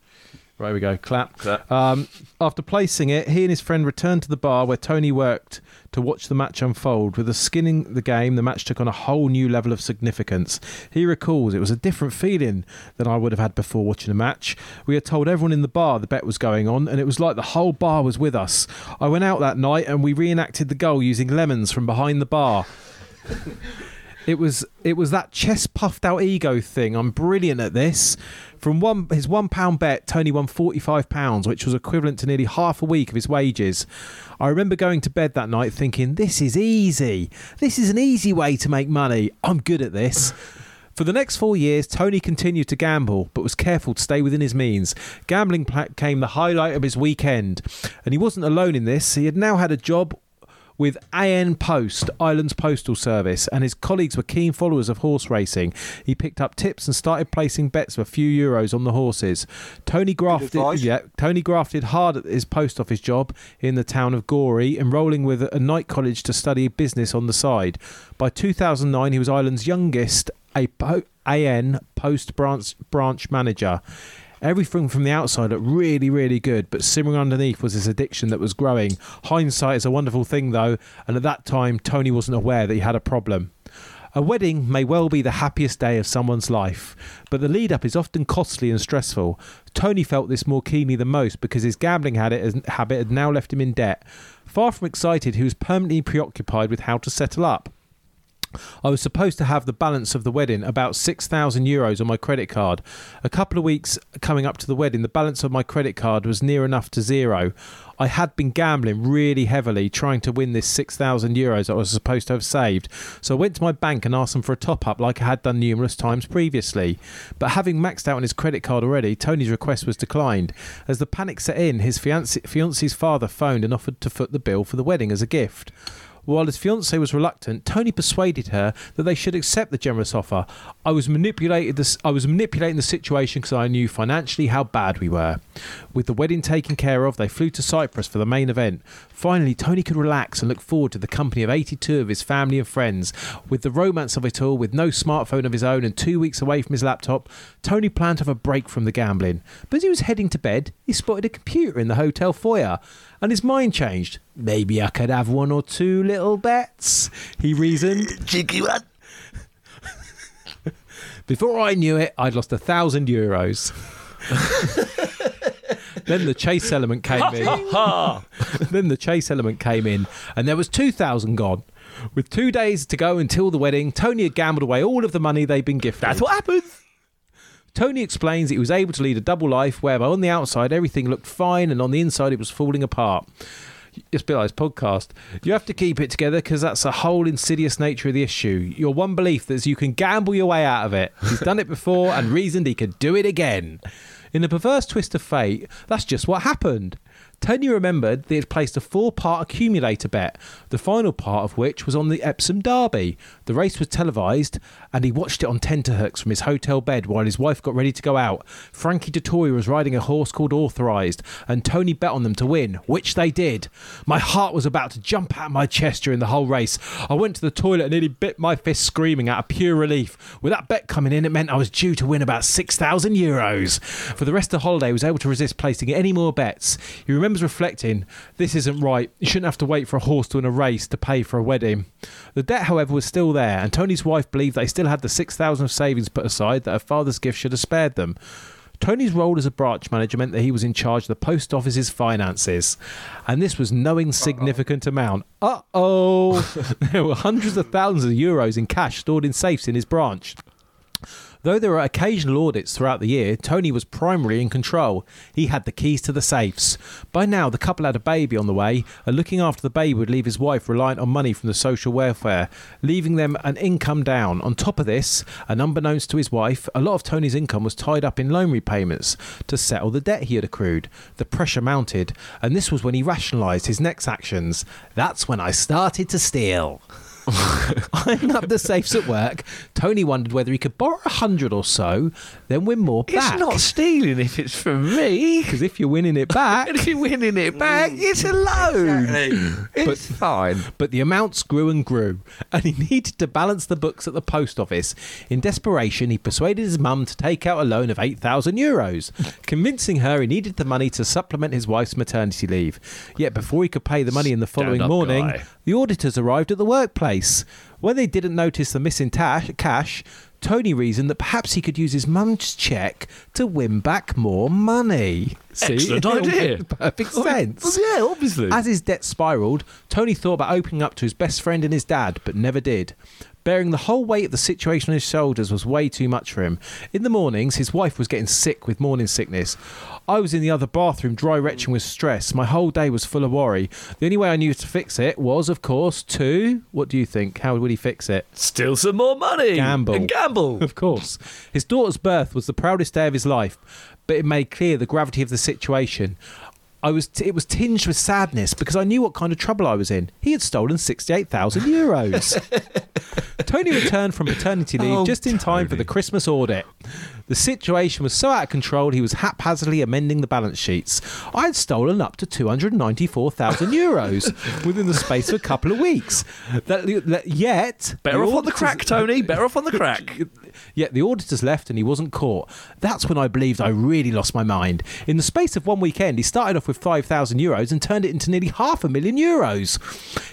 [SPEAKER 3] Right, we go. Clap.
[SPEAKER 4] Clap.
[SPEAKER 3] Um, after placing it, he and his friend returned to the bar where Tony worked to watch the match unfold. With the skinning the game, the match took on a whole new level of significance. He recalls it was a different feeling than I would have had before watching a match. We had told everyone in the bar the bet was going on, and it was like the whole bar was with us. I went out that night and we reenacted the goal using lemons from behind the bar. It was it was that chest puffed out ego thing. I'm brilliant at this. From one his one pound bet, Tony won forty five pounds, which was equivalent to nearly half a week of his wages. I remember going to bed that night thinking, "This is easy. This is an easy way to make money. I'm good at this." For the next four years, Tony continued to gamble, but was careful to stay within his means. Gambling pla- became the highlight of his weekend, and he wasn't alone in this. He had now had a job with AN Post, Ireland's postal service, and his colleagues were keen followers of horse racing. He picked up tips and started placing bets of a few euros on the horses. Tony grafted,
[SPEAKER 7] advice.
[SPEAKER 3] yeah, Tony grafted hard at his post office job in the town of Gorey, enrolling with a night college to study business on the side. By 2009, he was Ireland's youngest a po- AN post branch branch manager. Everything from the outside looked really, really good, but simmering underneath was his addiction that was growing. Hindsight is a wonderful thing, though, and at that time, Tony wasn't aware that he had a problem. A wedding may well be the happiest day of someone's life, but the lead up is often costly and stressful. Tony felt this more keenly than most because his gambling had- habit had now left him in debt. Far from excited, he was permanently preoccupied with how to settle up. I was supposed to have the balance of the wedding, about 6,000 euros on my credit card. A couple of weeks coming up to the wedding, the balance of my credit card was near enough to zero. I had been gambling really heavily trying to win this 6,000 euros that I was supposed to have saved. So I went to my bank and asked them for a top up like I had done numerous times previously. But having maxed out on his credit card already, Tony's request was declined. As the panic set in, his fiance- fiance's father phoned and offered to foot the bill for the wedding as a gift. While his fiancée was reluctant, Tony persuaded her that they should accept the generous offer. I was manipulated. This, I was manipulating the situation because I knew financially how bad we were. With the wedding taken care of, they flew to Cyprus for the main event. Finally, Tony could relax and look forward to the company of 82 of his family and friends. With the romance of it all, with no smartphone of his own and two weeks away from his laptop, Tony planned to have a break from the gambling. But as he was heading to bed, he spotted a computer in the hotel foyer and his mind changed. Maybe I could have one or two little bets, he reasoned.
[SPEAKER 4] Cheeky one.
[SPEAKER 3] Before I knew it, I'd lost a thousand euros. then the chase element came in. then the chase element came in, and there was two thousand gone. With two days to go until the wedding, Tony had gambled away all of the money they'd been gifted.
[SPEAKER 4] That's what happens.
[SPEAKER 3] Tony explains that he was able to lead a double life whereby on the outside everything looked fine and on the inside it was falling apart. It's Bill I's podcast. You have to keep it together because that's the whole insidious nature of the issue. Your one belief that you can gamble your way out of it. He's done it before and reasoned he could do it again. In a perverse twist of fate, that's just what happened. Tony remembered that he had placed a four part accumulator bet, the final part of which was on the Epsom Derby. The race was televised, and he watched it on tenterhooks from his hotel bed while his wife got ready to go out. Frankie Dettori was riding a horse called Authorized, and Tony bet on them to win, which they did. My heart was about to jump out of my chest during the whole race. I went to the toilet and nearly bit my fist screaming out of pure relief. With that bet coming in, it meant I was due to win about 6,000 euros. For the rest of the holiday, he was able to resist placing any more bets. He remembers reflecting, this isn't right. You shouldn't have to wait for a horse to win a race to pay for a wedding. The debt, however, was still there, and Tony's wife believed they still had the 6,000 of savings put aside that her father's gift should have spared them. Tony's role as a branch manager meant that he was in charge of the post office's finances, and this was no insignificant amount. Uh oh! there were hundreds of thousands of euros in cash stored in safes in his branch. Though there were occasional audits throughout the year, Tony was primarily in control. He had the keys to the safes. By now, the couple had a baby on the way, and looking after the baby would leave his wife reliant on money from the social welfare, leaving them an income down. On top of this, and unbeknownst to his wife, a lot of Tony's income was tied up in loan repayments to settle the debt he had accrued. The pressure mounted, and this was when he rationalised his next actions. That's when I started to steal. Eyeing up the safes at work, Tony wondered whether he could borrow a hundred or so, then win more back.
[SPEAKER 4] It's not stealing if it's from me.
[SPEAKER 3] because if you're winning it back.
[SPEAKER 4] And if you're winning it back, it's a loan. It's
[SPEAKER 3] But-
[SPEAKER 4] fine.
[SPEAKER 3] But the amounts grew and grew, and he needed to balance the books at the post office. In desperation, he persuaded his mum to take out a loan of 8,000 euros, convincing her he needed the money to supplement his wife's maternity leave. Yet before he could pay the money in the following
[SPEAKER 4] up
[SPEAKER 3] morning,
[SPEAKER 4] guy.
[SPEAKER 3] the auditors arrived at the workplace. When they didn't notice the missing ta- cash, Tony reasoned that perhaps he could use his mum's cheque to win back more money. See, it
[SPEAKER 4] Excellent
[SPEAKER 3] all
[SPEAKER 4] idea.
[SPEAKER 3] made Perfect sense.
[SPEAKER 4] Well, Oh, yeah, obviously.
[SPEAKER 3] As his debt spiraled, Tony thought about opening up to his best friend and his dad, but never did. Bearing the whole weight of the situation on his shoulders was way too much for him. In the mornings, his wife was getting sick with morning sickness. I was in the other bathroom, dry retching with stress. My whole day was full of worry. The only way I knew to fix it was, of course, to. What do you think? How would he fix it?
[SPEAKER 4] Steal some more money.
[SPEAKER 3] Gamble.
[SPEAKER 4] And gamble.
[SPEAKER 3] Of course. His daughter's birth was the proudest day of his life, but it made clear the gravity of the situation. I was it was tinged with sadness because I knew what kind of trouble I was in. He had stolen 68,000 euros. Tony returned from paternity leave
[SPEAKER 4] Oh,
[SPEAKER 3] just in time for the Christmas audit. The situation was so out of control he was haphazardly amending the balance sheets. I had stolen up to 294,000 euros within the space of a couple of weeks. That, that- yet
[SPEAKER 4] Better off on the
[SPEAKER 3] auditors-
[SPEAKER 4] crack, Tony. Better off on the crack.
[SPEAKER 3] Yet the auditors left and he wasn't caught. That's when I believed I really lost my mind. In the space of one weekend, he started off with 5,000 euros and turned it into nearly half a million euros.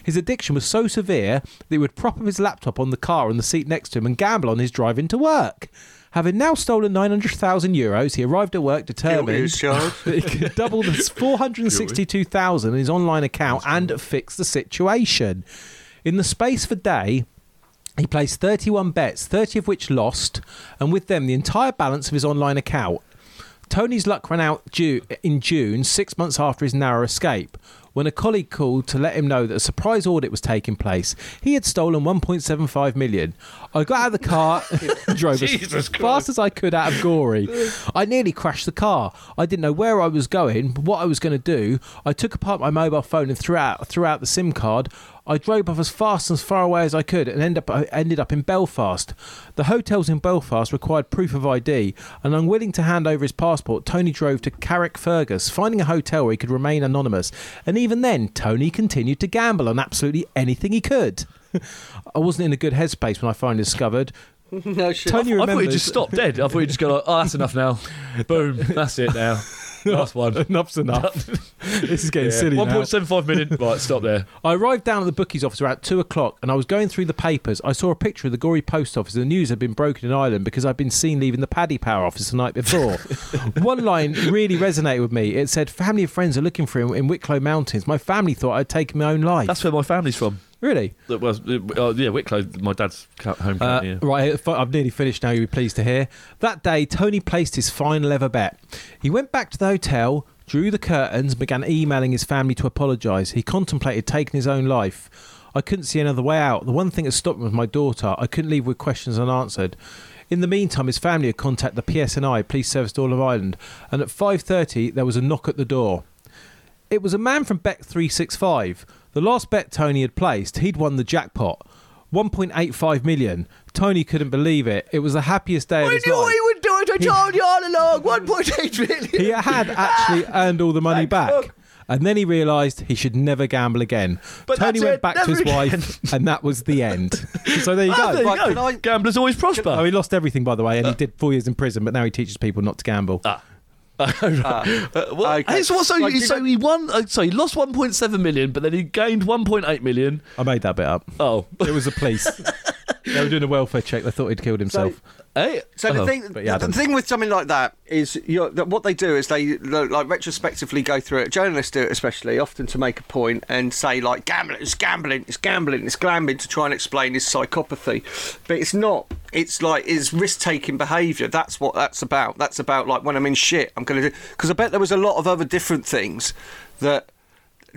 [SPEAKER 3] His addiction was so severe that he would prop up his laptop on the car on the seat next to him and gamble on his drive into work. Having now stolen 900,000 euros, he arrived at work
[SPEAKER 7] Guilty
[SPEAKER 3] determined
[SPEAKER 7] as charged.
[SPEAKER 3] that he could double the 462,000 in his online account and fix the situation. In the space of a day, he placed 31 bets, 30 of which lost, and with them the entire balance of his online account. Tony's luck ran out due, in June, six months after his narrow escape. when a colleague called to let him know that a surprise audit was taking place. He had stolen 1.75 million. I got out of the car and drove as fast as I could out of Gory. I nearly crashed the car. I didn't know where I was going, what I was going to do. I took apart my mobile phone and threw out, threw out the SIM card. I drove off as fast and as far away as I could and end up, I ended up in Belfast. The hotels in Belfast required proof of ID, and unwilling to hand over his passport, Tony drove to Carrickfergus, finding a hotel where he could remain anonymous. And even then, Tony continued to gamble on absolutely anything he could. I wasn't in a good headspace when I finally discovered.
[SPEAKER 5] no shit.
[SPEAKER 3] Tony
[SPEAKER 4] I
[SPEAKER 3] remembers.
[SPEAKER 4] thought you just stopped dead. I thought you just go like, oh, that's enough now. Boom, that's it now. Last one.
[SPEAKER 3] Enough's enough. this is getting silly.
[SPEAKER 4] One
[SPEAKER 3] now.
[SPEAKER 4] point seven five million. Right, stop there.
[SPEAKER 3] I arrived down at the bookies office around two o'clock and I was going through the papers. I saw a picture of the Gory post office. The news had been broken in Ireland because I'd been seen leaving the Paddy Power office the night before. One line really resonated with me. It said, Family and friends are looking for him in Wicklow Mountains. My family thought I'd taken my own life.
[SPEAKER 4] That's where my family's from.
[SPEAKER 3] really?
[SPEAKER 4] That was uh, yeah, Wicklow. My dad's ca- home
[SPEAKER 3] Uh,
[SPEAKER 4] county. yeah.
[SPEAKER 3] Right, if- I've nearly finished now, you'll be pleased to hear. That day, Tony placed his fine leather bet. He went back to the hotel, drew the curtains, and began emailing his family to apologise. He contemplated taking his own life. I couldn't see another way out. The one thing that stopped me was my daughter. I couldn't leave with questions unanswered. In the meantime, his family had contacted the PSNI, Police Service to All of Ireland, and at 5.30 there was a knock at the door. It was a man from Bet 365. The last bet Tony had placed, he'd won the jackpot. 1.85 million. Tony couldn't believe it. It was the happiest day of his life.
[SPEAKER 4] would do it. I told you all along. One point eight million.
[SPEAKER 3] He had actually earned all the money back. And then he realised he should never gamble again.
[SPEAKER 4] But
[SPEAKER 3] Tony
[SPEAKER 4] that's
[SPEAKER 3] went
[SPEAKER 4] it,
[SPEAKER 3] back to his
[SPEAKER 4] never
[SPEAKER 3] wife, and that was the end. So there you go.
[SPEAKER 4] There you
[SPEAKER 5] Right,
[SPEAKER 4] go.
[SPEAKER 5] can I-
[SPEAKER 4] Gamblers always prosper.
[SPEAKER 3] Oh, he lost everything, by the way, and he did four years in prison, but now he teaches people not to gamble.
[SPEAKER 4] Ah. Uh, well,
[SPEAKER 5] Ah. Okay.
[SPEAKER 4] it's also
[SPEAKER 5] Like, you
[SPEAKER 4] so
[SPEAKER 5] don't-
[SPEAKER 4] he won. Uh, so he lost one point seven million, but then he gained one point eight million.
[SPEAKER 3] I made that bit up.
[SPEAKER 4] Oh,
[SPEAKER 3] It was the police. they were doing a welfare check. They thought he'd killed himself.
[SPEAKER 4] hey.
[SPEAKER 5] So the
[SPEAKER 4] oh.
[SPEAKER 5] thing,
[SPEAKER 3] yeah, I
[SPEAKER 5] the
[SPEAKER 3] don't-
[SPEAKER 5] thing with something like that is, you're, that what they do is they like retrospectively go through it. Journalists do it especially often to make a point and say like gambling, it's gambling, it's gambling, it's gambling to try and explain his psychopathy, but it's not. It's like it's risk taking behaviour. That's what that's about. That's about like when I'm in shit, I'm gonna do because I bet there was a lot of other different things that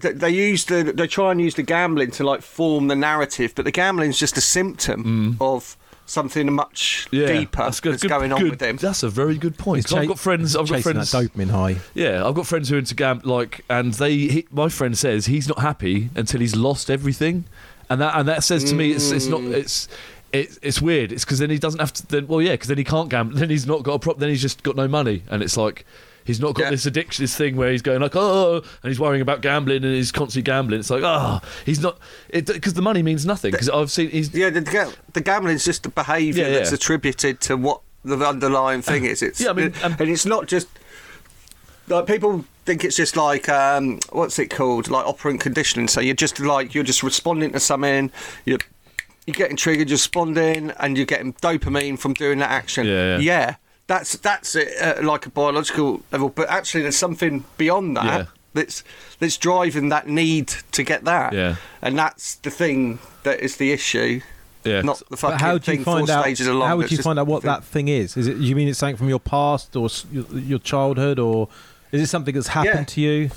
[SPEAKER 5] th- they use the they try and use the gambling to like form the narrative, but the gambling's just a symptom of something much deeper that's,
[SPEAKER 4] Mm. good- good-
[SPEAKER 5] going on
[SPEAKER 4] good-
[SPEAKER 5] with them.
[SPEAKER 4] That's a very good point. 'Cause I've got friends. I've got
[SPEAKER 3] chasing
[SPEAKER 4] friends.
[SPEAKER 3] that dopamine high.
[SPEAKER 4] Yeah, I've got friends who are into gam like, and they. He, my friend says he's not happy until he's lost everything, and that and that says to me it's it's
[SPEAKER 5] Mm.
[SPEAKER 4] not it's. It, it's weird. It's because then he doesn't have to. Then, well, yeah, because then he can't gamble. Then he's not got a prop. Then he's just got no money, and it's like he's not got
[SPEAKER 5] Yeah.
[SPEAKER 4] this addiction, this thing where he's going like, oh, and he's worrying about gambling, and he's constantly gambling. It's like, oh, he's not because the money means nothing. Because I've seen he's
[SPEAKER 5] Yeah, the, ga- the gambling's just the behaviour
[SPEAKER 4] Yeah, yeah.
[SPEAKER 5] that's attributed to what the underlying thing is. It's
[SPEAKER 4] Yeah, I mean, um,
[SPEAKER 5] and it's not just like people think it's just like um, what's it called, like operant conditioning. So you're just like you're just responding to something. You're you're getting triggered, you're responding, and you're getting dopamine from doing that action.
[SPEAKER 4] Yeah, yeah.
[SPEAKER 5] that's that's it, uh, like a biological level. But actually, there's something beyond that.
[SPEAKER 4] Yeah.
[SPEAKER 5] That's that's driving that need to get that,
[SPEAKER 4] Yeah.
[SPEAKER 5] and that's the thing that is the issue.
[SPEAKER 4] yeah.
[SPEAKER 5] Not the fucking
[SPEAKER 3] But how do
[SPEAKER 5] thing
[SPEAKER 3] you find
[SPEAKER 5] four
[SPEAKER 3] out?
[SPEAKER 5] stages along.
[SPEAKER 3] How would
[SPEAKER 5] that's
[SPEAKER 3] you
[SPEAKER 5] just
[SPEAKER 3] find out what
[SPEAKER 5] the thing.
[SPEAKER 3] that thing is? Is it? You mean it's something from your past or s- your, your childhood, or is it something that's happened
[SPEAKER 5] Yeah.
[SPEAKER 3] to you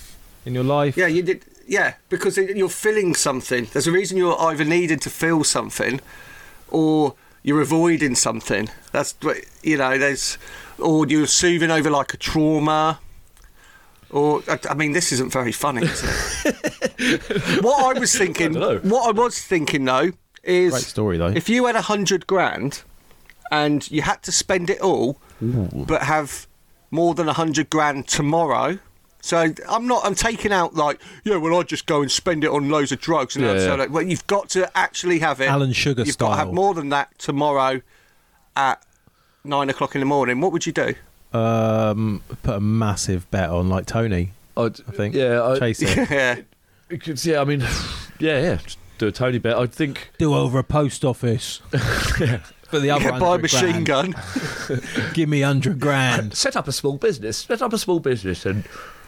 [SPEAKER 3] in your life?
[SPEAKER 5] Yeah, you did. Yeah, because it- you're feeling something. There's a reason you're either needing to feel something, or you're avoiding something. That's what you know. There's, or you're soothing over like a trauma. Or I, I mean, this isn't very funny. Is it? what I was thinking.
[SPEAKER 4] dunno.
[SPEAKER 5] what I was thinking though is
[SPEAKER 3] Great story, though.
[SPEAKER 5] If you had a hundred grand, and you had to spend it all, but have more than a hundred grand tomorrow. So I'm not. I'm taking out like, yeah. Well, I just go and spend it on loads of drugs. And
[SPEAKER 4] Yeah,
[SPEAKER 5] yeah,
[SPEAKER 4] yeah.
[SPEAKER 5] Like, well, you've got to actually have it.
[SPEAKER 3] Alan Sugar
[SPEAKER 5] You've got to have
[SPEAKER 3] style.
[SPEAKER 5] more than that tomorrow at nine o'clock in the morning. What would you do?
[SPEAKER 3] Um, put a massive bet on like Tony.
[SPEAKER 4] I'd-
[SPEAKER 3] I think.
[SPEAKER 4] Yeah, I-
[SPEAKER 3] Chase it.
[SPEAKER 5] Yeah.
[SPEAKER 4] Because, yeah, I mean, yeah, yeah. just Do a Tony bet. I think.
[SPEAKER 3] Do over a post office. For the other
[SPEAKER 5] yeah buy a
[SPEAKER 3] 100
[SPEAKER 5] machine
[SPEAKER 3] grand.
[SPEAKER 5] gun.
[SPEAKER 3] Give me hundred grand.
[SPEAKER 4] set up a small business, set up a small business, and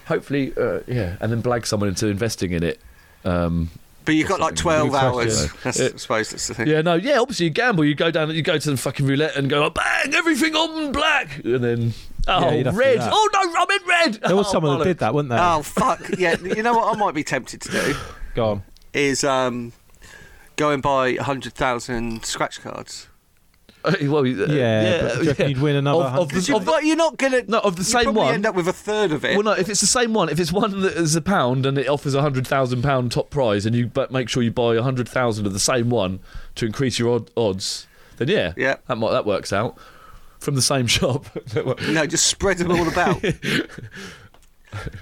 [SPEAKER 4] hopefully, uh, yeah, and then blag someone into investing in it. Um,
[SPEAKER 5] But you've got like
[SPEAKER 4] Something.
[SPEAKER 5] twelve
[SPEAKER 4] Good
[SPEAKER 5] hours.
[SPEAKER 4] question.
[SPEAKER 5] That's,
[SPEAKER 4] Yeah.
[SPEAKER 5] I suppose that's the thing.
[SPEAKER 4] yeah, no, "Oh, yeah. Obviously, you gamble. You go down, you go to the fucking roulette, and go like, bang, everything on black, and then Oh,
[SPEAKER 3] you'd have to do
[SPEAKER 4] red.
[SPEAKER 3] that.
[SPEAKER 4] Oh, no, I'm in red.
[SPEAKER 3] There was
[SPEAKER 4] oh,
[SPEAKER 3] someone that did
[SPEAKER 4] bollocks.
[SPEAKER 3] that, weren't there?
[SPEAKER 5] Oh fuck! Yeah, you know what I might be tempted to do
[SPEAKER 3] Go on.
[SPEAKER 5] is um, go and buy hundred thousand scratch cards.
[SPEAKER 4] well, uh,
[SPEAKER 3] Yeah, but do you reckon you'd win another
[SPEAKER 4] Of- of,
[SPEAKER 3] hundred?
[SPEAKER 4] the,
[SPEAKER 5] You,
[SPEAKER 4] of the-
[SPEAKER 5] but you're not gonna.
[SPEAKER 4] no, of the
[SPEAKER 5] you
[SPEAKER 4] same
[SPEAKER 5] probably
[SPEAKER 4] one.
[SPEAKER 5] End up with a third of it.
[SPEAKER 4] Well, no, if it's the same one, if it's one that is a pound and it offers a hundred thousand pound top prize, and you bu- make sure you buy a hundred thousand of the same one to increase your od- odds, then yeah,
[SPEAKER 5] Yeah.
[SPEAKER 4] that might, that works out from the same shop. That works.
[SPEAKER 5] No, just spread them all about.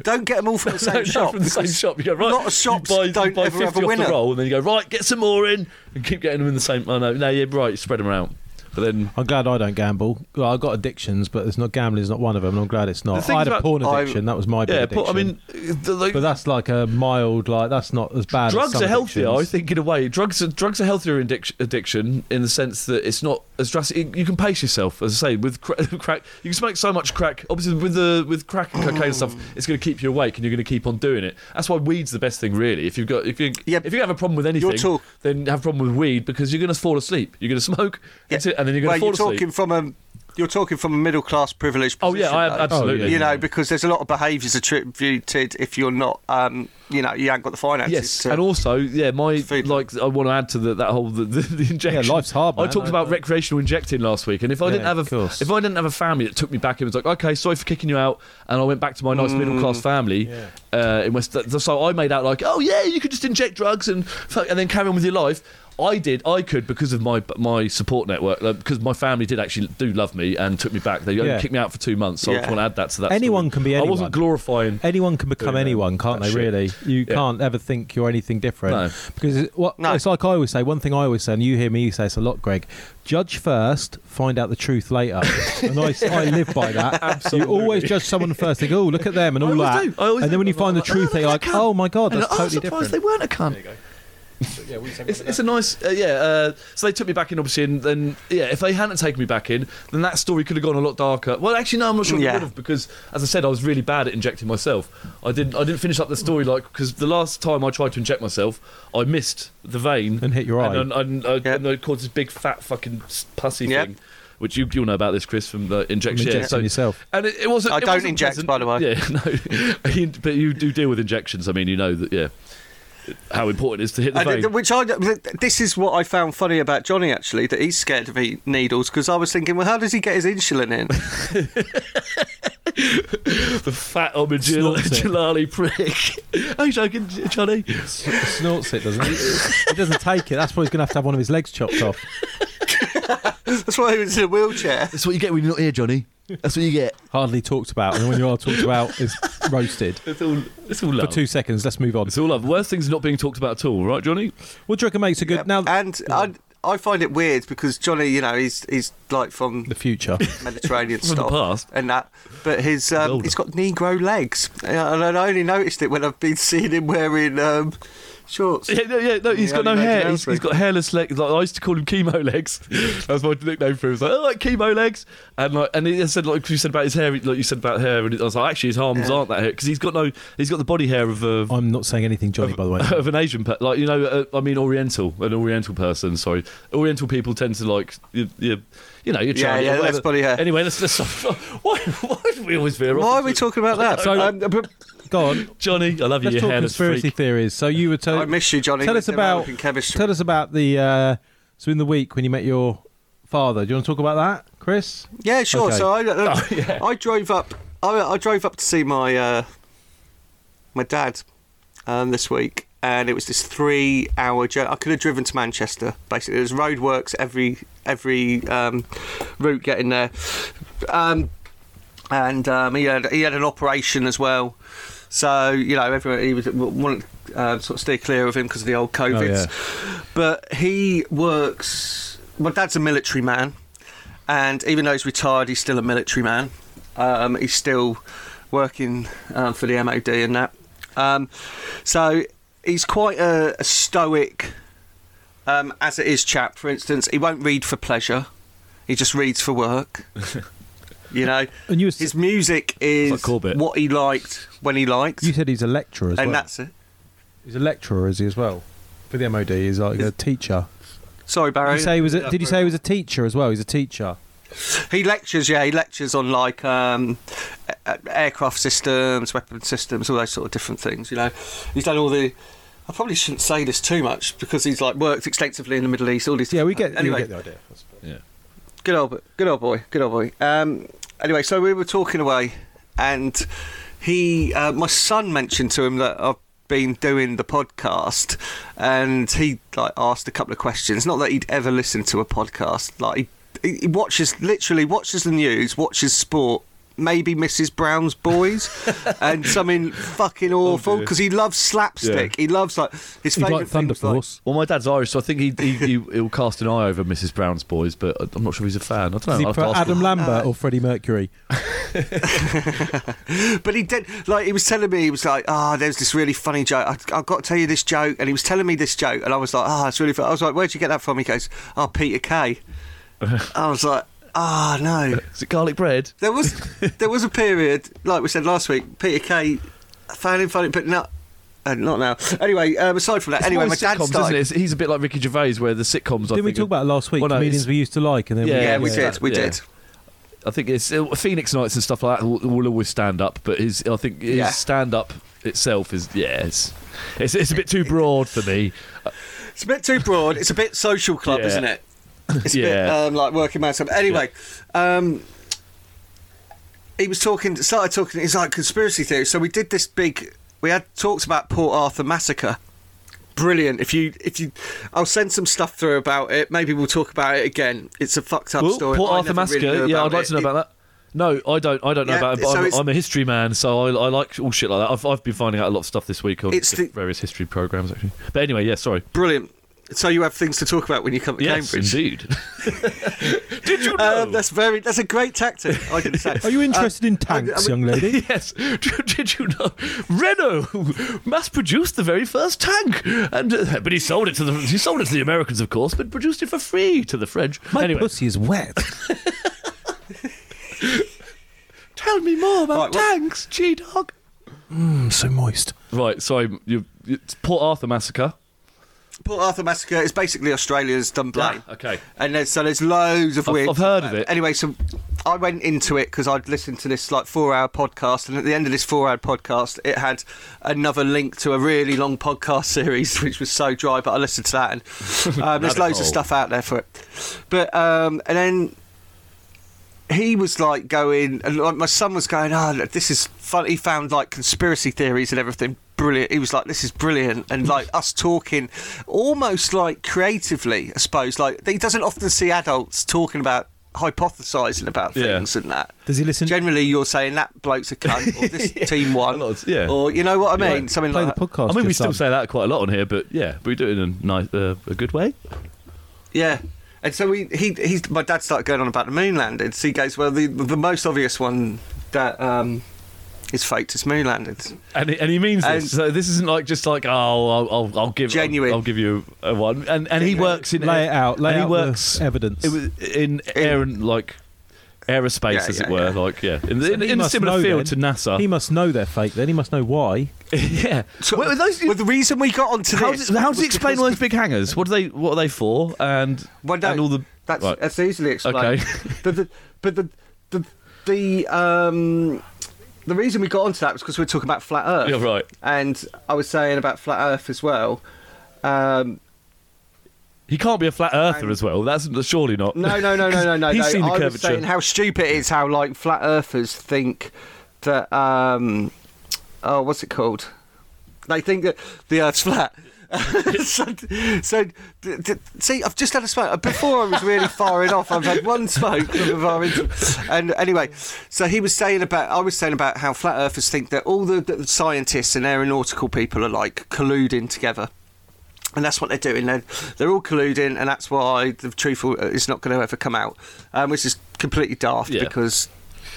[SPEAKER 5] Don't get them all from the same
[SPEAKER 4] No, no,
[SPEAKER 5] shop.
[SPEAKER 4] from the same shop. You go right.
[SPEAKER 5] lot of shops
[SPEAKER 4] you buy, you
[SPEAKER 5] don't
[SPEAKER 4] buy
[SPEAKER 5] ever have
[SPEAKER 4] 50
[SPEAKER 5] a
[SPEAKER 4] off
[SPEAKER 5] winner.
[SPEAKER 4] the roll, and then you go right, get some more in, and keep getting them in the same. Oh no, no, yeah, right, spread them out. But then
[SPEAKER 3] I'm glad I don't gamble. Well, I've got addictions, but it's not gambling's not one of them, and I'm glad it's
[SPEAKER 4] The
[SPEAKER 3] not.
[SPEAKER 4] thing
[SPEAKER 3] I had a
[SPEAKER 4] about-
[SPEAKER 3] porn
[SPEAKER 5] I-
[SPEAKER 3] addiction. that was my big
[SPEAKER 4] yeah,
[SPEAKER 3] addiction.
[SPEAKER 4] but, I mean, the, like,
[SPEAKER 3] but that's like a mild, like that's not as bad. as
[SPEAKER 4] drugs
[SPEAKER 3] some
[SPEAKER 4] are healthier. I
[SPEAKER 3] addictions.
[SPEAKER 4] think in a way, drugs are, drugs are healthier addic- addiction in the sense that it's not as drastic. You can pace yourself, as I say, with cra- crack. You can smoke so much crack. Obviously, with the with crack and cocaine and stuff, it's going to keep you awake, and you're going to keep on doing it. That's why weed's the best thing, really. If you've got if you
[SPEAKER 5] Yeah,
[SPEAKER 4] if you have a problem with anything,
[SPEAKER 5] you're talk-
[SPEAKER 4] then have a problem with weed because you're going to fall asleep. You're going to smoke, that's it, and then you're
[SPEAKER 5] well,
[SPEAKER 4] going to
[SPEAKER 5] you're
[SPEAKER 4] fall
[SPEAKER 5] talking
[SPEAKER 4] asleep.
[SPEAKER 5] from a you're talking from a middle class privileged.
[SPEAKER 4] Oh, yeah,
[SPEAKER 5] position,
[SPEAKER 4] I-
[SPEAKER 5] though.
[SPEAKER 4] absolutely.
[SPEAKER 5] You know, because there's a lot of behaviours attributed if you're not, um, you know, you ain't got the finances.
[SPEAKER 4] Yes,
[SPEAKER 5] to-
[SPEAKER 4] and also, yeah, my
[SPEAKER 5] Food.
[SPEAKER 4] like I want to add to the, that whole the, the, the injection.
[SPEAKER 3] life's hard,
[SPEAKER 4] I
[SPEAKER 3] man.
[SPEAKER 4] talked
[SPEAKER 3] I-
[SPEAKER 4] about recreational injecting last week, and if I
[SPEAKER 3] Yeah,
[SPEAKER 4] didn't have a
[SPEAKER 3] of course.
[SPEAKER 4] if I didn't have a family that took me back and was like, okay, sorry for kicking you out, and I went back to my
[SPEAKER 5] Mm.
[SPEAKER 4] nice middle class family uh, in West. th- So I made out like, oh yeah, you could just inject drugs and fuck- and then carry on with your life. I did. I could because of my my support network, like, because my family did actually do love me and took me back. They only
[SPEAKER 3] Yeah.
[SPEAKER 4] kicked me out for two months, so I
[SPEAKER 5] Yeah.
[SPEAKER 4] just want to add that to that.
[SPEAKER 3] Anyone
[SPEAKER 4] story.
[SPEAKER 3] can be
[SPEAKER 4] I wasn't
[SPEAKER 3] anyone.
[SPEAKER 4] glorifying.
[SPEAKER 3] Anyone can become
[SPEAKER 4] Yeah,
[SPEAKER 3] anyone, can't
[SPEAKER 4] uh, that
[SPEAKER 3] they?
[SPEAKER 4] shit.
[SPEAKER 3] Really, you
[SPEAKER 4] Yeah.
[SPEAKER 3] can't ever think you're anything different.
[SPEAKER 4] No.
[SPEAKER 3] Because it- what
[SPEAKER 5] No.
[SPEAKER 3] it's like I always say. One thing I always say, and you hear me say this a lot, Greg. Judge first, find out the truth later. and I, I live by that. Absolutely. You always judge someone first. Think, oh, look at them and all
[SPEAKER 4] always
[SPEAKER 3] that.
[SPEAKER 4] do. I always
[SPEAKER 3] And then
[SPEAKER 4] do.
[SPEAKER 3] when you
[SPEAKER 4] I'm
[SPEAKER 3] find the
[SPEAKER 4] like, oh,
[SPEAKER 3] truth,
[SPEAKER 4] look
[SPEAKER 3] they're
[SPEAKER 4] at
[SPEAKER 3] like,
[SPEAKER 4] that cunt.
[SPEAKER 3] oh my god,
[SPEAKER 4] And
[SPEAKER 3] that's
[SPEAKER 4] I'm
[SPEAKER 3] totally
[SPEAKER 4] surprised
[SPEAKER 3] different.
[SPEAKER 4] they weren't a cunt. It's, it's a nice, uh, yeah. Uh, so they took me back in, obviously, and then yeah, if they hadn't taken me back in, then that story could have gone a lot darker. Well, actually, no, I'm not sure it
[SPEAKER 5] Yeah.
[SPEAKER 4] would have because, as I said, I was really bad at injecting myself. I didn't, I didn't finish up the story like because the last time I tried to inject myself, I missed the vein
[SPEAKER 3] And hit your eye.
[SPEAKER 4] and, and, and,
[SPEAKER 5] Yeah.
[SPEAKER 4] and it caused this big fat fucking s- pussy
[SPEAKER 5] Yeah.
[SPEAKER 4] thing. Which you, you'll know about this, Chris, from the injection.
[SPEAKER 3] injecting
[SPEAKER 4] yeah, so,
[SPEAKER 3] yourself.
[SPEAKER 4] And it, it wasn't.
[SPEAKER 5] I
[SPEAKER 4] it
[SPEAKER 5] don't
[SPEAKER 4] wasn't
[SPEAKER 5] inject,
[SPEAKER 4] pleasant.
[SPEAKER 5] by the way.
[SPEAKER 4] Yeah, no. You- but you do deal with injections. I mean, you know that. Yeah, how important it is to hit the
[SPEAKER 5] And
[SPEAKER 4] vein.
[SPEAKER 5] th- which I this is what I found funny about Johnny actually that he's scared of eat needles because I was thinking, well, how does he get his insulin in?
[SPEAKER 4] the fat omagil
[SPEAKER 3] Snorts it.
[SPEAKER 4] Jalali prick. Are you joking, Johnny?
[SPEAKER 3] Snorts it, doesn't he? he doesn't take it. That's why he's going to have to have one of his legs chopped off.
[SPEAKER 5] That's why he was in a wheelchair.
[SPEAKER 4] That's what you get when you're not here, Johnny. That's what you get.
[SPEAKER 3] Hardly talked about, and when you are talked about, it's roasted
[SPEAKER 4] It's all. It's all
[SPEAKER 3] for
[SPEAKER 4] love.
[SPEAKER 3] two seconds. Let's move on.
[SPEAKER 4] it's all love. Worst things not being talked about at all, right, Johnny?
[SPEAKER 3] What do you reckon makes a good now?
[SPEAKER 4] Uh,
[SPEAKER 5] and I, I find it weird because Johnny, you know, he's he's like from
[SPEAKER 3] the future.
[SPEAKER 5] Mediterranean
[SPEAKER 4] the
[SPEAKER 5] stuff
[SPEAKER 4] past.
[SPEAKER 5] and that, but his um,
[SPEAKER 4] older.
[SPEAKER 5] he's got Negro legs, and I only noticed it when I've been seeing him wearing um, shorts.
[SPEAKER 4] Yeah, no, yeah, no. He's
[SPEAKER 5] Yeah,
[SPEAKER 4] got no
[SPEAKER 5] you made
[SPEAKER 4] hair.
[SPEAKER 5] your
[SPEAKER 4] He's,
[SPEAKER 5] own
[SPEAKER 4] he's got hairless legs. Like, I used to call him chemo legs. that was my nickname for him. It was like, oh, like chemo legs. And like, and he said like you said about his hair. Like you said about hair, and I was like, actually, his arms aren't that hair because he's got no. He's got the body hair of a.
[SPEAKER 3] I'm not saying anything, Johnny. By the way,
[SPEAKER 4] of an Asian, per- like you know, uh, I mean, Oriental, an Oriental person. Sorry, Oriental people tend to like you, you, you know, you're Chinese. or
[SPEAKER 5] yeah, less
[SPEAKER 4] whatever.
[SPEAKER 5] body hair.
[SPEAKER 4] Anyway, let's let's. why, why do we always veer off?
[SPEAKER 5] Why are we
[SPEAKER 4] into-
[SPEAKER 5] talking about that?
[SPEAKER 3] So-
[SPEAKER 5] Um, but
[SPEAKER 3] go on.
[SPEAKER 4] Johnny? I love you.
[SPEAKER 3] Let's
[SPEAKER 4] Your
[SPEAKER 3] talk
[SPEAKER 4] hairless
[SPEAKER 3] conspiracy
[SPEAKER 4] freak.
[SPEAKER 3] theories. So you were telling.
[SPEAKER 5] I miss you, Johnny.
[SPEAKER 3] Tell
[SPEAKER 5] with
[SPEAKER 3] us
[SPEAKER 5] them
[SPEAKER 3] about.
[SPEAKER 5] American chemistry.
[SPEAKER 3] Tell us about the. Uh, so in the week when you met your father, do you want to talk about that, Chris?
[SPEAKER 5] Yeah, sure.
[SPEAKER 3] Okay.
[SPEAKER 5] So I, uh, I drove up. I, I drove up to see my uh, my dad um, this week, and it was this three-hour journey. I could have driven to Manchester. Basically, there's roadworks every every um, route getting there, um, and um, he had he had an operation as well. So you know, everyone he was wanted uh, sort of steer clear of him because of the old COVIDs. But he works. My dad's a military man, and even though he's retired, he's still a military man. Um, he's still working um, for the MOD and that. Um, so he's quite a, a stoic, um, as it is, chap. For instance, he won't read for pleasure; he just reads for work. you know,
[SPEAKER 3] And you,
[SPEAKER 5] his music is
[SPEAKER 4] like Corbett.
[SPEAKER 5] what he liked when he liked,
[SPEAKER 3] you said he's a lecturer as
[SPEAKER 5] and
[SPEAKER 3] well.
[SPEAKER 5] that's it.
[SPEAKER 3] He's a lecturer, is he as well? For the MOD, he's like a teacher.
[SPEAKER 5] Sorry, Barry.
[SPEAKER 3] Did you say he was? A, did you say he was a teacher as well? He's a teacher.
[SPEAKER 5] He lectures, yeah, he lectures on like um, a- a- aircraft systems, weapon systems, all those sort of different things. You know, he's done all the. I probably shouldn't say this too much because he's like worked extensively in the Middle East. All these.
[SPEAKER 3] Yeah, we
[SPEAKER 5] different-
[SPEAKER 3] get,
[SPEAKER 5] anyway.
[SPEAKER 3] we get the idea.
[SPEAKER 5] Good old, good old boy, good old boy. Um, anyway, so we were talking away, and he, uh, my son, mentioned to him that I've been doing the podcast, and he like asked a couple of questions. Not that he'd ever listened to a podcast. Like he, he- he watches, literally watches the news, watches sport. Maybe Mrs. Brown's Boys and something fucking awful
[SPEAKER 4] dear.
[SPEAKER 5] because he loves slapstick. He loves like his
[SPEAKER 3] He's
[SPEAKER 5] favorite
[SPEAKER 3] like Thunder Force.
[SPEAKER 4] Well, my dad's Irish, so I think he, he, he, he'll cast an eye over Mrs. Brown's boys, but I'm not sure he's a fan. I don't know.
[SPEAKER 3] Is he
[SPEAKER 4] I'll have to
[SPEAKER 3] pro-
[SPEAKER 4] ask
[SPEAKER 3] Adam
[SPEAKER 4] him.
[SPEAKER 5] Uh,
[SPEAKER 3] Lambert or Freddie Mercury?
[SPEAKER 5] But he did, like, he was telling me, he was like, ah, there's this really funny joke. I, I've got to tell you this joke. And he was telling me this joke. And I was like, ah, it's really funny. I was like, where'd you get that from? He goes, oh, Peter Kay. I was like, ah, no.
[SPEAKER 4] Is it garlic bread?
[SPEAKER 5] There was there was a period, like we said last week, Peter Kay found him funny, but not, uh, not now. Anyway, um, aside from that, anyway,
[SPEAKER 4] Well,
[SPEAKER 5] my
[SPEAKER 4] it's
[SPEAKER 5] dad
[SPEAKER 4] sitcoms,
[SPEAKER 5] started.
[SPEAKER 4] Isn't it? He's a bit like Ricky Gervais, where the sitcoms. I
[SPEAKER 3] Didn't we
[SPEAKER 4] think
[SPEAKER 3] talk
[SPEAKER 4] are-
[SPEAKER 3] about it last week?
[SPEAKER 4] Well, no,
[SPEAKER 3] comedians
[SPEAKER 4] it's-
[SPEAKER 3] we used to like, and then
[SPEAKER 4] Yeah,
[SPEAKER 3] we,
[SPEAKER 5] Yeah, we
[SPEAKER 4] yeah.
[SPEAKER 5] did, we
[SPEAKER 4] Yeah.
[SPEAKER 5] did.
[SPEAKER 4] I think it's uh, Phoenix Nights and stuff like that will, will always stand up, but his I think his
[SPEAKER 5] Yeah.
[SPEAKER 4] stand up itself is yeah, it's, it's it's a bit too broad for me.
[SPEAKER 5] It's a bit too broad. It's a bit social club,
[SPEAKER 4] Yeah.
[SPEAKER 5] isn't it? It's a bit
[SPEAKER 4] Yeah.
[SPEAKER 5] um, like working man stuff. Anyway, um, he was talking, started talking. He's like conspiracy theory. So we did this big. We had talked about Port Arthur massacre. Brilliant. If you, if you, I'll send some stuff through about it. Maybe we'll talk about it again. It's a fucked up
[SPEAKER 4] Well,
[SPEAKER 5] story.
[SPEAKER 4] Port
[SPEAKER 5] I
[SPEAKER 4] Arthur
[SPEAKER 5] never really
[SPEAKER 4] Massacre.
[SPEAKER 5] knew
[SPEAKER 4] yeah,
[SPEAKER 5] about
[SPEAKER 4] I'd like
[SPEAKER 5] it.
[SPEAKER 4] to know about that. No, I don't. I don't know
[SPEAKER 5] Yeah,
[SPEAKER 4] about it. But
[SPEAKER 5] so
[SPEAKER 4] I'm,
[SPEAKER 5] it's-
[SPEAKER 4] I'm a history man, so I, I like all shit like that. I've, I've been finding out a lot of stuff this week on
[SPEAKER 5] It's the-
[SPEAKER 4] various history programs, actually. But anyway, yeah, sorry.
[SPEAKER 5] Brilliant. So you have things to talk about when you come to
[SPEAKER 4] Yes,
[SPEAKER 5] Cambridge.
[SPEAKER 4] indeed. Did you know?
[SPEAKER 5] Um, that's very. That's a great tactic. I didn't say.
[SPEAKER 3] Are you interested
[SPEAKER 4] Uh,
[SPEAKER 3] in
[SPEAKER 5] I- I
[SPEAKER 3] tanks,
[SPEAKER 5] mean-
[SPEAKER 3] young lady?
[SPEAKER 4] Yes. Did, did you know Renault mass produced the very first tank, and uh, but he sold it to the he sold it to the Americans, of course, but produced it for free to the French.
[SPEAKER 3] My
[SPEAKER 4] anyway,
[SPEAKER 3] pussy is wet.
[SPEAKER 4] tell me more about
[SPEAKER 5] Right, well-
[SPEAKER 4] tanks, G dog.
[SPEAKER 3] I'm Mm, so moist.
[SPEAKER 4] Right. Sorry, you, it's Port Arthur massacre.
[SPEAKER 5] Port Arthur Massacre is basically Australia's Dunblane.
[SPEAKER 4] Ah, okay.
[SPEAKER 5] And there's, so there's loads of
[SPEAKER 4] I've-
[SPEAKER 5] weird.
[SPEAKER 4] I've heard of it.
[SPEAKER 5] Anyway, so I went into it because I'd listened to this like four-hour podcast, and at the end of this four-hour podcast, it had another link to a really long podcast series, which was so dry. But I listened to that, and um, there's
[SPEAKER 4] Rabbit
[SPEAKER 5] loads of
[SPEAKER 4] hole.
[SPEAKER 5] stuff out there for it. But um, and then he was like going, and like my son was going, oh, look, this is fun. He found like conspiracy theories and everything brilliant. He was like, this is brilliant. And like us talking almost like creatively, I suppose. Like he doesn't often see adults talking about hypothesizing about
[SPEAKER 4] Yeah.
[SPEAKER 5] things and that.
[SPEAKER 3] Does he listen?
[SPEAKER 5] Generally, you're saying that bloke's a cunt, or this team won,
[SPEAKER 4] lot of- yeah.
[SPEAKER 5] or you know what I mean,
[SPEAKER 4] Yeah.
[SPEAKER 5] something
[SPEAKER 3] Play the
[SPEAKER 5] like that.
[SPEAKER 3] podcast.
[SPEAKER 4] I mean, we
[SPEAKER 3] your
[SPEAKER 4] still
[SPEAKER 3] son.
[SPEAKER 4] say that quite a lot on here, but yeah, we do it in a nice, uh, a good way.
[SPEAKER 5] Yeah. And so we, he, he's, my dad started going on about the moon landings. He goes, well, the the most obvious one that um, is faked is moon landings.
[SPEAKER 4] And he, and he means
[SPEAKER 5] And-
[SPEAKER 4] this. So this isn't like just like oh I'll I'll, I'll give
[SPEAKER 5] Genuine.
[SPEAKER 4] I'll, give you a one. And and he
[SPEAKER 5] Genuine.
[SPEAKER 4] works in
[SPEAKER 3] Lay it out. Lay
[SPEAKER 4] and
[SPEAKER 3] out
[SPEAKER 4] he works
[SPEAKER 3] the evidence.
[SPEAKER 4] It was in air and like aerospace,
[SPEAKER 5] Yeah,
[SPEAKER 4] as
[SPEAKER 5] yeah,
[SPEAKER 4] it were.
[SPEAKER 5] yeah.
[SPEAKER 4] Like yeah, in, the
[SPEAKER 3] So
[SPEAKER 4] in,
[SPEAKER 3] he
[SPEAKER 4] in a
[SPEAKER 3] must
[SPEAKER 4] similar
[SPEAKER 3] know
[SPEAKER 4] field
[SPEAKER 3] then.
[SPEAKER 4] to NASA.
[SPEAKER 3] He must know they're fake. Then he must know why.
[SPEAKER 4] yeah.
[SPEAKER 5] So,
[SPEAKER 4] Well, those-
[SPEAKER 5] well, the reason we got onto
[SPEAKER 4] how,
[SPEAKER 5] this,
[SPEAKER 4] do, how do you
[SPEAKER 5] was
[SPEAKER 4] explain all
[SPEAKER 5] because-
[SPEAKER 4] those big hangers? What are they? What are they for? And
[SPEAKER 5] Well, no,
[SPEAKER 4] and all the
[SPEAKER 5] that's
[SPEAKER 4] right.
[SPEAKER 5] that's easily explained.
[SPEAKER 4] Okay.
[SPEAKER 5] but the but the the the um the reason we got onto that was because we were talking about flat Earth.
[SPEAKER 4] You're right.
[SPEAKER 5] And I was saying about flat Earth as well. Um,
[SPEAKER 4] he can't be a flat earther as well. That's surely not.
[SPEAKER 5] no, no, no, no, no, no.
[SPEAKER 4] He's
[SPEAKER 5] no.
[SPEAKER 4] seen the
[SPEAKER 5] I was
[SPEAKER 4] curvature.
[SPEAKER 5] saying how stupid it is how like flat Earthers think that um oh what's it called? They think that the Earth's flat. so, so d- d- see, I've just had a smoke. Before I was really firing off. I've had one smoke, of our inter- and anyway, so he was saying about I was saying about how flat earthers think that all the, the scientists and aeronautical people are like colluding together. And that's what they're doing. They're, they're all colluding, and that's why the truth will- is not going to ever come out, um, which is completely daft
[SPEAKER 4] Yeah.
[SPEAKER 5] because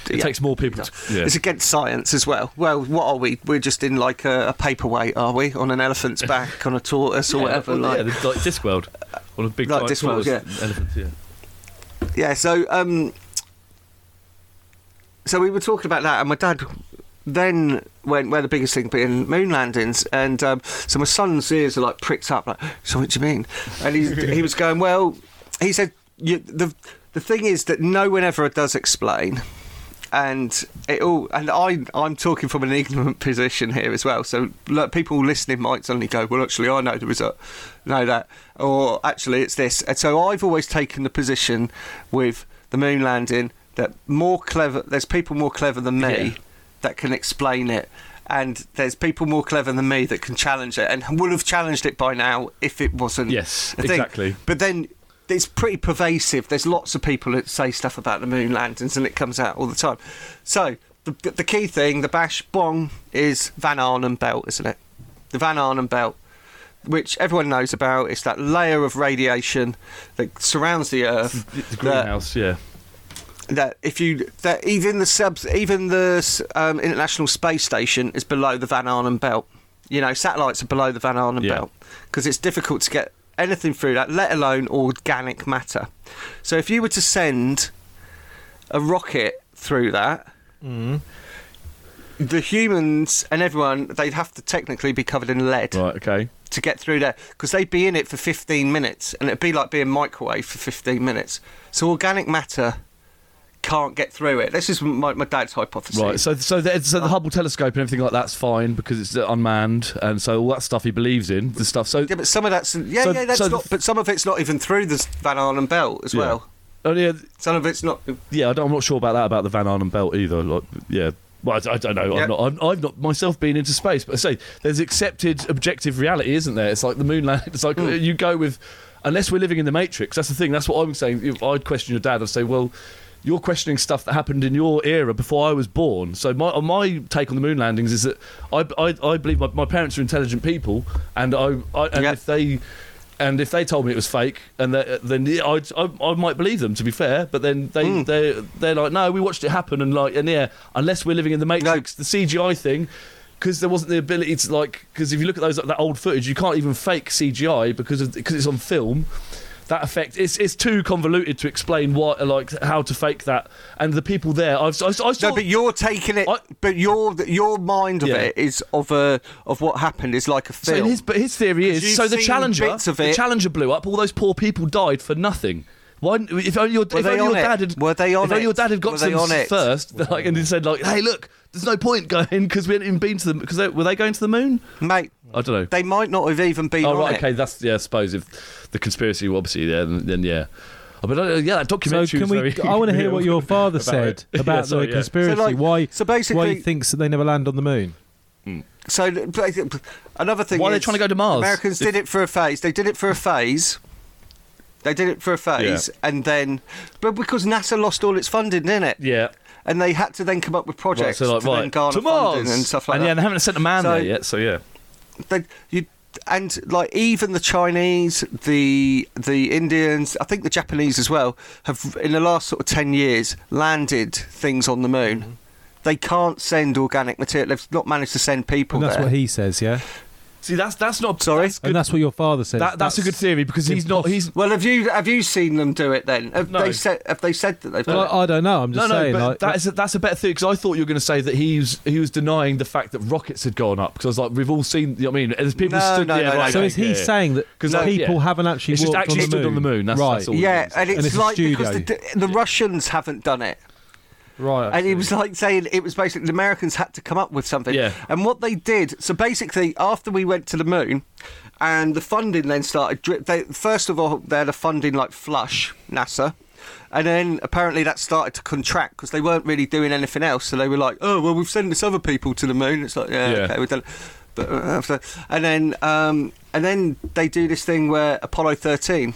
[SPEAKER 4] It takes more people to- yeah.
[SPEAKER 5] It's against science as well. Well, what are we? We're just in like a, a paperweight, are we? On an elephant's back, on a tortoise, or
[SPEAKER 4] Yeah,
[SPEAKER 5] whatever.
[SPEAKER 4] well,
[SPEAKER 5] like,
[SPEAKER 4] yeah, the- like Discworld on a big
[SPEAKER 5] Like
[SPEAKER 4] giant
[SPEAKER 5] Discworld,
[SPEAKER 4] tortoise elephant, yeah.
[SPEAKER 5] yeah so um so we were talking about that and my dad then went where the biggest thing being moon landings and um, so my son's ears are like pricked up like so what do you mean and he, he was going well he said you, the the thing is that no one ever does explain, and it all and I I'm talking from an ignorant position here as well. So look, people listening might suddenly go, well, actually, I know the result, know that, or actually, it's this. And so I've always taken the position with the moon landing that more clever. There's people more clever than me
[SPEAKER 4] Yeah.
[SPEAKER 5] that can explain it. And there's people more clever than me that can challenge it, and would have challenged it by now if it wasn't.
[SPEAKER 4] Yes,
[SPEAKER 5] a thing.
[SPEAKER 4] exactly.
[SPEAKER 5] But then it's pretty pervasive. There's lots of people that say stuff about the moon landings, and it comes out all the time. So the, the key thing, the bash bong, is Van Arnhem belt, isn't it? The Van Arnhem belt, which everyone knows about, it's that layer of radiation that surrounds the Earth.
[SPEAKER 4] The
[SPEAKER 5] that-
[SPEAKER 4] greenhouse, yeah.
[SPEAKER 5] that if you that even the subs even the um, international space station is below the van arnhem belt you know satellites are below the van arnhem
[SPEAKER 4] Yeah.
[SPEAKER 5] belt because it's difficult to get anything through that let alone organic matter so if you were to send a rocket through that the humans and everyone they'd have to technically be covered in lead
[SPEAKER 4] Right, okay.
[SPEAKER 5] to get through there because they'd be in it for 15 minutes and it'd be like being microwave for 15 minutes. So organic matter can't get through it. This is my, my dad's hypothesis.
[SPEAKER 4] Right, so so the, so the Hubble telescope and everything like that's fine because it's unmanned, and so all that stuff he believes in, the stuff. So
[SPEAKER 5] yeah, but some of that's yeah,
[SPEAKER 4] So-
[SPEAKER 5] yeah, that's
[SPEAKER 4] so-
[SPEAKER 5] not. But some of it's not even through the Van Arnhem Belt as
[SPEAKER 4] Yeah.
[SPEAKER 5] well.
[SPEAKER 4] Oh, yeah,
[SPEAKER 5] Some of it's not.
[SPEAKER 4] yeah, I don't, I'm not sure about that about the Van Arnhem belt either. Like, yeah. Well, I, I don't know.
[SPEAKER 5] Yeah.
[SPEAKER 4] I'm not, I'm, I've not myself been into space, but I say there's accepted objective reality, isn't there? It's like the moon land. It's
[SPEAKER 5] Hmm.
[SPEAKER 4] like uh, you go with, unless we're living in the matrix. That's the thing. That's what I'm saying. If I'd question your dad. I'd say, well, you're questioning stuff that happened in your era before I was born. So my uh, my take on the moon landings is that I I, I believe my, my parents are intelligent people, and I, I and
[SPEAKER 5] Yeah.
[SPEAKER 4] if they and if they told me it was fake, and that- then yeah, I'd, I, I might believe them to be fair. But then they
[SPEAKER 5] Hmm.
[SPEAKER 4] they they're like, no, we watched it happen, and like, and yeah, unless we're living in the Matrix, the CGI thing, because there wasn't the ability to like, because if you look at those that old footage, you can't even fake CGI because of because it's on film. That effect it's it's too convoluted to explain what like how to fake that, and the people there. I've I, I saw
[SPEAKER 5] No, but you're taking it.
[SPEAKER 4] I-
[SPEAKER 5] but your your mind of
[SPEAKER 4] Yeah.
[SPEAKER 5] it is of a of what happened is like a
[SPEAKER 4] So
[SPEAKER 5] film.
[SPEAKER 4] his, but his theory is
[SPEAKER 5] 'Cause you've
[SPEAKER 4] so the
[SPEAKER 5] seen
[SPEAKER 4] Challenger,
[SPEAKER 5] bits of
[SPEAKER 4] the
[SPEAKER 5] it.
[SPEAKER 4] Challenger blew up. All those poor people died for nothing. Why? n- If only your, if
[SPEAKER 5] they
[SPEAKER 4] only your
[SPEAKER 5] on it?
[SPEAKER 4] dad had,
[SPEAKER 5] Were they on
[SPEAKER 4] if only
[SPEAKER 5] it?
[SPEAKER 4] your dad had got
[SPEAKER 5] Were
[SPEAKER 4] to
[SPEAKER 5] they
[SPEAKER 4] them
[SPEAKER 5] on it?
[SPEAKER 4] first, like, and he said like, "Hey, look, there's no point going because we hadn't even been to them. Because were they going to the moon?
[SPEAKER 5] Mate,
[SPEAKER 4] I don't know.
[SPEAKER 5] they might not have even been
[SPEAKER 4] oh
[SPEAKER 5] on
[SPEAKER 4] right,
[SPEAKER 5] it.
[SPEAKER 4] okay, that's yeah. I suppose if the conspiracy, were obviously, yeah, then, then yeah. Oh, but I don't- yeah, that
[SPEAKER 3] So
[SPEAKER 4] documentary.
[SPEAKER 3] can
[SPEAKER 4] was
[SPEAKER 3] we?
[SPEAKER 4] very
[SPEAKER 3] I want to hear
[SPEAKER 4] real.
[SPEAKER 3] what your father
[SPEAKER 4] about
[SPEAKER 3] said
[SPEAKER 4] it. Yeah,
[SPEAKER 3] about
[SPEAKER 4] sorry,
[SPEAKER 3] the
[SPEAKER 4] yeah.
[SPEAKER 3] conspiracy.
[SPEAKER 5] So, like-
[SPEAKER 3] why?
[SPEAKER 5] so
[SPEAKER 3] why
[SPEAKER 5] basically-
[SPEAKER 3] he thinks that they never land on the moon?
[SPEAKER 5] So another thing.
[SPEAKER 4] Why are they
[SPEAKER 5] is
[SPEAKER 4] trying to go to Mars?
[SPEAKER 5] Americans did it for a phase. They did it for a phase. They did it for a phase, and then, but because NASA lost all its funding, didn't it?
[SPEAKER 4] Yeah.
[SPEAKER 5] And they had to then come up with
[SPEAKER 4] Right,
[SPEAKER 5] projects
[SPEAKER 4] so like
[SPEAKER 5] to then
[SPEAKER 4] right
[SPEAKER 5] garner
[SPEAKER 4] to Mars
[SPEAKER 5] funding and stuff like
[SPEAKER 4] and yeah,
[SPEAKER 5] that.
[SPEAKER 4] they haven't sent a man
[SPEAKER 5] So-
[SPEAKER 4] there yet. So yeah.
[SPEAKER 5] They, you, and like even the Chinese, the the Indians, I think the Japanese as well have in the last sort of ten years landed things on the moon.
[SPEAKER 4] Mm-hmm.
[SPEAKER 5] They can't send organic material. They've not managed to send people
[SPEAKER 3] And that's
[SPEAKER 5] there.
[SPEAKER 3] what he says, yeah.
[SPEAKER 4] See, that's that's not
[SPEAKER 5] Sorry?
[SPEAKER 4] That's good
[SPEAKER 3] And that's what your father says.
[SPEAKER 4] That, that's, a good theory because he's not. He's
[SPEAKER 5] Well, have you have you seen them do it then? Have
[SPEAKER 4] No.
[SPEAKER 5] they said have they said that they've done
[SPEAKER 3] Well,
[SPEAKER 5] it?
[SPEAKER 3] I, I don't know. I'm
[SPEAKER 4] no,
[SPEAKER 3] just
[SPEAKER 4] no.
[SPEAKER 3] saying.
[SPEAKER 4] but
[SPEAKER 3] like,
[SPEAKER 4] that is a, that's a better theory because I thought you were going to say that he was he was denying the fact that rockets had gone up because I was like, we've all seen. You know what I mean, there's people
[SPEAKER 5] No,
[SPEAKER 4] stood
[SPEAKER 5] no,
[SPEAKER 4] there.
[SPEAKER 5] no, no,
[SPEAKER 4] like,
[SPEAKER 3] so
[SPEAKER 5] okay,
[SPEAKER 3] is he
[SPEAKER 4] yeah.
[SPEAKER 3] saying that
[SPEAKER 4] 'Cause, like,
[SPEAKER 3] people
[SPEAKER 4] yeah.
[SPEAKER 3] haven't actually
[SPEAKER 4] It's just
[SPEAKER 3] walked
[SPEAKER 4] actually
[SPEAKER 3] on the
[SPEAKER 4] stood
[SPEAKER 3] moon?
[SPEAKER 4] on the moon, that's-
[SPEAKER 3] right.
[SPEAKER 4] that's all.
[SPEAKER 5] Yeah,
[SPEAKER 3] And
[SPEAKER 5] and it's
[SPEAKER 3] it's a
[SPEAKER 5] like because the,
[SPEAKER 3] studio.
[SPEAKER 5] the Russians haven't done it,
[SPEAKER 3] Right.
[SPEAKER 5] and it was like saying it was basically the Americans had to come up with something.
[SPEAKER 4] Yeah.
[SPEAKER 5] And what they did, so basically, after we went to the moon, and the funding then started. Drip, they, first of all, they had a funding like flush NASA. And then apparently that started to contract because they weren't really doing anything else. So they were like, "Oh well, we've sent this other people to the moon." It's like, "Yeah,
[SPEAKER 4] Yeah.
[SPEAKER 5] okay, we've done." It. But uh, after, and then um, and then they do this thing where Apollo thirteen,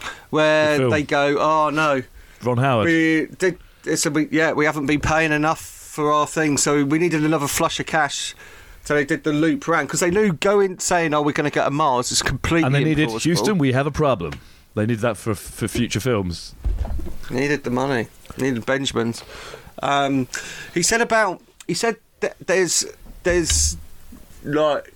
[SPEAKER 4] The
[SPEAKER 5] where
[SPEAKER 4] film.
[SPEAKER 5] they go, "Oh no,
[SPEAKER 4] Ron Howard.
[SPEAKER 5] we did. It's a, we, yeah, we haven't been paying enough for our thing, so we needed another flush of cash. So they did the loop round because they knew going saying, "Oh, we're going to get a Mars" is completely.
[SPEAKER 4] and they needed
[SPEAKER 5] implausible.
[SPEAKER 4] Houston. We have a problem. They needed that for for future films.
[SPEAKER 5] They needed the money. They Needed Benjamins. Um, he said about. He said that there's there's like,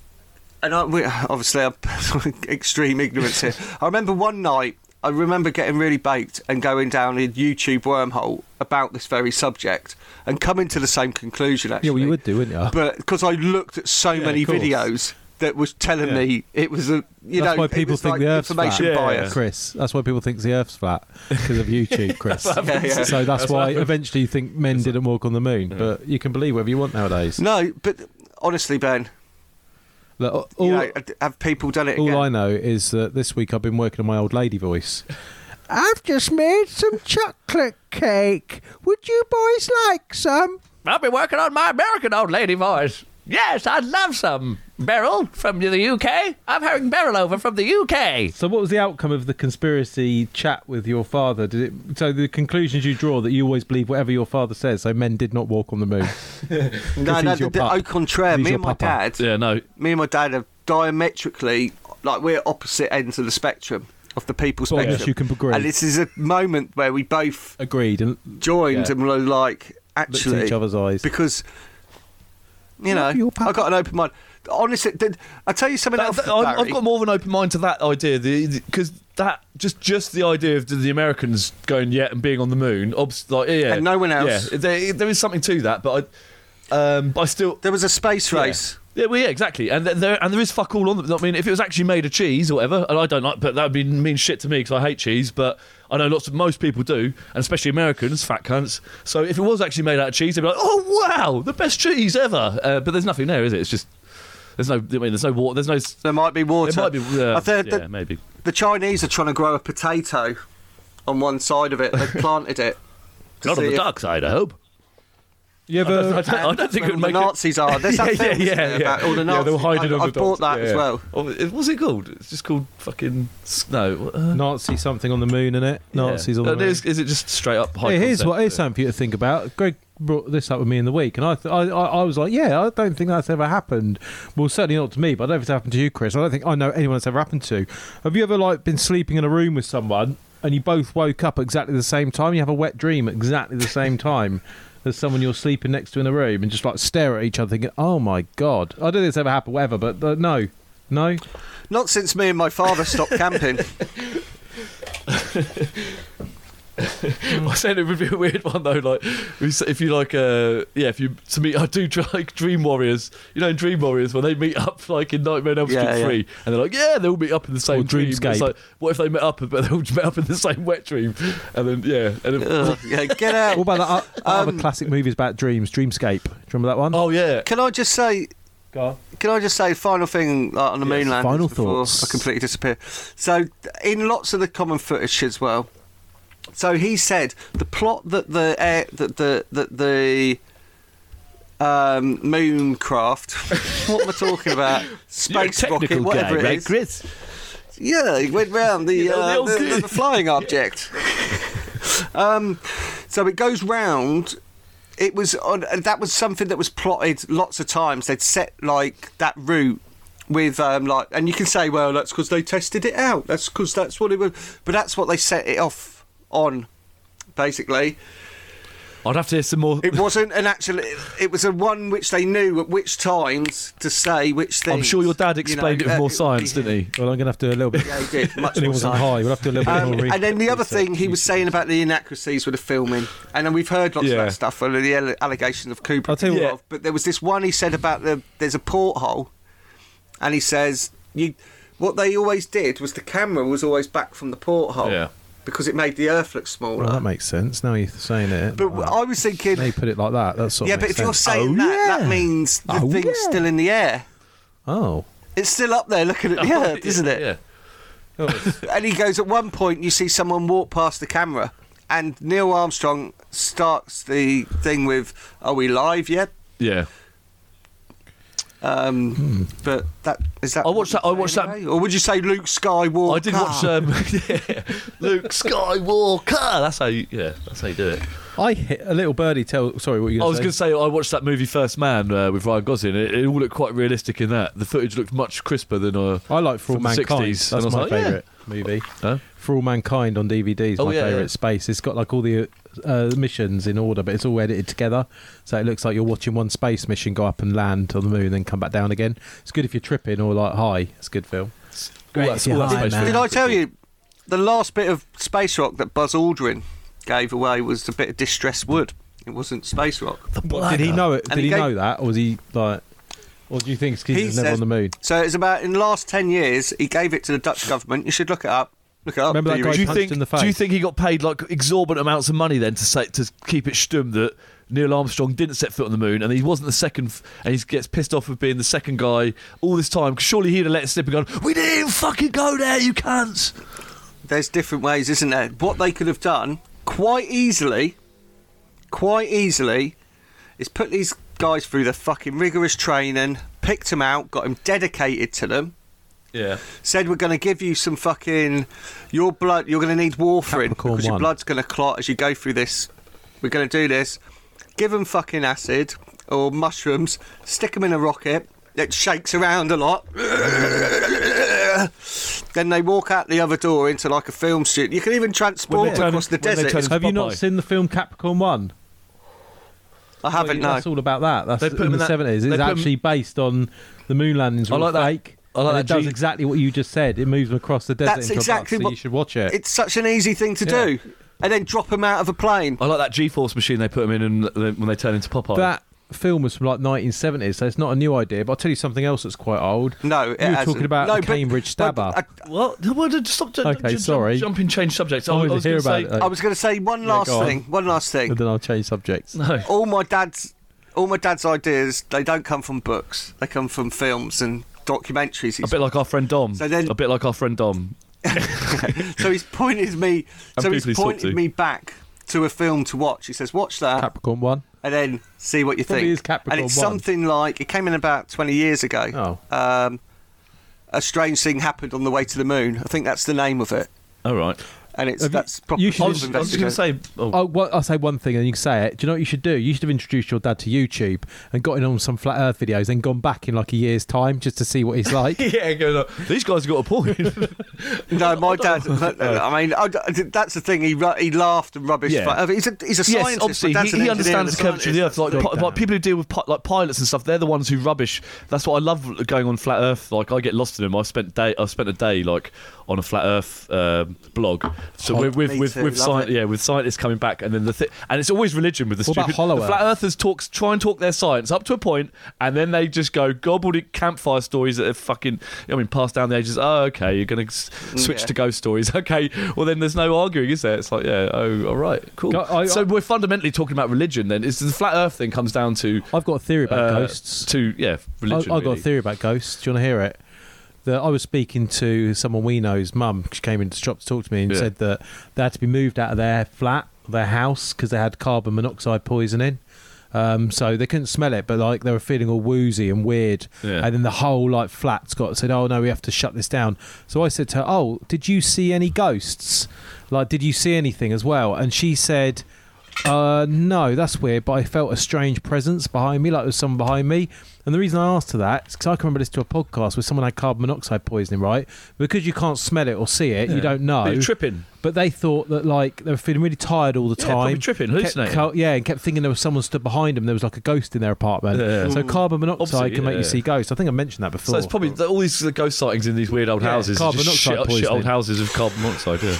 [SPEAKER 5] and I we, obviously I'm extreme ignorance here. I remember one night. I remember getting really baked and going down a YouTube wormhole about this very subject and coming to the same conclusion. Actually,
[SPEAKER 3] yeah, well, you would do, wouldn't you?
[SPEAKER 5] but because I looked at so
[SPEAKER 4] Yeah,
[SPEAKER 5] many
[SPEAKER 4] of course.
[SPEAKER 5] videos that was telling
[SPEAKER 4] Yeah.
[SPEAKER 5] me it was a you
[SPEAKER 3] That's
[SPEAKER 5] know
[SPEAKER 3] why
[SPEAKER 5] it
[SPEAKER 3] people
[SPEAKER 5] was
[SPEAKER 3] think
[SPEAKER 5] like
[SPEAKER 3] the Earth's
[SPEAKER 4] flat. Yeah.
[SPEAKER 5] information bias.
[SPEAKER 3] Chris. That's why people think the Earth's flat because of YouTube, Chris.
[SPEAKER 5] yeah.
[SPEAKER 3] So that's, why eventually you think men didn't walk on the moon, but you can believe whatever you want nowadays.
[SPEAKER 5] No, but honestly, Ben,
[SPEAKER 3] Look, all,
[SPEAKER 5] you know, have people done it again?
[SPEAKER 3] all I know is that this week I've been working on my old lady voice.
[SPEAKER 6] I've just made some chocolate cake. Would you boys like some?
[SPEAKER 4] I've been working on my American old lady voice. Yes, I'd love some. Beryl from the UK. I'm having Beryl over from the UK.
[SPEAKER 3] So, what was the outcome of the conspiracy chat with your father? Did it? So, the conclusions you draw that you always believe whatever your father says. So, men did not walk on the moon.
[SPEAKER 5] No, no,
[SPEAKER 3] he's your
[SPEAKER 5] the, the,
[SPEAKER 3] pup.
[SPEAKER 5] au contraire.
[SPEAKER 3] He's
[SPEAKER 5] Me
[SPEAKER 3] your
[SPEAKER 5] and my
[SPEAKER 3] papa.
[SPEAKER 5] dad,
[SPEAKER 4] Yeah, no.
[SPEAKER 5] me and my dad are diametrically like we're opposite ends of the spectrum of the people
[SPEAKER 3] But I guess
[SPEAKER 5] spectrum.
[SPEAKER 3] you can agree.
[SPEAKER 5] And this is a moment where we both
[SPEAKER 3] Agreed, and
[SPEAKER 5] joined
[SPEAKER 3] Yeah.
[SPEAKER 5] and were like,
[SPEAKER 3] looked
[SPEAKER 5] actually,
[SPEAKER 3] in each other's eyes.
[SPEAKER 5] because you know,
[SPEAKER 6] your
[SPEAKER 5] I
[SPEAKER 6] papa.
[SPEAKER 5] got an open mind. Honestly, did, I tell you something
[SPEAKER 4] That-
[SPEAKER 5] else.
[SPEAKER 4] that- I've, I've
[SPEAKER 5] Barry?
[SPEAKER 4] got more of an open mind to that idea because that just just the idea of the, the Americans going yet and being on the moon, obs- like yeah, yeah.
[SPEAKER 5] And no one else.
[SPEAKER 4] Yeah, there, there is something to that, but I, um, but I still
[SPEAKER 5] There was a space race.
[SPEAKER 4] Yeah, well, yeah, exactly, and th- there and there is fuck all on them. I mean, if it was actually made of cheese or whatever, and I don't like, but that would be mean shit to me because I hate cheese. But I know lots of most people do, and especially Americans, fat cunts. So if it was actually made out of cheese, they'd be like, "Oh wow, the best cheese ever!" Uh, but there's nothing there, is it? It's just there's no. I mean, there's no water. There's no. s-
[SPEAKER 5] There might be water.
[SPEAKER 4] It might be. Uh,
[SPEAKER 5] I think
[SPEAKER 4] yeah,
[SPEAKER 5] that
[SPEAKER 4] maybe.
[SPEAKER 5] the Chinese are trying to grow a potato on one side of it. They planted it. to
[SPEAKER 4] Not on
[SPEAKER 5] see
[SPEAKER 4] the
[SPEAKER 5] if-
[SPEAKER 4] dark side, I hope.
[SPEAKER 3] you
[SPEAKER 4] I
[SPEAKER 3] ever?
[SPEAKER 4] don't, I don't think it
[SPEAKER 5] Well,
[SPEAKER 4] would
[SPEAKER 5] the
[SPEAKER 4] make it.
[SPEAKER 5] Nazis are. There's that film isn't there, about all the Nazis.
[SPEAKER 4] Yeah, they'll hide it
[SPEAKER 5] I,
[SPEAKER 4] under
[SPEAKER 5] I bought
[SPEAKER 4] dogs.
[SPEAKER 5] that
[SPEAKER 4] Yeah,
[SPEAKER 5] as
[SPEAKER 4] yeah.
[SPEAKER 5] well.
[SPEAKER 4] Oh, it- what's it called? It's just called fucking s- no. Uh,
[SPEAKER 3] Nazi something on the moon, in it. Nazis on the
[SPEAKER 4] Uh,
[SPEAKER 3] moon.
[SPEAKER 4] Is, is it just straight up high?
[SPEAKER 3] Hey, here's
[SPEAKER 4] concept?
[SPEAKER 3] what here's something for you to think about. Greg brought this up with me in the week, and I, th- I, I, I was like, yeah, I don't think that's ever happened. Well, certainly not to me, but I don't know if it's happened to you, Chris. I don't think I know anyone that's ever happened to. Have you ever like been sleeping in a room with someone and you both woke up at exactly the same time? You have a wet dream at exactly the same time. As someone you're sleeping next to in a room and just like stare at each other thinking, oh my god. I don't think it's ever happened, whatever, but uh, no. No?
[SPEAKER 5] Not since me and my father stopped camping.
[SPEAKER 4] I said it would be a weird one though. Like, if you like, uh, yeah, if you to meet, I do try, like Dream Warriors. You know, in Dream Warriors when they meet up like in Nightmare on Elm Street
[SPEAKER 5] Yeah, yeah.
[SPEAKER 4] three, and they're like, yeah, they all meet up in the same dream. It's
[SPEAKER 3] Dreamscape.
[SPEAKER 4] like, what if they met up, but they all met up in the same wet dream? And then yeah, and then,
[SPEAKER 5] Ugh, yeah, get out.
[SPEAKER 3] What about that o- other classic movies about dreams, Dreamscape? Do you remember that one?
[SPEAKER 4] oh yeah,
[SPEAKER 5] Can I just say? Can I just say final thing like, on the
[SPEAKER 4] Yes,
[SPEAKER 5] moon landings
[SPEAKER 3] final
[SPEAKER 5] before
[SPEAKER 3] thoughts.
[SPEAKER 5] I completely disappear? So in lots of the common footage as well. So he said the plot that the air, that the that the um, moon craft. what am I talking about?
[SPEAKER 4] You're a
[SPEAKER 5] Space rocket,
[SPEAKER 4] technical guy,
[SPEAKER 5] whatever it
[SPEAKER 4] right,
[SPEAKER 5] is.
[SPEAKER 4] Chris?
[SPEAKER 5] Yeah, it went round the,
[SPEAKER 4] You know, the
[SPEAKER 5] uh,
[SPEAKER 4] old
[SPEAKER 5] the,
[SPEAKER 4] goo.
[SPEAKER 5] the, the flying object. um, so it goes round. It was on, and that was something that was plotted lots of times. They'd set like that route with um, like, and you can say, well, that's because they tested it out. That's because that's what it was. But that's what they set it off on, basically.
[SPEAKER 4] I'd have to hear some more.
[SPEAKER 5] It wasn't an actual. It was a one which they knew at which times to say which things.
[SPEAKER 4] I'm sure your dad
[SPEAKER 5] you know,
[SPEAKER 4] explained it with
[SPEAKER 5] uh,
[SPEAKER 4] more
[SPEAKER 5] would be-
[SPEAKER 4] science, didn't he?
[SPEAKER 3] Well, I'm going to have to do a little bit.
[SPEAKER 5] Yeah, he did. Much
[SPEAKER 3] And he
[SPEAKER 5] more
[SPEAKER 3] wasn't
[SPEAKER 5] science.
[SPEAKER 3] high. We'll have to do a little bit
[SPEAKER 5] Um,
[SPEAKER 3] more re-
[SPEAKER 5] and then the other thing he was saying about the inaccuracies with the filming, and then we've heard lots
[SPEAKER 4] Yeah.
[SPEAKER 5] of that stuff, and the alle- allegations of Cooper.
[SPEAKER 3] I'll tell you what-
[SPEAKER 5] involved, But there was this one he said about the there's a porthole, and he says you what they always did was the camera was always back from the porthole
[SPEAKER 4] Yeah.
[SPEAKER 5] because it made the Earth look smaller.
[SPEAKER 3] Well, that makes sense. Now you're saying it.
[SPEAKER 5] but
[SPEAKER 3] Like,
[SPEAKER 5] I was thinking,
[SPEAKER 3] they put it like that. That's sort
[SPEAKER 5] yeah,
[SPEAKER 3] of
[SPEAKER 5] but if
[SPEAKER 3] makes
[SPEAKER 5] you're
[SPEAKER 3] sense.
[SPEAKER 5] saying that, that means the
[SPEAKER 3] Oh,
[SPEAKER 5] thing's
[SPEAKER 3] yeah.
[SPEAKER 5] still in the air.
[SPEAKER 3] oh,
[SPEAKER 5] It's still up there looking at the Earth, isn't it?
[SPEAKER 4] Oh, Yeah.
[SPEAKER 5] And he goes, at one point, you see someone walk past the camera, and Neil Armstrong starts the thing with, Are we live yet?
[SPEAKER 4] Yeah.
[SPEAKER 5] Um, But that is that.
[SPEAKER 4] I watched
[SPEAKER 5] what
[SPEAKER 4] that-
[SPEAKER 5] you
[SPEAKER 4] I watched
[SPEAKER 5] say
[SPEAKER 4] that-
[SPEAKER 5] anyway? Or would you say Luke Skywalker?
[SPEAKER 4] I did watch um, yeah, Luke Skywalker. That's how you, yeah, that's how you do it.
[SPEAKER 3] I hit a little birdie. Tell sorry, what were you?
[SPEAKER 4] I
[SPEAKER 3] Gonna
[SPEAKER 4] was going to say I watched that movie First Man uh, with Ryan Gosling. It, it all looked quite realistic in that. The footage looked much crisper than uh,
[SPEAKER 3] I like For All
[SPEAKER 4] from the
[SPEAKER 3] Mankind.
[SPEAKER 4] 60s. And I
[SPEAKER 3] That's
[SPEAKER 4] was
[SPEAKER 3] my
[SPEAKER 4] like, yeah.
[SPEAKER 3] favourite movie.
[SPEAKER 4] Huh?
[SPEAKER 3] For All Mankind on DVD is
[SPEAKER 4] Oh,
[SPEAKER 3] my
[SPEAKER 4] yeah,
[SPEAKER 3] favourite
[SPEAKER 4] yeah.
[SPEAKER 3] space. It's got like all the uh, missions in order, but it's all edited together, so it looks like you're watching one space mission go up and land on the moon, then come back down again. It's good if you're tripping or like high. It's a good film.
[SPEAKER 4] All
[SPEAKER 3] Great
[SPEAKER 4] that's,
[SPEAKER 3] if you
[SPEAKER 4] all that's
[SPEAKER 3] like,
[SPEAKER 4] supposed to
[SPEAKER 3] man.
[SPEAKER 5] Did
[SPEAKER 4] be.
[SPEAKER 5] I tell you, the last bit of space rock that Buzz Aldrin gave away was a bit of distressed wood. It wasn't space rock.
[SPEAKER 3] What, did he know it?
[SPEAKER 5] And
[SPEAKER 3] Did
[SPEAKER 5] he
[SPEAKER 3] he
[SPEAKER 5] gave-
[SPEAKER 3] know that, or was he like? Or do you think it's 'cause he was never
[SPEAKER 5] says-
[SPEAKER 3] on the moon?
[SPEAKER 5] So it's about in the last ten years he gave it to the Dutch government. You should look it up. Look it up.
[SPEAKER 3] Remember that
[SPEAKER 5] do
[SPEAKER 3] guy-
[SPEAKER 5] you-
[SPEAKER 4] do you
[SPEAKER 3] punched
[SPEAKER 4] think?
[SPEAKER 3] in the
[SPEAKER 4] Do you
[SPEAKER 3] face.
[SPEAKER 4] think he got paid like exorbitant amounts of money then to say to keep it stum that Neil Armstrong didn't set foot on the moon and he wasn't the second, f- and he gets pissed off with being the second guy all this time? 'Cause surely he'd have let it slip and gone, "We didn't even fucking go there, you cunts."
[SPEAKER 5] There's different ways, isn't there? What they could have done quite easily, quite easily, is put these guys through the fucking rigorous training, picked them out, got them dedicated to them.
[SPEAKER 4] Yeah.
[SPEAKER 5] said we're going to give you some fucking your blood you're going to need warfarin
[SPEAKER 3] Capricorn
[SPEAKER 5] because your
[SPEAKER 3] one.
[SPEAKER 5] blood's going to clot as you go through this we're going to do this give them fucking acid or mushrooms stick them in a rocket that shakes around a lot then they walk out the other door into like a film studio you can even transport
[SPEAKER 4] turn-
[SPEAKER 5] across the
[SPEAKER 4] when they
[SPEAKER 5] desert
[SPEAKER 4] turn-
[SPEAKER 5] It's-
[SPEAKER 3] Have you not
[SPEAKER 4] Popeye.
[SPEAKER 3] seen the film Capricorn One?
[SPEAKER 5] I haven't no
[SPEAKER 3] That's all about that. That's
[SPEAKER 4] They put
[SPEAKER 3] in
[SPEAKER 4] him
[SPEAKER 3] the
[SPEAKER 4] in that-
[SPEAKER 3] seventies.
[SPEAKER 4] they
[SPEAKER 3] It's
[SPEAKER 4] put him-
[SPEAKER 3] actually based on the moon landings.
[SPEAKER 4] I
[SPEAKER 3] were
[SPEAKER 4] like that-
[SPEAKER 3] fake.
[SPEAKER 4] I like
[SPEAKER 3] and
[SPEAKER 4] that
[SPEAKER 3] It does
[SPEAKER 4] G-
[SPEAKER 3] exactly what you just said. It moves them across the desert.
[SPEAKER 5] That's
[SPEAKER 3] into a bus,
[SPEAKER 5] exactly
[SPEAKER 3] so
[SPEAKER 5] what-
[SPEAKER 3] you should watch it.
[SPEAKER 5] it's such an easy thing to
[SPEAKER 3] Yeah.
[SPEAKER 5] do and then drop them out of a plane
[SPEAKER 4] I like that G-force machine they put him in, and then- when they turn into Popeye.
[SPEAKER 3] that film was from like 1970s, so it's not a new idea. But I'll tell you something else that's quite old.
[SPEAKER 5] no
[SPEAKER 3] you
[SPEAKER 5] it
[SPEAKER 3] were
[SPEAKER 5] hasn't.
[SPEAKER 3] talking about
[SPEAKER 5] No,
[SPEAKER 3] the
[SPEAKER 5] but-
[SPEAKER 3] Cambridge
[SPEAKER 5] but
[SPEAKER 3] Stabber.
[SPEAKER 5] I-
[SPEAKER 4] Well, well d- stop. d-
[SPEAKER 3] Okay,
[SPEAKER 4] jump-
[SPEAKER 3] sorry.
[SPEAKER 4] Jump and change subjects.
[SPEAKER 3] I
[SPEAKER 4] I,
[SPEAKER 3] wanted
[SPEAKER 4] I
[SPEAKER 3] to
[SPEAKER 4] was
[SPEAKER 3] hear
[SPEAKER 4] gonna
[SPEAKER 3] about
[SPEAKER 4] say,
[SPEAKER 3] it. though.
[SPEAKER 5] I was going to say one last
[SPEAKER 3] go on.
[SPEAKER 5] thing. One last thing.
[SPEAKER 3] And then I'll change subjects.
[SPEAKER 4] No.
[SPEAKER 5] All my dad's, all my dad's ideas, they don't come from books. They come from films and documentaries.
[SPEAKER 4] A
[SPEAKER 5] He's-
[SPEAKER 4] bit like our friend Dom.
[SPEAKER 5] So then-
[SPEAKER 4] a bit like our friend Dom.
[SPEAKER 5] so he's pointed me.
[SPEAKER 4] And
[SPEAKER 5] so he's
[SPEAKER 4] people he's talked
[SPEAKER 5] pointed
[SPEAKER 4] to.
[SPEAKER 5] me back to a film to watch. He says, "Watch that,
[SPEAKER 3] Capricorn One.
[SPEAKER 5] and then see what you
[SPEAKER 3] Probably
[SPEAKER 5] think."
[SPEAKER 3] is Capricorn
[SPEAKER 5] and it's
[SPEAKER 3] one.
[SPEAKER 5] something like it came in about twenty years ago.
[SPEAKER 3] Oh.
[SPEAKER 5] Um, a strange thing happened on the way to the moon. I think that's the name of it,
[SPEAKER 4] All right.
[SPEAKER 5] and it's
[SPEAKER 3] Have you-
[SPEAKER 5] that's proper.
[SPEAKER 3] you should
[SPEAKER 4] I
[SPEAKER 5] proper
[SPEAKER 4] was, I was just
[SPEAKER 5] investigation.
[SPEAKER 4] going to say. Oh,
[SPEAKER 3] Oh, well, I'll say one thing and you can say it. Do you know what you should do? You should have introduced your dad to YouTube and got in on some flat earth videos and gone back in like a year's time just to see what he's like.
[SPEAKER 4] yeah, go on. These guys have got a point.
[SPEAKER 5] No, my dad. I mean, I, that's the thing. He ru- he laughed and rubbish.
[SPEAKER 4] Uh, Yeah.
[SPEAKER 5] Yeah. He's a he's a
[SPEAKER 4] yes,
[SPEAKER 5] scientist.
[SPEAKER 4] obviously,
[SPEAKER 5] my dad's
[SPEAKER 4] he,
[SPEAKER 5] an
[SPEAKER 4] he
[SPEAKER 5] engineer and
[SPEAKER 4] understands
[SPEAKER 5] a
[SPEAKER 4] the curvature of the earth. Like,
[SPEAKER 3] Big
[SPEAKER 4] pi-
[SPEAKER 3] time.
[SPEAKER 4] like people who deal with pi- like pilots and stuff, they're the ones who rubbish. That's what I love going on flat Earth. Like, I get lost in them. I spent day, I spent a day like on a flat Earth um blog. So we're with
[SPEAKER 5] Oh, me
[SPEAKER 4] with,
[SPEAKER 5] too,
[SPEAKER 4] with
[SPEAKER 5] love
[SPEAKER 4] science,
[SPEAKER 5] it.
[SPEAKER 4] yeah, with scientists coming back, and then the thi- and it's always religion with the
[SPEAKER 3] What about
[SPEAKER 4] stupid
[SPEAKER 3] Hollow
[SPEAKER 4] the
[SPEAKER 3] Earth?
[SPEAKER 4] flat Earthers talks try and talk their science up to a point, and then they just go gobbledick campfire stories that are fucking. I mean, passed down the ages. Oh, okay, you're gonna s- switch
[SPEAKER 5] yeah.
[SPEAKER 4] to ghost stories. Okay, well then there's no arguing, is there? It's like, yeah, oh, all right, cool.
[SPEAKER 3] Go- I-
[SPEAKER 4] so we're fundamentally talking about religion. Then it's the flat Earth thing comes down to
[SPEAKER 3] I've got a theory about
[SPEAKER 4] uh,
[SPEAKER 3] ghosts.
[SPEAKER 4] To yeah,
[SPEAKER 3] I,
[SPEAKER 4] religion.
[SPEAKER 3] I've got
[SPEAKER 4] really.
[SPEAKER 3] a theory about ghosts. Do you want to hear it? That I was speaking to someone we know's mum. She came into the shop to talk to me and
[SPEAKER 4] Yeah.
[SPEAKER 3] said that they had to be moved out of their flat, their house, because they had carbon monoxide poisoning. Um, so they couldn't smell it, but like they were feeling all woozy and weird.
[SPEAKER 4] Yeah.
[SPEAKER 3] And then the whole like flat's got said, "Oh no, we have to shut this down." So I said to her, "Oh, did you see any ghosts? Like, did you see anything as well?" And she said. Uh, no, that's weird. But I felt a strange presence behind me, like there was someone behind me. And the reason I asked her that is because I can remember this to a podcast where someone had carbon monoxide poisoning, right? Because you can't smell it or see it, you don't know.
[SPEAKER 4] But you're tripping.
[SPEAKER 3] But they thought that like they were feeling really tired all the
[SPEAKER 4] Yeah, probably
[SPEAKER 3] time,
[SPEAKER 4] tripping,
[SPEAKER 3] Kept
[SPEAKER 4] hallucinating.
[SPEAKER 3] co- yeah, and kept thinking there was someone stood behind them. There was like a ghost in their apartment.
[SPEAKER 4] Yeah.
[SPEAKER 3] So carbon monoxide
[SPEAKER 4] Obviously,
[SPEAKER 3] can make you
[SPEAKER 4] yeah.
[SPEAKER 3] see ghosts. I think I mentioned that before.
[SPEAKER 4] So it's probably all these ghost sightings in these weird old
[SPEAKER 3] Yeah,
[SPEAKER 4] houses. are
[SPEAKER 3] carbon
[SPEAKER 4] just
[SPEAKER 3] monoxide
[SPEAKER 4] shit, shit old
[SPEAKER 3] poisoning.
[SPEAKER 4] houses of carbon monoxide. Yeah.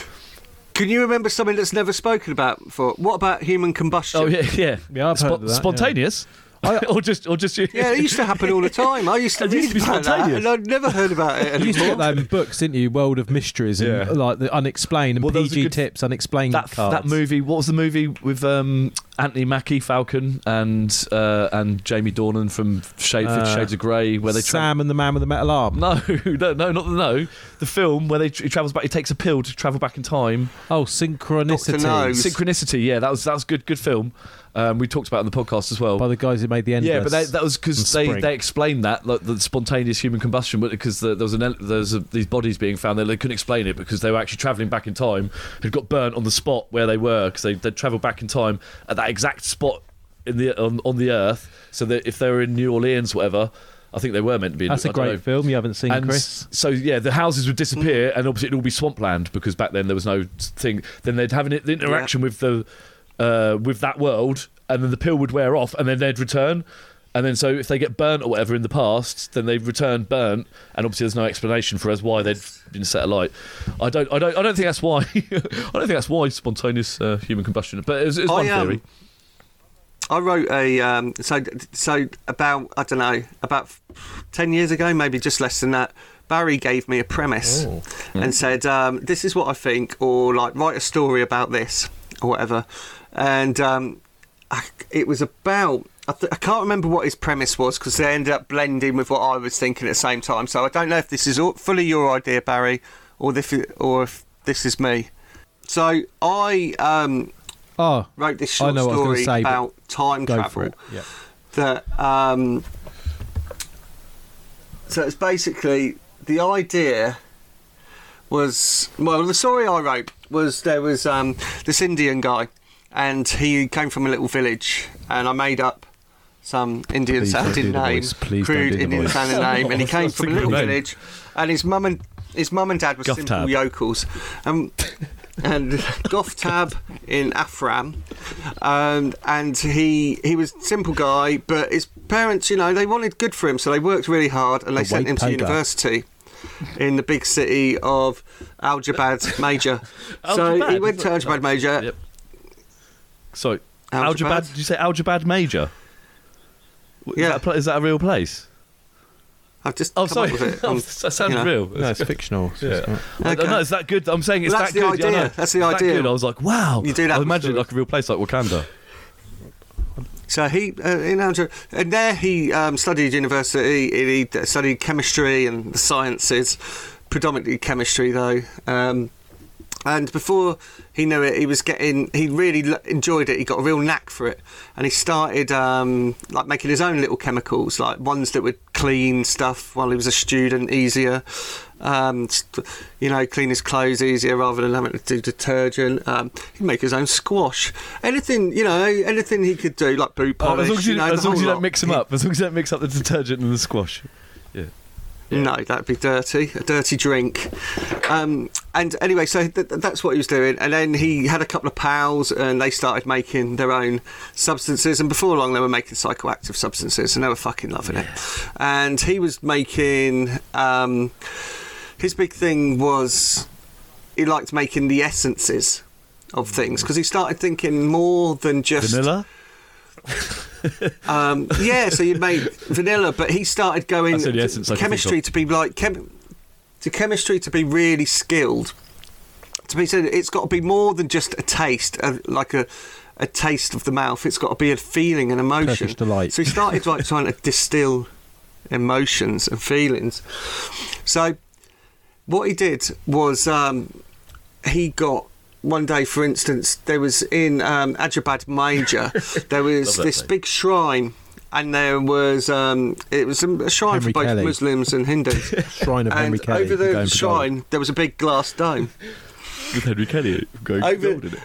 [SPEAKER 5] Can you remember something that's never spoken about before? What about human combustion?
[SPEAKER 4] Oh yeah, yeah.
[SPEAKER 3] Yeah, I've heard of that, yeah.
[SPEAKER 4] spontaneous, or just, or just.
[SPEAKER 5] Yeah, it used to happen all the time. I used to
[SPEAKER 4] It used
[SPEAKER 5] read
[SPEAKER 4] to be
[SPEAKER 5] about that,
[SPEAKER 4] spontaneous.
[SPEAKER 5] and I'd never heard about it
[SPEAKER 3] You used to
[SPEAKER 5] anymore.
[SPEAKER 3] get that in books, didn't you? World of Mysteries and
[SPEAKER 4] Yeah.
[SPEAKER 3] like the unexplained and
[SPEAKER 4] Well, there was a
[SPEAKER 3] PG
[SPEAKER 4] good-
[SPEAKER 3] tips, unexplained
[SPEAKER 4] that
[SPEAKER 3] cards.
[SPEAKER 4] that movie. What was the movie with um, Anthony Mackie, Falcon, and uh, and Jamie Dornan from Shade, Fifty
[SPEAKER 3] Uh,
[SPEAKER 4] Shades of Grey, where they tra-
[SPEAKER 3] Sam and the Man with the Metal Arm.
[SPEAKER 4] No, no, no, not the no. The film where they he travels back, he takes a pill to travel back in time.
[SPEAKER 3] Oh, synchronicity.
[SPEAKER 5] No.
[SPEAKER 4] Synchronicity, yeah, that was that was good, good film. Um, we talked about it on the podcast as well.
[SPEAKER 3] By the guys who made the end.
[SPEAKER 4] yeah, but they, that was
[SPEAKER 3] and
[SPEAKER 4] because they,
[SPEAKER 3] Spring.
[SPEAKER 4] they explained that like, the spontaneous human combustion, because the, there was an ele- there was a, these bodies being found there. They couldn't explain it because they were actually traveling back in time. Had got burnt on the spot where they were because they they traveled back in time at that exact spot in the on, on the Earth. So that if they were in New Orleans, whatever, I think they were meant to be. in-
[SPEAKER 3] That's
[SPEAKER 4] I
[SPEAKER 3] a
[SPEAKER 4] don't
[SPEAKER 3] great
[SPEAKER 4] know.
[SPEAKER 3] film you haven't seen,
[SPEAKER 4] And
[SPEAKER 3] Chris.
[SPEAKER 4] So yeah, the houses would disappear, and obviously it'd all be swampland because back then there was no thing. Then they'd have an, the interaction with the uh, with that world, and then the pill would wear off, and then they'd return. And then so if they get burnt or whatever in the past, then they return burnt, and obviously there's no explanation for as why they'd been set alight. I don't, I don't, I don't think that's why. I don't think that's why spontaneous uh, human combustion. But it's, it's one
[SPEAKER 5] I, um,
[SPEAKER 4] theory.
[SPEAKER 5] I wrote a um, so so about I don't know about ten years ago, maybe just less than that. Barry gave me a premise and said, um, "This is what I think," or like write a story about this or whatever. And um, I, it was about I, th- I can't remember what his premise was because they ended up blending with what I was thinking at the same time. So I don't know if this is all, fully your idea, Barry, or if it- or if this is me. So I um,
[SPEAKER 3] Oh,
[SPEAKER 5] wrote this
[SPEAKER 3] I
[SPEAKER 5] short
[SPEAKER 3] know what I was gonna
[SPEAKER 5] story
[SPEAKER 3] say, but
[SPEAKER 5] about time
[SPEAKER 3] go for
[SPEAKER 5] travel
[SPEAKER 3] it. Yeah.
[SPEAKER 5] that um, so it's basically the idea was well the story I wrote was there was um, this Indian guy and he came from a little village and I made up some Indian
[SPEAKER 3] Please don't do
[SPEAKER 5] sounding
[SPEAKER 3] the
[SPEAKER 5] name,
[SPEAKER 3] voice. Please don't
[SPEAKER 5] crude
[SPEAKER 3] do the
[SPEAKER 5] Indian
[SPEAKER 3] voice.
[SPEAKER 5] sounding name, and he
[SPEAKER 4] Oh,
[SPEAKER 5] came
[SPEAKER 4] it's not
[SPEAKER 5] from a
[SPEAKER 4] a good
[SPEAKER 5] little
[SPEAKER 4] name.
[SPEAKER 5] village, and his mum and his mum and dad were
[SPEAKER 4] Gough
[SPEAKER 5] simple
[SPEAKER 4] Tab.
[SPEAKER 5] yokels, and and Gough Tab in Afram, and and he he was a simple guy, but his parents, you know, they wanted good for him, so they worked really hard, and they
[SPEAKER 3] The
[SPEAKER 5] sent
[SPEAKER 3] white
[SPEAKER 5] him to
[SPEAKER 3] tiger.
[SPEAKER 5] university. In the big city of Aljabad Major, so he
[SPEAKER 4] Aljabad,
[SPEAKER 5] went to
[SPEAKER 4] is it?
[SPEAKER 5] Aljabad Major.
[SPEAKER 4] Yep. Sorry.
[SPEAKER 5] Algebad?
[SPEAKER 4] Algebad? Did you say Algebad Major? W-
[SPEAKER 5] Yeah.
[SPEAKER 4] Is that, a pla- is that a real place?
[SPEAKER 5] I've just
[SPEAKER 4] Oh,
[SPEAKER 5] come
[SPEAKER 4] sorry.
[SPEAKER 5] up with it.
[SPEAKER 4] Oh,
[SPEAKER 5] Um,
[SPEAKER 4] that sounds
[SPEAKER 5] you know.
[SPEAKER 4] real.
[SPEAKER 3] No, it's fictional. so it's
[SPEAKER 4] Yeah.
[SPEAKER 3] not-
[SPEAKER 4] I don't know, it's that good. I'm saying it's
[SPEAKER 5] Well,
[SPEAKER 4] that
[SPEAKER 5] that's the
[SPEAKER 4] good. yeah, I
[SPEAKER 5] idea.
[SPEAKER 4] know.
[SPEAKER 5] That's the
[SPEAKER 4] It's
[SPEAKER 5] idea.
[SPEAKER 4] That good. I was like, wow.
[SPEAKER 5] You do that
[SPEAKER 4] I
[SPEAKER 5] with
[SPEAKER 4] imagine
[SPEAKER 5] stories.
[SPEAKER 4] like a real place like Wakanda.
[SPEAKER 5] So he uh, in Alger, and there he um, studied university. and He d- studied chemistry and the sciences, predominantly chemistry though. Um, and before he knew it, he was getting. He really l- enjoyed it. He got a real knack for it, and he started um, like making his own little chemicals, like ones that would clean stuff while he was a student easier. Um, st- you know, clean his clothes easier rather than having to do detergent. Um, he'd make his own squash. Anything, you know, anything he could do, like boot
[SPEAKER 4] Oh,
[SPEAKER 5] polish.
[SPEAKER 4] as long as you,
[SPEAKER 5] you know, the
[SPEAKER 4] as long as
[SPEAKER 5] whole
[SPEAKER 4] you
[SPEAKER 5] lot.
[SPEAKER 4] don't mix them
[SPEAKER 5] He-
[SPEAKER 4] up. As long as you don't mix up the detergent and the squash.
[SPEAKER 5] No, that'd be dirty. A dirty drink. Um, and anyway, so th- th- that's what he was doing. And then he had a couple of pals, and they started making their own substances. And before long, they were making psychoactive substances, and they were fucking loving it. And he was making. Um, his big thing was he liked making the essences of things because he started thinking more than just
[SPEAKER 4] Mm. Vanilla?
[SPEAKER 5] um, yeah, so you made vanilla, but he started going
[SPEAKER 4] That's the only essence I can
[SPEAKER 5] chemistry
[SPEAKER 4] think
[SPEAKER 5] to be like chem- to chemistry to be really skilled. To be said, it's got to be more than just a taste, a, like a a taste of the mouth. It's got to be a feeling, an emotion.
[SPEAKER 3] Turkish delight.
[SPEAKER 5] So he started like trying to distill emotions and feelings. So what he did was um, he got one day, for instance, there was in um, Ajabad Major, there was
[SPEAKER 4] Love that
[SPEAKER 5] this
[SPEAKER 4] name.
[SPEAKER 5] big shrine, and there was um, it was a shrine
[SPEAKER 3] Henry
[SPEAKER 5] for both
[SPEAKER 3] Kelly.
[SPEAKER 5] Muslims and Hindus.
[SPEAKER 3] Shrine of Henry
[SPEAKER 5] and
[SPEAKER 3] Kelly.
[SPEAKER 5] over
[SPEAKER 3] going
[SPEAKER 5] the
[SPEAKER 3] for gold.
[SPEAKER 5] shrine, there was a big glass dome.
[SPEAKER 4] With Henry Kelly going
[SPEAKER 5] Over-
[SPEAKER 4] gold in it.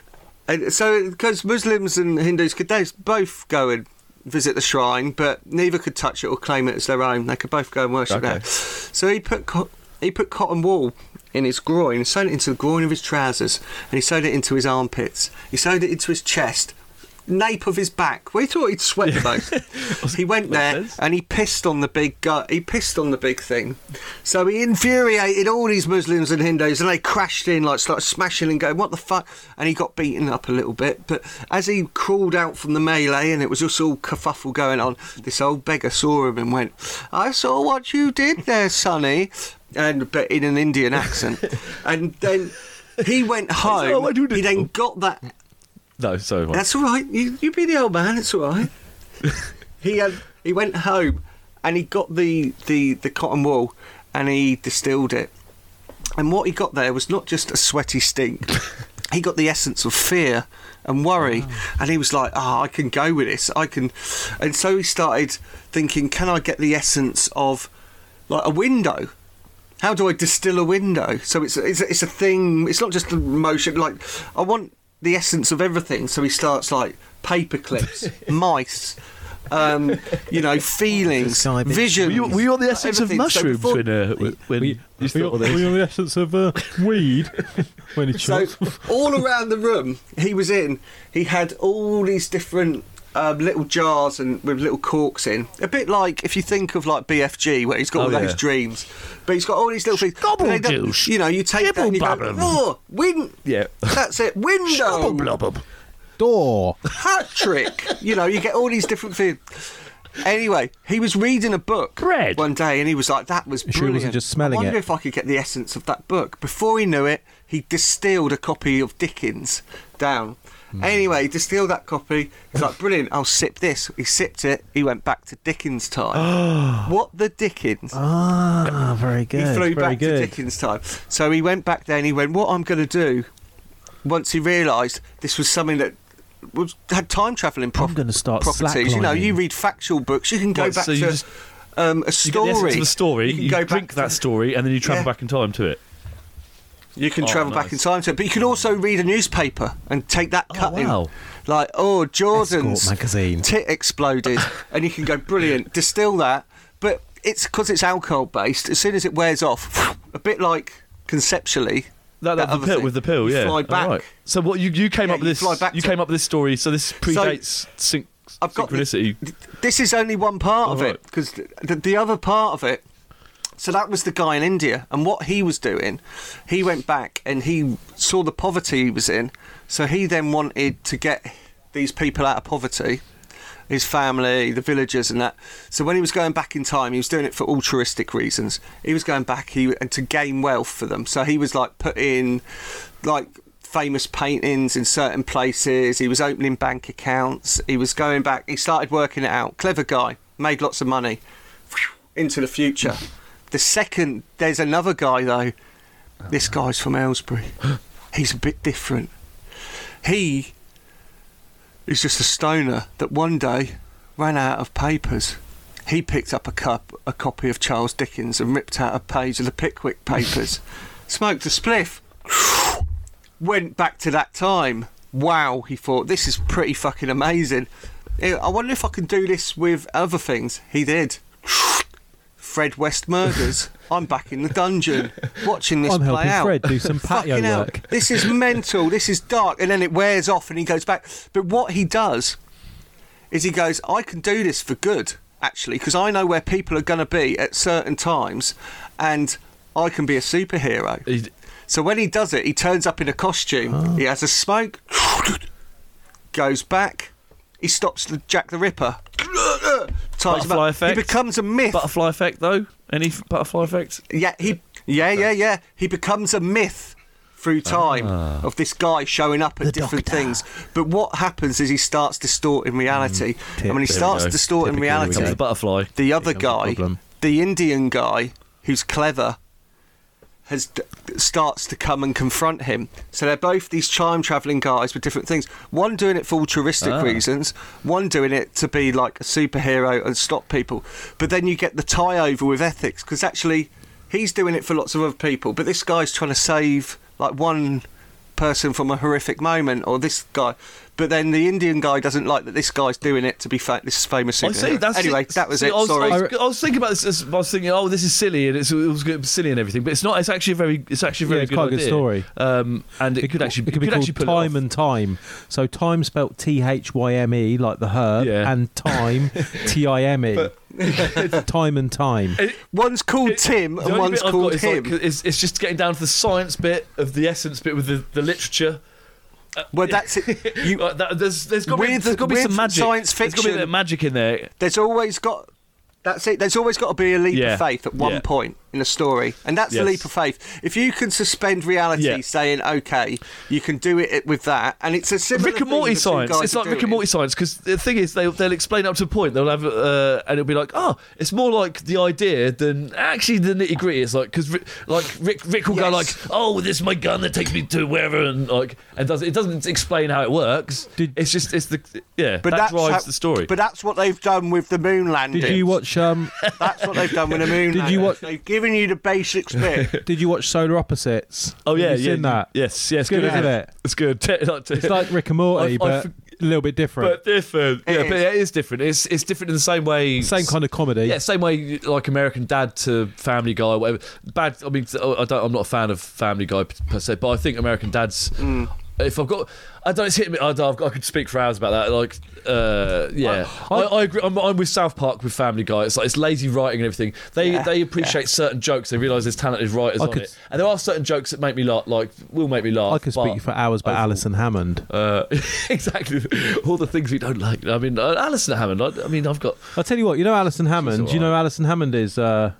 [SPEAKER 5] And so, because Muslims and Hindus could they both go and visit the shrine, but neither could touch it or claim it as their own. They could both go and worship
[SPEAKER 4] Okay.
[SPEAKER 5] there. So he put co- he put cotton wool in his groin, sewed it into the groin of his trousers, and he sewed it into his armpits. He sewed it into his chest, nape of his back. We thought he'd sweat the most. he went
[SPEAKER 4] Makes
[SPEAKER 5] there
[SPEAKER 4] sense.
[SPEAKER 5] and he pissed on the big gu- he pissed on the big thing. So he infuriated all these Muslims and Hindus, and they crashed in like started smashing and going, "What the fuck?" And he got beaten up a little bit. But as he crawled out from the melee, and it was just all kerfuffle going on, this old beggar saw him and went, "I saw what you did there, Sonny," and but in an Indian accent, and then. He went
[SPEAKER 4] saw
[SPEAKER 5] home.
[SPEAKER 4] what you did.
[SPEAKER 5] He then got that
[SPEAKER 4] No, sorry. Mike.
[SPEAKER 5] that's all right. You, you be the old man. It's all right. he had, he went home and he got the, the, the cotton wool and he distilled it. And what he got there was not just a sweaty stink. he got the essence of fear and worry. And he was like, "Ah, I can go with this. I can." And so he started thinking, "Can I get the essence of like a window?" How do I distill a window? So it's it's, it's a thing. It's not just the motion. Like I want the essence of everything. So he starts like paper clips, mice, um, you know, feelings,
[SPEAKER 3] Describe it.
[SPEAKER 5] visions.
[SPEAKER 4] Were you, were you on the essence of
[SPEAKER 5] everything. So
[SPEAKER 4] mushrooms
[SPEAKER 5] before-
[SPEAKER 4] when, uh, when, when
[SPEAKER 3] We,
[SPEAKER 4] you
[SPEAKER 3] we,
[SPEAKER 4] thought of this?
[SPEAKER 3] we on the essence of uh, weed when he
[SPEAKER 5] So
[SPEAKER 3] chucks.
[SPEAKER 5] all around the room he was in, he had all these different um, little jars and with little corks in. A bit like if you think of like BFG, where he's got
[SPEAKER 4] Oh,
[SPEAKER 5] all
[SPEAKER 4] yeah.
[SPEAKER 5] those dreams, but he's got all these little things. Gobble
[SPEAKER 8] juice.
[SPEAKER 5] You know, you take that and you go,
[SPEAKER 8] Gibble-bubble.
[SPEAKER 5] oh, win.
[SPEAKER 4] Yeah.
[SPEAKER 5] That's it. Window.
[SPEAKER 8] Blubub.
[SPEAKER 3] door.
[SPEAKER 5] Patrick. you know, you get all these different things. Anyway, he was reading a book
[SPEAKER 4] Bread.
[SPEAKER 5] one day, and he was like, "That was
[SPEAKER 3] sure he
[SPEAKER 5] brilliant."
[SPEAKER 3] wasn't just smelling
[SPEAKER 5] I wonder
[SPEAKER 3] it?
[SPEAKER 5] if I could get the essence of that book. Before he knew it, he distilled a copy of Dickens down.
[SPEAKER 3] Hmm.
[SPEAKER 5] Anyway, he distilled that copy. He's like, "Brilliant! I'll sip this." He sipped it. He went back to Dickens time. what the Dickens?
[SPEAKER 3] Ah, very good.
[SPEAKER 5] He flew
[SPEAKER 3] very
[SPEAKER 5] back
[SPEAKER 3] good.
[SPEAKER 5] to Dickens time. So he went back there and he went, What I'm going to do, once he realised this was something that was, had time travelling prop-
[SPEAKER 3] I'm gonna start
[SPEAKER 5] properties. You know, you
[SPEAKER 3] slacklining.
[SPEAKER 5] read factual books, you can go
[SPEAKER 4] Right,
[SPEAKER 5] back
[SPEAKER 4] so
[SPEAKER 5] to
[SPEAKER 4] you just-
[SPEAKER 5] um,
[SPEAKER 4] You
[SPEAKER 5] a
[SPEAKER 4] get
[SPEAKER 5] story.
[SPEAKER 4] the essence of a story,
[SPEAKER 5] can
[SPEAKER 4] you,
[SPEAKER 5] go
[SPEAKER 4] drink
[SPEAKER 5] back
[SPEAKER 4] that
[SPEAKER 5] to-
[SPEAKER 4] story, and then you travel
[SPEAKER 5] Yeah.
[SPEAKER 4] back in time to it.
[SPEAKER 5] You can
[SPEAKER 4] Oh,
[SPEAKER 5] travel
[SPEAKER 4] nice.
[SPEAKER 5] back in time to it, but you can also read a newspaper and take that
[SPEAKER 4] Oh,
[SPEAKER 5] cut in.
[SPEAKER 4] wow.
[SPEAKER 5] Like, oh, Jordan's
[SPEAKER 3] Escort magazine.
[SPEAKER 5] tit exploded, and you can go brilliant, distill that. But it's because it's alcohol based. As soon as it wears off, a bit like conceptually
[SPEAKER 4] That, that,
[SPEAKER 5] other
[SPEAKER 4] the pill
[SPEAKER 5] thing,
[SPEAKER 4] with the pill,
[SPEAKER 5] you
[SPEAKER 4] yeah.
[SPEAKER 5] Fly back.
[SPEAKER 4] Alright. So what you you came
[SPEAKER 5] Yeah,
[SPEAKER 4] up with
[SPEAKER 5] you
[SPEAKER 4] this?
[SPEAKER 5] fly back
[SPEAKER 4] you
[SPEAKER 5] to-
[SPEAKER 4] came up with this story. So this predates sync,
[SPEAKER 5] I've got the-
[SPEAKER 4] synchronicity.
[SPEAKER 5] This is only one part of it
[SPEAKER 4] Alright.
[SPEAKER 5] because the, the other part of it. So that was the guy in India, and what he was doing, he went back and he saw the poverty he was in. So he then wanted to get these people out of poverty, his family, the villagers, and that. So when he was going back in time, he was doing it for altruistic reasons. He was going back he, and to gain wealth for them. So he was like putting like famous paintings in certain places. He was opening bank accounts. He was going back. He started working it out. Clever guy, made lots of money. Into the future. The second, there's another guy though. This guy's from Aylesbury. He's a bit different. He is just a stoner that one day ran out of papers. He picked up a cup, a copy of Charles Dickens, and ripped out a page of the Pickwick Papers. Smoked a spliff, went back to that time. Wow, he thought, this is pretty fucking amazing. Eh, I wonder if I can do this with other things. He did. Fred West murders. I'm back in the dungeon watching this
[SPEAKER 3] I'm
[SPEAKER 5] play
[SPEAKER 3] helping
[SPEAKER 5] out.
[SPEAKER 3] Fred do some patio
[SPEAKER 5] Fucking hell,
[SPEAKER 3] work.
[SPEAKER 5] This is mental. This is dark. And then it wears off and he goes back. But what he does is he goes, I can do this for good, actually, because I know where people are going to be at certain times and I can be a superhero.
[SPEAKER 4] He-
[SPEAKER 5] So when he does it, he turns up in a costume. He has a smoke, goes back. He stops the Jack the Ripper. Ties him
[SPEAKER 4] Butterfly
[SPEAKER 5] up.
[SPEAKER 4] effect.
[SPEAKER 5] He becomes a myth.
[SPEAKER 4] Butterfly effect, though. Any f- butterfly effect?
[SPEAKER 5] yeah, he. Yeah, yeah, yeah. He becomes a myth through
[SPEAKER 4] Ah.
[SPEAKER 5] time of this guy showing up at different things. But what happens is he starts distorting reality. and when he
[SPEAKER 4] Hmm. There we
[SPEAKER 5] starts
[SPEAKER 4] go.
[SPEAKER 5] distorting
[SPEAKER 4] Typically, there we
[SPEAKER 5] reality,
[SPEAKER 4] go. The butterfly.
[SPEAKER 5] the other
[SPEAKER 4] Here comes the
[SPEAKER 5] guy,
[SPEAKER 4] problem.
[SPEAKER 5] the Indian guy, who's clever, has d- starts to come and confront him. So they're both these time traveling guys with different things. One doing it for altruistic
[SPEAKER 4] Ah.
[SPEAKER 5] reasons, one doing it to be like a superhero and stop people. But then you get the tie over with ethics because actually he's doing it for lots of other people. But this guy's trying to save like one person from a horrific moment or this guy. But then the Indian guy doesn't like that this guy's doing it to be fa- this famous.
[SPEAKER 4] I Oh, see.
[SPEAKER 5] superhero.
[SPEAKER 4] That's
[SPEAKER 5] anyway.
[SPEAKER 4] it.
[SPEAKER 5] That was
[SPEAKER 4] See,
[SPEAKER 5] it.
[SPEAKER 4] I was,
[SPEAKER 5] Sorry.
[SPEAKER 4] I was, I was thinking about this. as- I was thinking, oh, this is silly, and it's, it was good, silly and everything, but it's not. It's actually a very. It's actually a
[SPEAKER 3] Yeah,
[SPEAKER 4] very
[SPEAKER 3] it's
[SPEAKER 4] good,
[SPEAKER 3] quite a good
[SPEAKER 4] idea.
[SPEAKER 3] story.
[SPEAKER 4] Um, and it, could actually.
[SPEAKER 3] it could be
[SPEAKER 4] actually
[SPEAKER 3] called
[SPEAKER 4] pull it off.
[SPEAKER 3] time and time. So time spelt T H Y M E like the herb,
[SPEAKER 4] Yeah.
[SPEAKER 3] and time T I M E. Time and time.
[SPEAKER 5] One's called Tim
[SPEAKER 4] The
[SPEAKER 5] and
[SPEAKER 4] only
[SPEAKER 5] one's
[SPEAKER 4] bit I've
[SPEAKER 5] called
[SPEAKER 4] got is like-
[SPEAKER 5] him.
[SPEAKER 4] it's, it's just getting down to the science bit of the essence bit with the, the literature.
[SPEAKER 5] well, that's it. You,
[SPEAKER 4] Uh, that, there's there's got
[SPEAKER 5] With-
[SPEAKER 4] to be
[SPEAKER 5] with
[SPEAKER 4] some magic.
[SPEAKER 5] science
[SPEAKER 4] There's got to be a bit
[SPEAKER 5] fiction-
[SPEAKER 4] of magic in there.
[SPEAKER 5] there's always got. That's it. There's always got to be a leap
[SPEAKER 4] Yeah.
[SPEAKER 5] of faith at one
[SPEAKER 4] Yeah.
[SPEAKER 5] point in a story, and that's the
[SPEAKER 4] Yes.
[SPEAKER 5] leap of faith. If you can suspend reality,
[SPEAKER 4] Yeah.
[SPEAKER 5] saying "Okay, you can do it with that," and it's a similar
[SPEAKER 4] Rick and
[SPEAKER 5] thing
[SPEAKER 4] Morty
[SPEAKER 5] the two
[SPEAKER 4] science.
[SPEAKER 5] guys
[SPEAKER 4] It's
[SPEAKER 5] are
[SPEAKER 4] like Rick
[SPEAKER 5] doing.
[SPEAKER 4] and Morty science because the thing is, they'll, they'll explain up to a point. They'll have, uh, and it'll be like, oh, it's more like the idea than actually the nitty gritty. It's like because like Rick, Rick will go like,
[SPEAKER 5] Yes.
[SPEAKER 4] oh, this is my gun that takes me to wherever, and like, and does it doesn't explain how it works.
[SPEAKER 3] Did-
[SPEAKER 4] it's just it's the yeah
[SPEAKER 5] But
[SPEAKER 4] that
[SPEAKER 5] that's
[SPEAKER 4] drives
[SPEAKER 5] how-
[SPEAKER 4] the story.
[SPEAKER 5] But that's what they've done with the moon landing.
[SPEAKER 3] Did you watch um
[SPEAKER 5] That's what they've done with the moon.
[SPEAKER 3] Did you
[SPEAKER 5] landing.
[SPEAKER 3] watch-
[SPEAKER 5] They've given you the basics bit.
[SPEAKER 3] did you watch Solar Opposites?
[SPEAKER 4] oh yeah,
[SPEAKER 3] Have you
[SPEAKER 4] yeah,
[SPEAKER 3] seen that?
[SPEAKER 4] Yes, yes,
[SPEAKER 3] It's good, isn't it?
[SPEAKER 4] It's good.
[SPEAKER 3] It's like Rick and Morty,
[SPEAKER 4] I've-
[SPEAKER 3] but
[SPEAKER 4] I've-
[SPEAKER 3] a little bit different.
[SPEAKER 4] But different. yeah,
[SPEAKER 5] is.
[SPEAKER 4] but it is different. It's it's different in the same way.
[SPEAKER 3] Same kind of comedy.
[SPEAKER 4] Yeah, same way like American Dad to Family Guy,
[SPEAKER 3] Mm.
[SPEAKER 4] or whatever. Bad. I mean, I don't. I'm not a fan of Family Guy per se, but I think American Dad's. if I've got, I don't. It's hit me. I, don't- I could speak for hours about that. Like, uh, yeah, I, I, agree. I'm, I'm with South Park with Family Guy. It's like it's lazy writing and everything. They they appreciate certain jokes. They realise there's talented writers
[SPEAKER 3] I
[SPEAKER 4] on
[SPEAKER 3] could-
[SPEAKER 4] it, and there are certain jokes that make me laugh. Like will make me laugh.
[SPEAKER 3] I could
[SPEAKER 4] but-
[SPEAKER 3] speak you for hours about
[SPEAKER 4] overall-
[SPEAKER 3] Alison Hammond.
[SPEAKER 4] Uh, exactly, all the things we don't like. I mean, uh, Alison Hammond. I, I mean, I've got.
[SPEAKER 3] I'll tell you what, you know Alison Hammond. Do you know who Alison Hammond is, uh,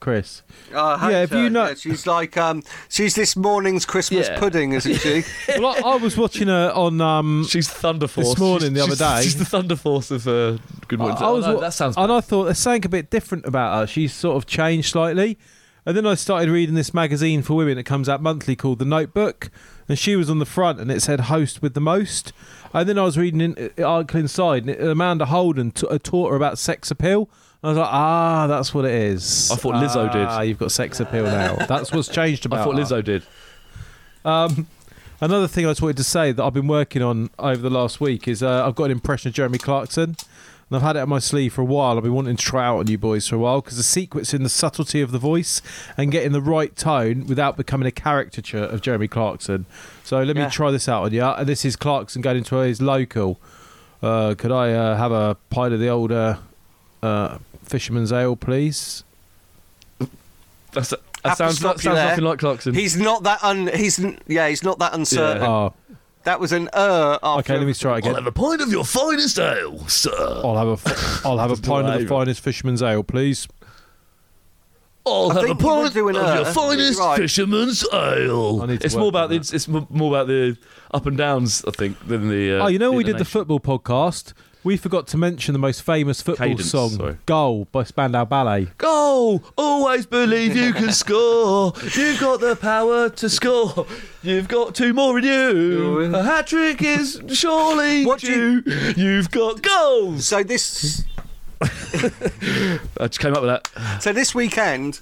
[SPEAKER 3] Chris?
[SPEAKER 5] Oh, I hope
[SPEAKER 3] Yeah, if
[SPEAKER 5] so.
[SPEAKER 3] you know-
[SPEAKER 5] Yeah, she's like um, she's this morning's Christmas
[SPEAKER 4] Yeah.
[SPEAKER 5] pudding, isn't she?
[SPEAKER 3] well, I, I was watching her on. Um,
[SPEAKER 4] She's Thunder Force.
[SPEAKER 3] This morning,
[SPEAKER 4] She's-
[SPEAKER 3] the other
[SPEAKER 4] she's-
[SPEAKER 3] day-
[SPEAKER 4] she's the Thunder Force of uh, Good Morning.
[SPEAKER 3] I- I was
[SPEAKER 4] oh, no,
[SPEAKER 3] wa-
[SPEAKER 4] that sounds.
[SPEAKER 3] and I thought there's something a bit different about her. She's sort of changed slightly. And then I started reading this magazine for women that comes out monthly called The Notebook, and she was on the front, and it said "Host with the most." And then I was reading an an article inside, and Amanda Holden t- uh, taught her about sex appeal. And I was like, "Ah, that's what it is."
[SPEAKER 4] I thought Lizzo did.
[SPEAKER 3] Ah, you've got sex appeal now. That's what's changed about.
[SPEAKER 4] I thought
[SPEAKER 3] her.
[SPEAKER 4] Lizzo did.
[SPEAKER 3] Um, another thing I just wanted to say that I've been working on over the last week is uh, I've got an impression of Jeremy Clarkson, and I've had it on my sleeve for a while. I've been wanting to try out on you boys for a while because the secret's in the subtlety of the voice and getting the right tone without becoming a caricature of Jeremy Clarkson. So let me try this out on you. Uh, This is Clarkson going into his local. Uh, could I uh, have a pint of the old uh, uh, fisherman's ale, please?
[SPEAKER 4] That's, that
[SPEAKER 5] Have to
[SPEAKER 4] sounds,
[SPEAKER 5] stop
[SPEAKER 4] that
[SPEAKER 5] you
[SPEAKER 4] sounds
[SPEAKER 5] there.
[SPEAKER 4] nothing like Clarkson.
[SPEAKER 5] he's not that un. He's n- yeah. He's not that uncertain.
[SPEAKER 4] Yeah.
[SPEAKER 3] Oh,
[SPEAKER 5] That was an uh. After
[SPEAKER 3] okay, let me try again.
[SPEAKER 4] a pint of your finest ale, sir.
[SPEAKER 3] I'll have a, f- I'll have a pint of the finest fisherman's ale, please.
[SPEAKER 4] I'll
[SPEAKER 5] I
[SPEAKER 4] have a
[SPEAKER 5] think you were
[SPEAKER 4] pint of
[SPEAKER 5] doing
[SPEAKER 4] your
[SPEAKER 5] her.
[SPEAKER 4] finest
[SPEAKER 5] Right.
[SPEAKER 4] fisherman's ale.
[SPEAKER 3] I need to
[SPEAKER 4] It's more
[SPEAKER 3] work
[SPEAKER 4] about
[SPEAKER 3] on
[SPEAKER 4] the, it's, it's m- more about the up and downs, I think, than the. Uh,
[SPEAKER 3] Oh, you know, we did the
[SPEAKER 4] intonation.
[SPEAKER 3] football podcast. We forgot to mention the most famous football
[SPEAKER 4] Cadence,
[SPEAKER 3] song,
[SPEAKER 4] sorry.
[SPEAKER 3] Goal by Spandau Ballet.
[SPEAKER 4] goal. Always believe you can score. You've got the power to score. You've got two more in you. A hat trick is surely
[SPEAKER 5] What do
[SPEAKER 4] due. You... have got goals.
[SPEAKER 5] So this
[SPEAKER 4] I just came up with that
[SPEAKER 5] so this weekend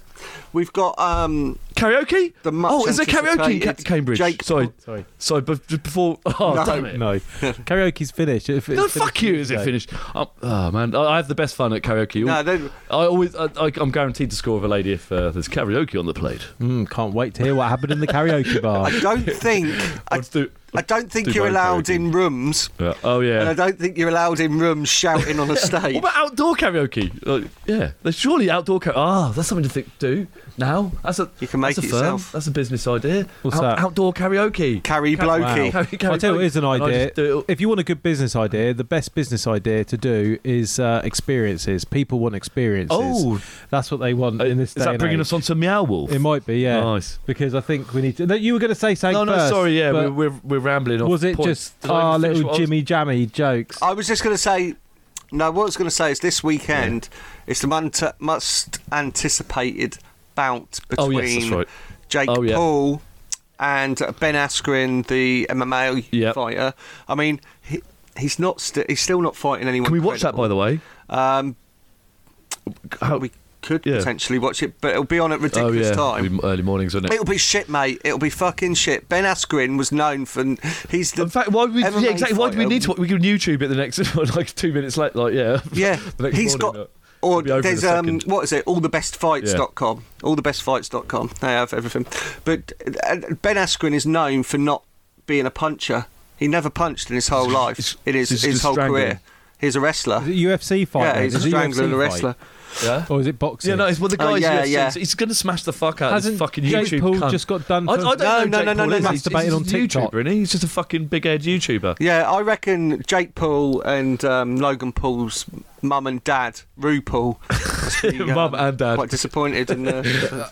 [SPEAKER 5] we've got um
[SPEAKER 4] karaoke.
[SPEAKER 5] The much
[SPEAKER 4] oh, is there karaoke in
[SPEAKER 5] anticipated
[SPEAKER 4] Cambridge?
[SPEAKER 5] Jake-
[SPEAKER 4] Sorry,
[SPEAKER 3] Sorry.
[SPEAKER 4] sorry, but just before. Oh,
[SPEAKER 5] No.
[SPEAKER 4] damn it.
[SPEAKER 3] No, karaoke's finished. If it's
[SPEAKER 4] No,
[SPEAKER 3] finished,
[SPEAKER 4] fuck you! Is it
[SPEAKER 3] okay.
[SPEAKER 4] finished? Um, oh man, I I have the best fun at karaoke.
[SPEAKER 5] no
[SPEAKER 4] All-
[SPEAKER 5] then
[SPEAKER 4] I always, I, I, I'm guaranteed to score with a lady if uh, there's karaoke on the plate.
[SPEAKER 3] Mm, can't wait to hear what happened in the karaoke bar.
[SPEAKER 4] Oh,
[SPEAKER 5] I don't think
[SPEAKER 4] I'll
[SPEAKER 5] I,
[SPEAKER 4] just do-
[SPEAKER 5] I don't think
[SPEAKER 4] do
[SPEAKER 5] you're
[SPEAKER 4] my
[SPEAKER 5] allowed
[SPEAKER 4] karaoke.
[SPEAKER 5] in rooms.
[SPEAKER 4] Yeah. Oh
[SPEAKER 5] And I
[SPEAKER 4] yeah.
[SPEAKER 5] don't think you're allowed in rooms shouting on a
[SPEAKER 4] What
[SPEAKER 5] stage.
[SPEAKER 4] about outdoor karaoke? Like, yeah, there's surely outdoor karaoke. Ah, that's something to think, do now. That's a
[SPEAKER 5] You can make
[SPEAKER 4] that's
[SPEAKER 5] it
[SPEAKER 4] a firm,
[SPEAKER 5] yourself.
[SPEAKER 4] That's a business idea.
[SPEAKER 3] What's
[SPEAKER 4] Out-
[SPEAKER 3] that?
[SPEAKER 4] Outdoor karaoke.
[SPEAKER 5] Carry blokey.
[SPEAKER 4] Wow.
[SPEAKER 3] I'll tell you, here's an
[SPEAKER 4] And I
[SPEAKER 3] idea.
[SPEAKER 4] just do it all-
[SPEAKER 3] If you want a good business idea, the best business idea to do is uh, experiences. People want experiences.
[SPEAKER 4] Oh. Uh,
[SPEAKER 3] that's what they want in this
[SPEAKER 4] Is
[SPEAKER 3] day
[SPEAKER 4] that
[SPEAKER 3] and
[SPEAKER 4] bringing
[SPEAKER 3] age.
[SPEAKER 4] us on to Meow Wolf?
[SPEAKER 3] It might be, yeah.
[SPEAKER 4] Nice.
[SPEAKER 3] Because I think we need to. No, you were going to say something
[SPEAKER 4] no, no,
[SPEAKER 3] first,
[SPEAKER 4] sorry, yeah,
[SPEAKER 3] but
[SPEAKER 4] we're, we're, we're rambling off.
[SPEAKER 3] was it
[SPEAKER 4] points.
[SPEAKER 3] just
[SPEAKER 4] Did I even
[SPEAKER 3] our
[SPEAKER 4] finish
[SPEAKER 3] little
[SPEAKER 4] what I was-
[SPEAKER 3] Jimmy Jammy jokes?
[SPEAKER 5] I was just going to say, no, what I was going to say is this weekend it's the mon- must anticipated bout
[SPEAKER 4] Oh,
[SPEAKER 5] between
[SPEAKER 4] yes, that's right.
[SPEAKER 5] Jake
[SPEAKER 4] Oh, yeah.
[SPEAKER 5] Paul and uh, Ben Askren, the MMA
[SPEAKER 4] Yep.
[SPEAKER 5] fighter. I mean, he, he's not st- he's still not fighting anyone.
[SPEAKER 4] Can we watch that, by the way?
[SPEAKER 5] Um,
[SPEAKER 4] How-
[SPEAKER 5] we could
[SPEAKER 4] yeah.
[SPEAKER 5] potentially watch it, but it'll be on at
[SPEAKER 4] oh
[SPEAKER 5] ridiculous
[SPEAKER 4] yeah,
[SPEAKER 5] time.
[SPEAKER 4] It'll be early mornings, isn't it?
[SPEAKER 5] It'll be shit, mate. It'll be fucking shit. Ben Askren was known for he's the
[SPEAKER 4] In fact, why we, yeah,
[SPEAKER 5] MMA
[SPEAKER 4] exactly. Why do we
[SPEAKER 5] fighter.
[SPEAKER 4] need to? We can YouTube it the next like two minutes later. Like yeah,
[SPEAKER 5] Yeah,
[SPEAKER 4] the next
[SPEAKER 5] he's
[SPEAKER 4] morning,
[SPEAKER 5] got.
[SPEAKER 4] uh,
[SPEAKER 5] Or
[SPEAKER 4] it'll be over in a
[SPEAKER 5] there's um,
[SPEAKER 4] second.
[SPEAKER 5] what is it? Allthebestfights.com. Allthebestfights.com. They have everything. But uh, Ben Askren is known for not being a puncher. He never punched in his whole life. In his
[SPEAKER 4] he's
[SPEAKER 5] his
[SPEAKER 4] just
[SPEAKER 5] whole
[SPEAKER 4] strangling.
[SPEAKER 5] career, he's a wrestler.
[SPEAKER 3] Is it UFC fight?
[SPEAKER 5] Yeah,
[SPEAKER 3] then?
[SPEAKER 5] he's a
[SPEAKER 3] Is it
[SPEAKER 5] strangler
[SPEAKER 3] UFC
[SPEAKER 5] and a
[SPEAKER 3] fight?
[SPEAKER 5] wrestler.
[SPEAKER 4] yeah.
[SPEAKER 3] Or is it boxing?
[SPEAKER 4] Yeah, no, it's well the
[SPEAKER 5] Oh,
[SPEAKER 4] guy's
[SPEAKER 5] yeah,
[SPEAKER 4] UFC,
[SPEAKER 5] yeah.
[SPEAKER 4] so he's gonna smash the fuck out of
[SPEAKER 3] Hasn't
[SPEAKER 4] this fucking
[SPEAKER 3] Jake
[SPEAKER 4] YouTube
[SPEAKER 3] Paul
[SPEAKER 4] cunt.
[SPEAKER 3] just got done
[SPEAKER 4] I, I
[SPEAKER 3] for-
[SPEAKER 4] don't
[SPEAKER 5] No,
[SPEAKER 4] know Jake
[SPEAKER 5] no, no,
[SPEAKER 4] Paul
[SPEAKER 5] no, no,
[SPEAKER 4] is.
[SPEAKER 5] no.
[SPEAKER 4] He's,
[SPEAKER 3] Masturbating
[SPEAKER 4] he's
[SPEAKER 3] on
[SPEAKER 4] a
[SPEAKER 3] TikTok.
[SPEAKER 4] YouTuber, isn't he? He's just a fucking big head YouTuber.
[SPEAKER 5] Yeah, I reckon Jake Paul and um, Logan Paul's mum and dad, Rue Paul, must be, um,
[SPEAKER 4] Mum and dad.
[SPEAKER 5] quite disappointed in the.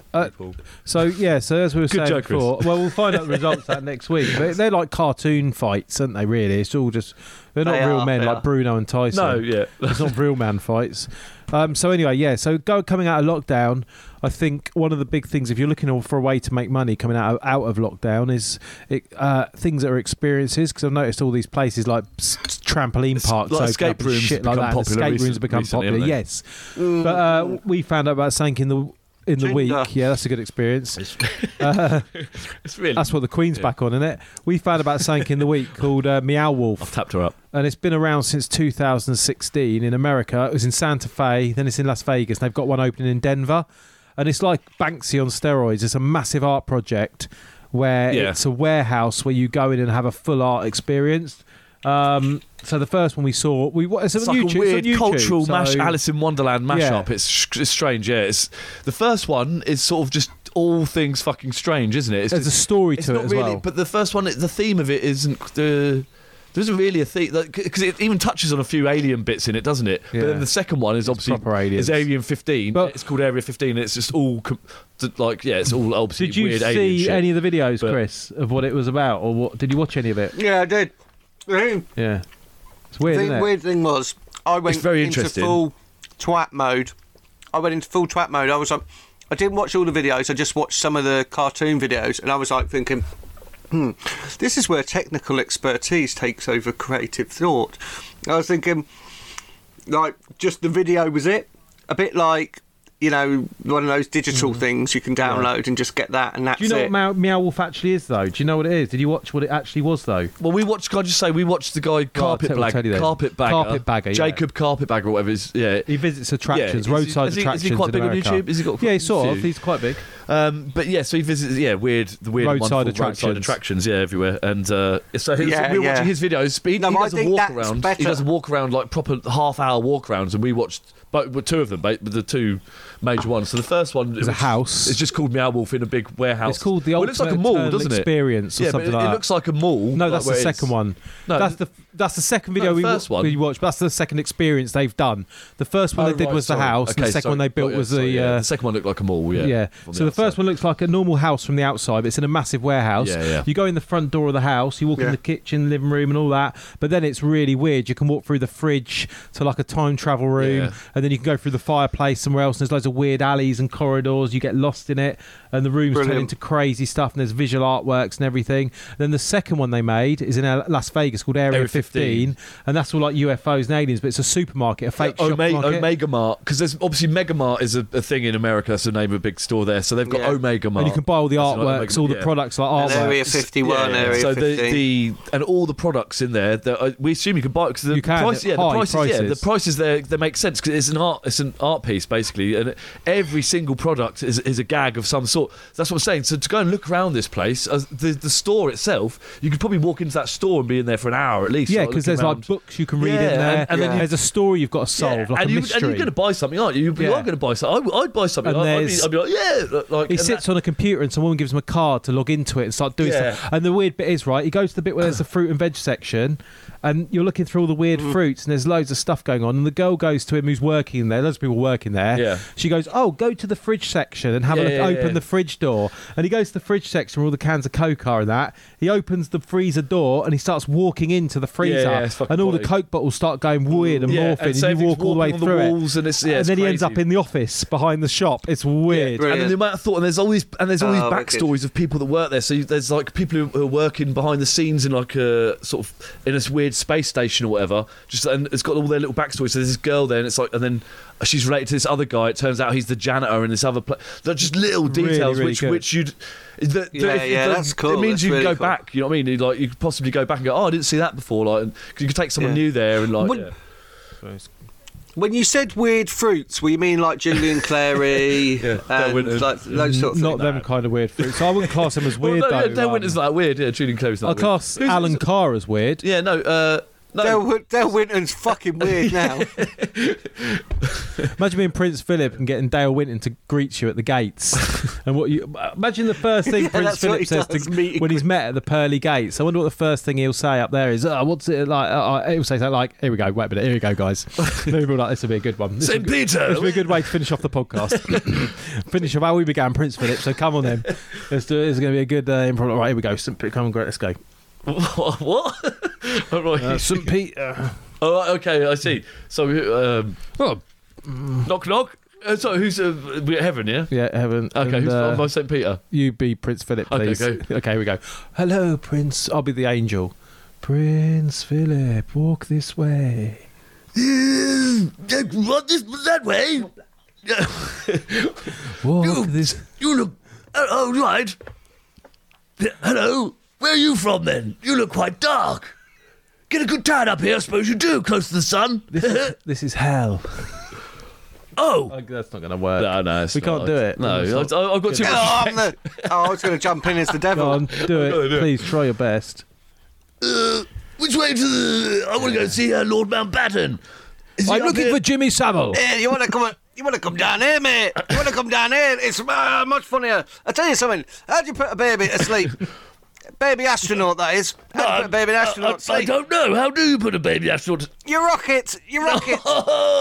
[SPEAKER 3] So yeah, so as we were saying
[SPEAKER 4] joke, Chris.
[SPEAKER 3] before, well, we'll find out the results that next week. But they're like cartoon fights, aren't they? Really, it's all just they're not
[SPEAKER 5] They
[SPEAKER 3] real
[SPEAKER 5] are,
[SPEAKER 3] men
[SPEAKER 5] they
[SPEAKER 3] like
[SPEAKER 5] are.
[SPEAKER 3] Bruno and Tyson.
[SPEAKER 4] No, yeah.
[SPEAKER 3] it's not real man fights. Um, so anyway, yeah. So go coming out of lockdown, I think one of the big things, if you're looking for a way to make money coming out of, out of lockdown, is it, uh, things that are experiences. Because I've noticed all these places like s- trampoline parks,
[SPEAKER 4] like
[SPEAKER 3] open
[SPEAKER 4] escape
[SPEAKER 3] up and
[SPEAKER 4] rooms
[SPEAKER 3] shit
[SPEAKER 4] have
[SPEAKER 3] like
[SPEAKER 4] become
[SPEAKER 3] that. and
[SPEAKER 4] popular
[SPEAKER 3] escape rooms
[SPEAKER 4] recent-
[SPEAKER 3] have become
[SPEAKER 4] recently,
[SPEAKER 3] popular.
[SPEAKER 4] haven't they?
[SPEAKER 3] Yes,
[SPEAKER 4] Mm.
[SPEAKER 3] but uh, we found out about something in the in the
[SPEAKER 5] Tinder.
[SPEAKER 3] week. Yeah, that's a good experience.
[SPEAKER 4] It's really.
[SPEAKER 3] That's what the Queen's back on, isn't it? We found about something in the week called uh, Meow
[SPEAKER 4] I've
[SPEAKER 3] Wolf,
[SPEAKER 4] tapped her up.
[SPEAKER 3] and it's been around since 2016 in America. It was in Santa Fe, then it's in Las Vegas, and they've got one opening in Denver. And it's like Banksy on steroids. It's a massive art project where
[SPEAKER 4] Yeah.
[SPEAKER 3] it's a warehouse where you go in and have a full art experience. Um, so the first one we saw, we what, it's,
[SPEAKER 4] It's
[SPEAKER 3] on
[SPEAKER 4] like
[SPEAKER 3] YouTube,
[SPEAKER 4] a weird
[SPEAKER 3] it's on YouTube,
[SPEAKER 4] cultural
[SPEAKER 3] so-
[SPEAKER 4] mash, Alice in Wonderland mashup.
[SPEAKER 3] Yeah.
[SPEAKER 4] It's, sh- it's strange. Yeah, it's the first one is sort of just all things fucking strange, isn't it? It's
[SPEAKER 3] There's
[SPEAKER 4] just-
[SPEAKER 3] a story
[SPEAKER 4] it's
[SPEAKER 3] to it
[SPEAKER 4] not
[SPEAKER 3] as
[SPEAKER 4] really,
[SPEAKER 3] well.
[SPEAKER 4] But the first one, the theme of it isn't the. There isn't really a theme because it even touches on a few alien bits in it, doesn't it?
[SPEAKER 3] Yeah.
[SPEAKER 4] But then the second one is obviously
[SPEAKER 3] proper aliens.
[SPEAKER 4] It's Alien 15.
[SPEAKER 3] But-
[SPEAKER 4] But it's called Area 15. And it's just all com- th- like yeah, it's all obviously
[SPEAKER 3] did you
[SPEAKER 4] weird alien
[SPEAKER 3] see
[SPEAKER 4] shit.
[SPEAKER 3] any of the videos,
[SPEAKER 4] But-
[SPEAKER 3] Chris, of what it was about, or what? Did you watch any of it?
[SPEAKER 7] Yeah, I did. The
[SPEAKER 3] Yeah, it's weird,
[SPEAKER 7] thing-
[SPEAKER 3] isn't it?
[SPEAKER 7] weird thing was, I went
[SPEAKER 4] very
[SPEAKER 7] into
[SPEAKER 4] interesting.
[SPEAKER 7] full twat mode. I went into full twat mode. I was like, I didn't watch all the videos. I just watched some of the cartoon videos, and I was like thinking, hmm, this is where technical expertise takes over creative thought. I was thinking, like, just the video was it? A bit like. You know, one of those digital things you can download and just get that, and that's
[SPEAKER 3] Mm-hmm. Do you know
[SPEAKER 7] it.
[SPEAKER 3] what Meow, Meow Wolf actually is, though? Do you know what it is? Did you watch what it actually was, though?
[SPEAKER 4] Well, we watched. Can I just say we watched the guy carpet
[SPEAKER 3] tell-
[SPEAKER 4] blag,
[SPEAKER 3] tell you then.
[SPEAKER 4] carpet bagger,
[SPEAKER 3] Carpetbagger, yeah.
[SPEAKER 4] Jacob carpet bagger, or whatever. Is yeah.
[SPEAKER 3] He visits attractions,
[SPEAKER 4] Yeah, is he-
[SPEAKER 3] roadside
[SPEAKER 4] is he- is he
[SPEAKER 3] attractions.
[SPEAKER 4] quite
[SPEAKER 3] in
[SPEAKER 4] big on
[SPEAKER 3] America.
[SPEAKER 4] YouTube? Has he got
[SPEAKER 3] yeah,
[SPEAKER 4] quite
[SPEAKER 3] he's sort
[SPEAKER 4] a
[SPEAKER 3] of.
[SPEAKER 4] few?
[SPEAKER 3] He's quite big.
[SPEAKER 4] Um, but yeah, so he visits yeah weird the weird and
[SPEAKER 3] Roadside
[SPEAKER 4] wonderful
[SPEAKER 3] attractions.
[SPEAKER 4] roadside attractions yeah everywhere and uh, so he was-
[SPEAKER 7] Yeah,
[SPEAKER 4] we were
[SPEAKER 7] yeah.
[SPEAKER 4] watching his videos. but He,
[SPEAKER 7] No,
[SPEAKER 4] he
[SPEAKER 7] I
[SPEAKER 4] does a
[SPEAKER 7] think
[SPEAKER 4] walk
[SPEAKER 7] that's
[SPEAKER 4] around. He
[SPEAKER 7] better.
[SPEAKER 4] does a walk around like proper half hour walk arounds, and we watched but but two of them, but the two major ones. So the first one
[SPEAKER 3] a
[SPEAKER 4] was-
[SPEAKER 3] house.
[SPEAKER 4] It's just called Meow Wolf in a big warehouse.
[SPEAKER 3] It's called the
[SPEAKER 4] well, it looks like a
[SPEAKER 3] Ultimate
[SPEAKER 4] mall,
[SPEAKER 3] Eternal
[SPEAKER 4] doesn't it?
[SPEAKER 3] Experience or
[SPEAKER 4] yeah,
[SPEAKER 3] something
[SPEAKER 4] but it,
[SPEAKER 3] like
[SPEAKER 4] it
[SPEAKER 3] that.
[SPEAKER 4] looks like a mall.
[SPEAKER 3] No,
[SPEAKER 4] like
[SPEAKER 3] that's
[SPEAKER 4] where
[SPEAKER 3] the
[SPEAKER 4] it's-
[SPEAKER 3] second one.
[SPEAKER 4] No,
[SPEAKER 3] that's the that's the second video
[SPEAKER 4] the
[SPEAKER 3] we, wa-
[SPEAKER 4] first one.
[SPEAKER 3] we watched. That's the second experience they've done. The first one
[SPEAKER 4] Oh,
[SPEAKER 3] they did
[SPEAKER 4] right,
[SPEAKER 3] was the
[SPEAKER 4] sorry.
[SPEAKER 3] house. and
[SPEAKER 4] Okay,
[SPEAKER 3] the second
[SPEAKER 4] sorry.
[SPEAKER 3] one they
[SPEAKER 4] Got
[SPEAKER 3] built
[SPEAKER 4] you,
[SPEAKER 3] was
[SPEAKER 4] sorry,
[SPEAKER 3] the
[SPEAKER 4] yeah.
[SPEAKER 3] uh,
[SPEAKER 4] the second one looked like a mall. Yeah.
[SPEAKER 3] yeah.
[SPEAKER 4] from
[SPEAKER 3] So the first
[SPEAKER 4] outside.
[SPEAKER 3] one looks like a normal house from the outside. But it's in a massive warehouse.
[SPEAKER 4] Yeah, yeah.
[SPEAKER 3] You go in the front door of the house. You walk in
[SPEAKER 7] Yeah.
[SPEAKER 3] the kitchen, living room, and all that. But then it's really weird. You can walk through the fridge to like a time travel room,
[SPEAKER 4] Yeah.
[SPEAKER 3] and then you can go through the fireplace somewhere else. And there's loads of weird alleys and corridors. You get lost in it, and the rooms turn
[SPEAKER 7] Brilliant.
[SPEAKER 3] into crazy stuff. And there's visual artworks and everything. Then the second one they made is in uh, Las Vegas called Area,
[SPEAKER 4] Area
[SPEAKER 3] 15,
[SPEAKER 4] 15.
[SPEAKER 3] and that's all like UFOs and aliens. But it's a supermarket, a fake shop
[SPEAKER 4] Omega,
[SPEAKER 3] market.
[SPEAKER 4] Omega Mart because there's obviously Mega Mart is a, a thing in America. That's the name of a big store there. So they've got
[SPEAKER 7] Yeah.
[SPEAKER 4] Omega Mart.
[SPEAKER 3] and you can buy all the
[SPEAKER 4] That's another
[SPEAKER 3] artworks,
[SPEAKER 4] Omega-
[SPEAKER 3] all the
[SPEAKER 4] yeah.
[SPEAKER 3] products like
[SPEAKER 7] And
[SPEAKER 3] artworks.
[SPEAKER 7] Area 51,
[SPEAKER 4] Yeah,
[SPEAKER 7] Area
[SPEAKER 4] so
[SPEAKER 7] 15.
[SPEAKER 4] the the and all the products in there that uh, we assume you can buy because the
[SPEAKER 3] You can,
[SPEAKER 4] price, yeah, the
[SPEAKER 3] high
[SPEAKER 4] prices, yeah, the
[SPEAKER 3] prices.
[SPEAKER 4] prices there they make sense because it's an art, it's an art piece basically, and every single product is, is a gag of some sort. That's what I'm saying. So to go and look around this place, uh, the the store itself, you could probably walk into that store and be in there for an hour at least.
[SPEAKER 3] Yeah,
[SPEAKER 4] like,
[SPEAKER 3] because
[SPEAKER 4] looking
[SPEAKER 3] there's
[SPEAKER 4] around.
[SPEAKER 3] like books you can read
[SPEAKER 4] Yeah,
[SPEAKER 3] in there,
[SPEAKER 4] and- and then you-
[SPEAKER 3] there's a story you've got to
[SPEAKER 4] Yeah,
[SPEAKER 3] solve, like
[SPEAKER 4] and,
[SPEAKER 3] a
[SPEAKER 4] you,
[SPEAKER 3] mystery.
[SPEAKER 4] and you're going to buy something, aren't you? You, you
[SPEAKER 3] Yeah.
[SPEAKER 4] are going to buy something. I, I'd buy something.
[SPEAKER 3] And
[SPEAKER 4] I, I'd, be,
[SPEAKER 3] there's-
[SPEAKER 4] I'd be like, yeah. Like,
[SPEAKER 3] he
[SPEAKER 4] and
[SPEAKER 3] sits
[SPEAKER 4] that-
[SPEAKER 3] on a computer and someone gives him a card to log into it and start doing
[SPEAKER 4] Yeah.
[SPEAKER 3] stuff. And the weird bit is, right, he goes to the bit where there's the fruit and veg section and you're looking through all the weird
[SPEAKER 4] Mm.
[SPEAKER 3] fruits and there's loads of stuff going on. And the girl goes to him who's working there, loads of people working there.
[SPEAKER 4] Yeah.
[SPEAKER 3] She goes, Oh, go to the fridge section and have a
[SPEAKER 4] Yeah,
[SPEAKER 3] look,
[SPEAKER 4] yeah,
[SPEAKER 3] open
[SPEAKER 4] yeah.
[SPEAKER 3] the fridge door. And he goes to the fridge section where all the cans of Coke are and that. He opens the freezer door and he starts walking into the freezer.
[SPEAKER 4] yeah, it's fucking
[SPEAKER 3] and all the
[SPEAKER 4] quality.
[SPEAKER 3] Coke bottles start going weird and
[SPEAKER 4] Yeah,
[SPEAKER 3] morphing.
[SPEAKER 4] and so
[SPEAKER 3] you walk
[SPEAKER 4] everything's
[SPEAKER 3] all the way
[SPEAKER 4] walking on the
[SPEAKER 3] through
[SPEAKER 4] walls
[SPEAKER 3] it.
[SPEAKER 4] and it's- yeah, it's
[SPEAKER 3] then he ends up
[SPEAKER 4] crazy.
[SPEAKER 3] in the office behind the shop. It's weird.
[SPEAKER 4] and then the amount of thought, and there's all these, and there's all these
[SPEAKER 7] Oh, wicked.
[SPEAKER 4] backstories of people that work there. So you, there's like people who- who are working behind the scenes in like a sort of in this weird space station or whatever. Just and it's got all their little backstories. So there's this girl there, and it's like, and then she's related to this other guy. It turns out he's the janitor in this other place. They're just little
[SPEAKER 3] Really,
[SPEAKER 4] details
[SPEAKER 3] really
[SPEAKER 4] which
[SPEAKER 3] good.
[SPEAKER 4] which you'd. The,
[SPEAKER 7] Yeah, yeah, that's cool.
[SPEAKER 4] It means
[SPEAKER 7] That's
[SPEAKER 4] you
[SPEAKER 7] really
[SPEAKER 4] can go
[SPEAKER 7] cool.
[SPEAKER 4] back. You know what I mean? You, Like you could possibly go back and go, oh, I didn't see that before. Like, and 'cause you could take someone
[SPEAKER 7] Yeah.
[SPEAKER 4] new there and like.
[SPEAKER 7] Would-
[SPEAKER 4] yeah.
[SPEAKER 7] When you said weird fruits, were you mean like Julian Clary
[SPEAKER 4] Del
[SPEAKER 7] and
[SPEAKER 4] Winton.
[SPEAKER 7] like those sort of
[SPEAKER 3] Not
[SPEAKER 7] things?
[SPEAKER 3] them kind of weird fruits. So I wouldn't class him as
[SPEAKER 4] Well,
[SPEAKER 3] weird
[SPEAKER 4] no, yeah,
[SPEAKER 3] though.
[SPEAKER 4] Del
[SPEAKER 3] um,
[SPEAKER 4] Winton's like weird. Yeah, Julian Clary's like
[SPEAKER 3] I
[SPEAKER 4] weird.
[SPEAKER 3] class
[SPEAKER 4] Who's-
[SPEAKER 3] Alan Carr as weird.
[SPEAKER 4] Yeah, no, uh, no.
[SPEAKER 7] Del, Win- Del Winton's fucking weird now.
[SPEAKER 3] Imagine being Prince Philip and getting Dale Winton to greet you at the gates. and what you imagine the first thing Prince
[SPEAKER 7] that's what
[SPEAKER 3] Philip
[SPEAKER 7] he
[SPEAKER 3] says
[SPEAKER 7] does,
[SPEAKER 3] to,
[SPEAKER 7] meet and
[SPEAKER 3] when he's met at the pearly gates. I wonder what the first thing he'll say up there is. Oh, what's it like? Oh, oh," he'll say something like, "Here we go. Wait a minute. Here we go, guys." Maybe we're like, "This will be a good one." This will
[SPEAKER 4] St.
[SPEAKER 3] be-
[SPEAKER 4] Peter.
[SPEAKER 3] This would be a good way to finish off the podcast. finish off how we began, Prince Philip. So come on then. Let's do it. It's going to be a good uh, improv. Right, here we go. St. Pete, come on, great. Let's go.
[SPEAKER 4] what? All right.
[SPEAKER 3] Uh, St. Pete. uh,
[SPEAKER 4] All right, Okay, I see. So, um,
[SPEAKER 3] oh,
[SPEAKER 4] knock knock. Uh, so who's uh, we're at heaven? Yeah.
[SPEAKER 3] yeah, heaven.
[SPEAKER 4] Okay.
[SPEAKER 3] And,
[SPEAKER 4] who's
[SPEAKER 3] uh,
[SPEAKER 4] am I St. Peter?
[SPEAKER 3] You be Prince Philip,
[SPEAKER 4] Okay,
[SPEAKER 3] please.
[SPEAKER 4] go.
[SPEAKER 3] here we go. Hello, Prince. I'll be the angel. Prince Philip, walk this way.
[SPEAKER 4] What this that way?
[SPEAKER 3] Walk
[SPEAKER 4] You-
[SPEAKER 3] this.
[SPEAKER 4] You look. Oh right. Hello. Where are you from then? You look quite dark. Get a good tan up here, I suppose you do, close to the sun.
[SPEAKER 3] This is, this is hell.
[SPEAKER 4] oh.
[SPEAKER 3] Like, that's not going to work.
[SPEAKER 4] No, no, it's
[SPEAKER 3] we
[SPEAKER 4] not.
[SPEAKER 3] can't do it.
[SPEAKER 4] No,
[SPEAKER 3] It's not-
[SPEAKER 4] I- I've got too much.
[SPEAKER 5] Oh, I'm the, oh, I was going to jump in as the devil.
[SPEAKER 3] Go on, do
[SPEAKER 4] gonna do
[SPEAKER 3] it.
[SPEAKER 4] it.
[SPEAKER 3] Please try your best.
[SPEAKER 4] Which way to the? I want to go see uh, Lord Mountbatten. Is he
[SPEAKER 3] I'm
[SPEAKER 4] up
[SPEAKER 3] looking
[SPEAKER 4] here?
[SPEAKER 3] for Jimmy Savile.
[SPEAKER 5] Hey, you want to come? You want to come down here, mate? You want to come down here? It's uh, much funnier. I tell you something. How do you put a baby to sleep? baby astronaut, that is. How do you put a baby astronaut
[SPEAKER 4] Uh, I,
[SPEAKER 5] to
[SPEAKER 4] I
[SPEAKER 5] sleep?
[SPEAKER 4] don't know. How do you put a baby astronaut?
[SPEAKER 5] You rocket. You rocket.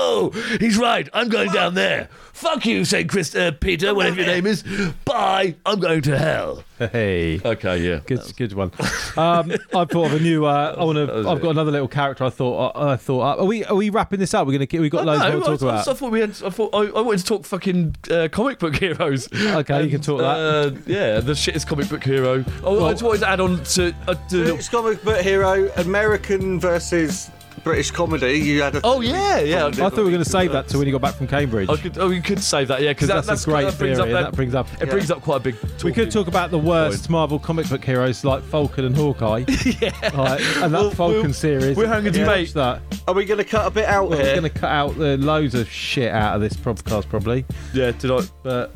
[SPEAKER 4] Oh, he's right. I'm going down there. Fuck you, Saint Chris, uh, Peter, whatever your name is. Bye. I'm going to hell.
[SPEAKER 3] Hey.
[SPEAKER 4] Okay, yeah.
[SPEAKER 3] Good, good one. Um, I've thought of a new. Uh, I want to.
[SPEAKER 4] was
[SPEAKER 3] I've
[SPEAKER 4] it.
[SPEAKER 3] got another little character. I thought. uh, I, I thought. Up. Are we? Are we wrapping this up? We're gonna. Get, we got loads
[SPEAKER 4] I,
[SPEAKER 3] more to talk
[SPEAKER 4] I,
[SPEAKER 3] about.
[SPEAKER 4] I thought we had. I thought I, I wanted to talk fucking uh, comic book heroes.
[SPEAKER 3] Okay, you can talk that.
[SPEAKER 4] Uh, yeah, the shit is comic book hero. Oh, I just wanted to add on to. Uh, to
[SPEAKER 5] British comic book hero, American versus British comedy. You had a.
[SPEAKER 4] oh yeah, yeah.
[SPEAKER 3] I thought we were going to save that to when you got back from Cambridge.
[SPEAKER 4] I could, oh, you could save that, yeah, because
[SPEAKER 3] That's a great theory, that brings up-
[SPEAKER 4] it brings up quite a big. Talking.
[SPEAKER 3] We could talk about the worst Marvel comic book heroes like Falcon and Hawkeye. yeah. and that Falcon series.
[SPEAKER 4] we're having a
[SPEAKER 3] Yeah,
[SPEAKER 4] debate.
[SPEAKER 3] watch That.
[SPEAKER 5] Are we going to cut a bit out
[SPEAKER 3] We're
[SPEAKER 5] here?
[SPEAKER 3] going to cut out the loads of shit out of this podcast probably.
[SPEAKER 4] Yeah, Oh. did I?
[SPEAKER 3] But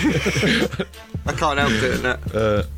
[SPEAKER 5] I can't help doing that.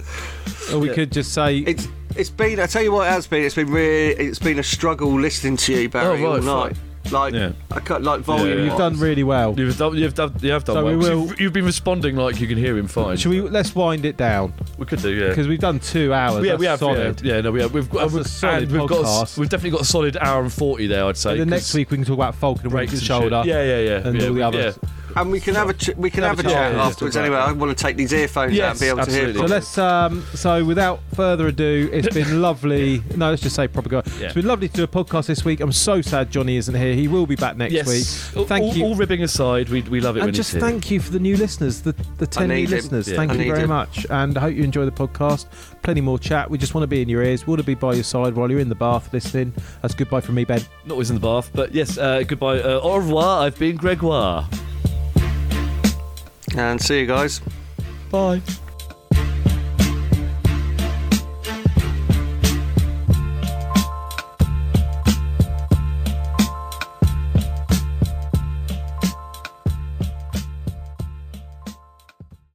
[SPEAKER 3] or we could just say
[SPEAKER 5] It's it's been. I tell you what, it has been. It's been really. It's been a struggle listening to you, Barry,
[SPEAKER 4] Oh, right,
[SPEAKER 5] all night. Like
[SPEAKER 4] Yeah.
[SPEAKER 5] I cut like volume.
[SPEAKER 4] Yeah.
[SPEAKER 3] you've done really well.
[SPEAKER 4] You've done, you've done, you have done
[SPEAKER 3] So
[SPEAKER 4] well.
[SPEAKER 3] we will-
[SPEAKER 4] You've, you've been responding like you can hear him fine.
[SPEAKER 3] Should we let's wind it down
[SPEAKER 4] We could do, yeah.
[SPEAKER 3] because we've done 2 hours.
[SPEAKER 4] yeah,
[SPEAKER 3] That's
[SPEAKER 4] we have.
[SPEAKER 3] solid.
[SPEAKER 4] Yeah, yeah, no, we have. We've got.
[SPEAKER 3] That's a
[SPEAKER 4] we've,
[SPEAKER 3] solid
[SPEAKER 4] and we've got.
[SPEAKER 3] podcast.
[SPEAKER 4] We've definitely got a solid hour and forty there. I'd say.
[SPEAKER 3] And then next
[SPEAKER 4] 'cause
[SPEAKER 3] week we can talk about Falcon and
[SPEAKER 4] breaks
[SPEAKER 3] Winter
[SPEAKER 4] and
[SPEAKER 3] Shoulder.
[SPEAKER 4] shit. Yeah, yeah, yeah.
[SPEAKER 3] and
[SPEAKER 4] yeah,
[SPEAKER 3] all the
[SPEAKER 4] yeah.
[SPEAKER 3] others.
[SPEAKER 5] And we can have a ch- we can have a
[SPEAKER 3] a
[SPEAKER 5] chat
[SPEAKER 3] chat, yeah,
[SPEAKER 5] afterwards
[SPEAKER 3] talk
[SPEAKER 5] anyway.
[SPEAKER 3] about
[SPEAKER 5] I want to take these earphones out
[SPEAKER 4] Yes,
[SPEAKER 5] and be able to hear.
[SPEAKER 4] absolutely.
[SPEAKER 3] So
[SPEAKER 5] properly.
[SPEAKER 3] let's um so without further ado, it's been lovely. No, let's just say proper go.
[SPEAKER 4] Yeah.
[SPEAKER 3] It's been lovely to do a podcast this week. I'm so sad Johnny isn't here. He will be back next
[SPEAKER 4] Yes.
[SPEAKER 3] week. Thank
[SPEAKER 4] all,
[SPEAKER 3] you.
[SPEAKER 4] All ribbing aside, we, we love it when
[SPEAKER 3] and
[SPEAKER 4] he's
[SPEAKER 3] just
[SPEAKER 4] here.
[SPEAKER 3] thank you for the new listeners, the, the 10 new
[SPEAKER 5] need him.
[SPEAKER 3] listeners.
[SPEAKER 4] Yeah.
[SPEAKER 3] Thank
[SPEAKER 5] I
[SPEAKER 3] you
[SPEAKER 5] need
[SPEAKER 3] very
[SPEAKER 5] him.
[SPEAKER 3] much. And I hope you enjoy the podcast. Plenty more chat. We just want to be in your ears. We want to be by your side while you're in the bath listening. That's goodbye from me, Ben.
[SPEAKER 4] Not always in the bath, but yes. Uh, goodbye. Uh, au revoir. I've been Gregoire.
[SPEAKER 5] And see you guys.
[SPEAKER 4] Bye.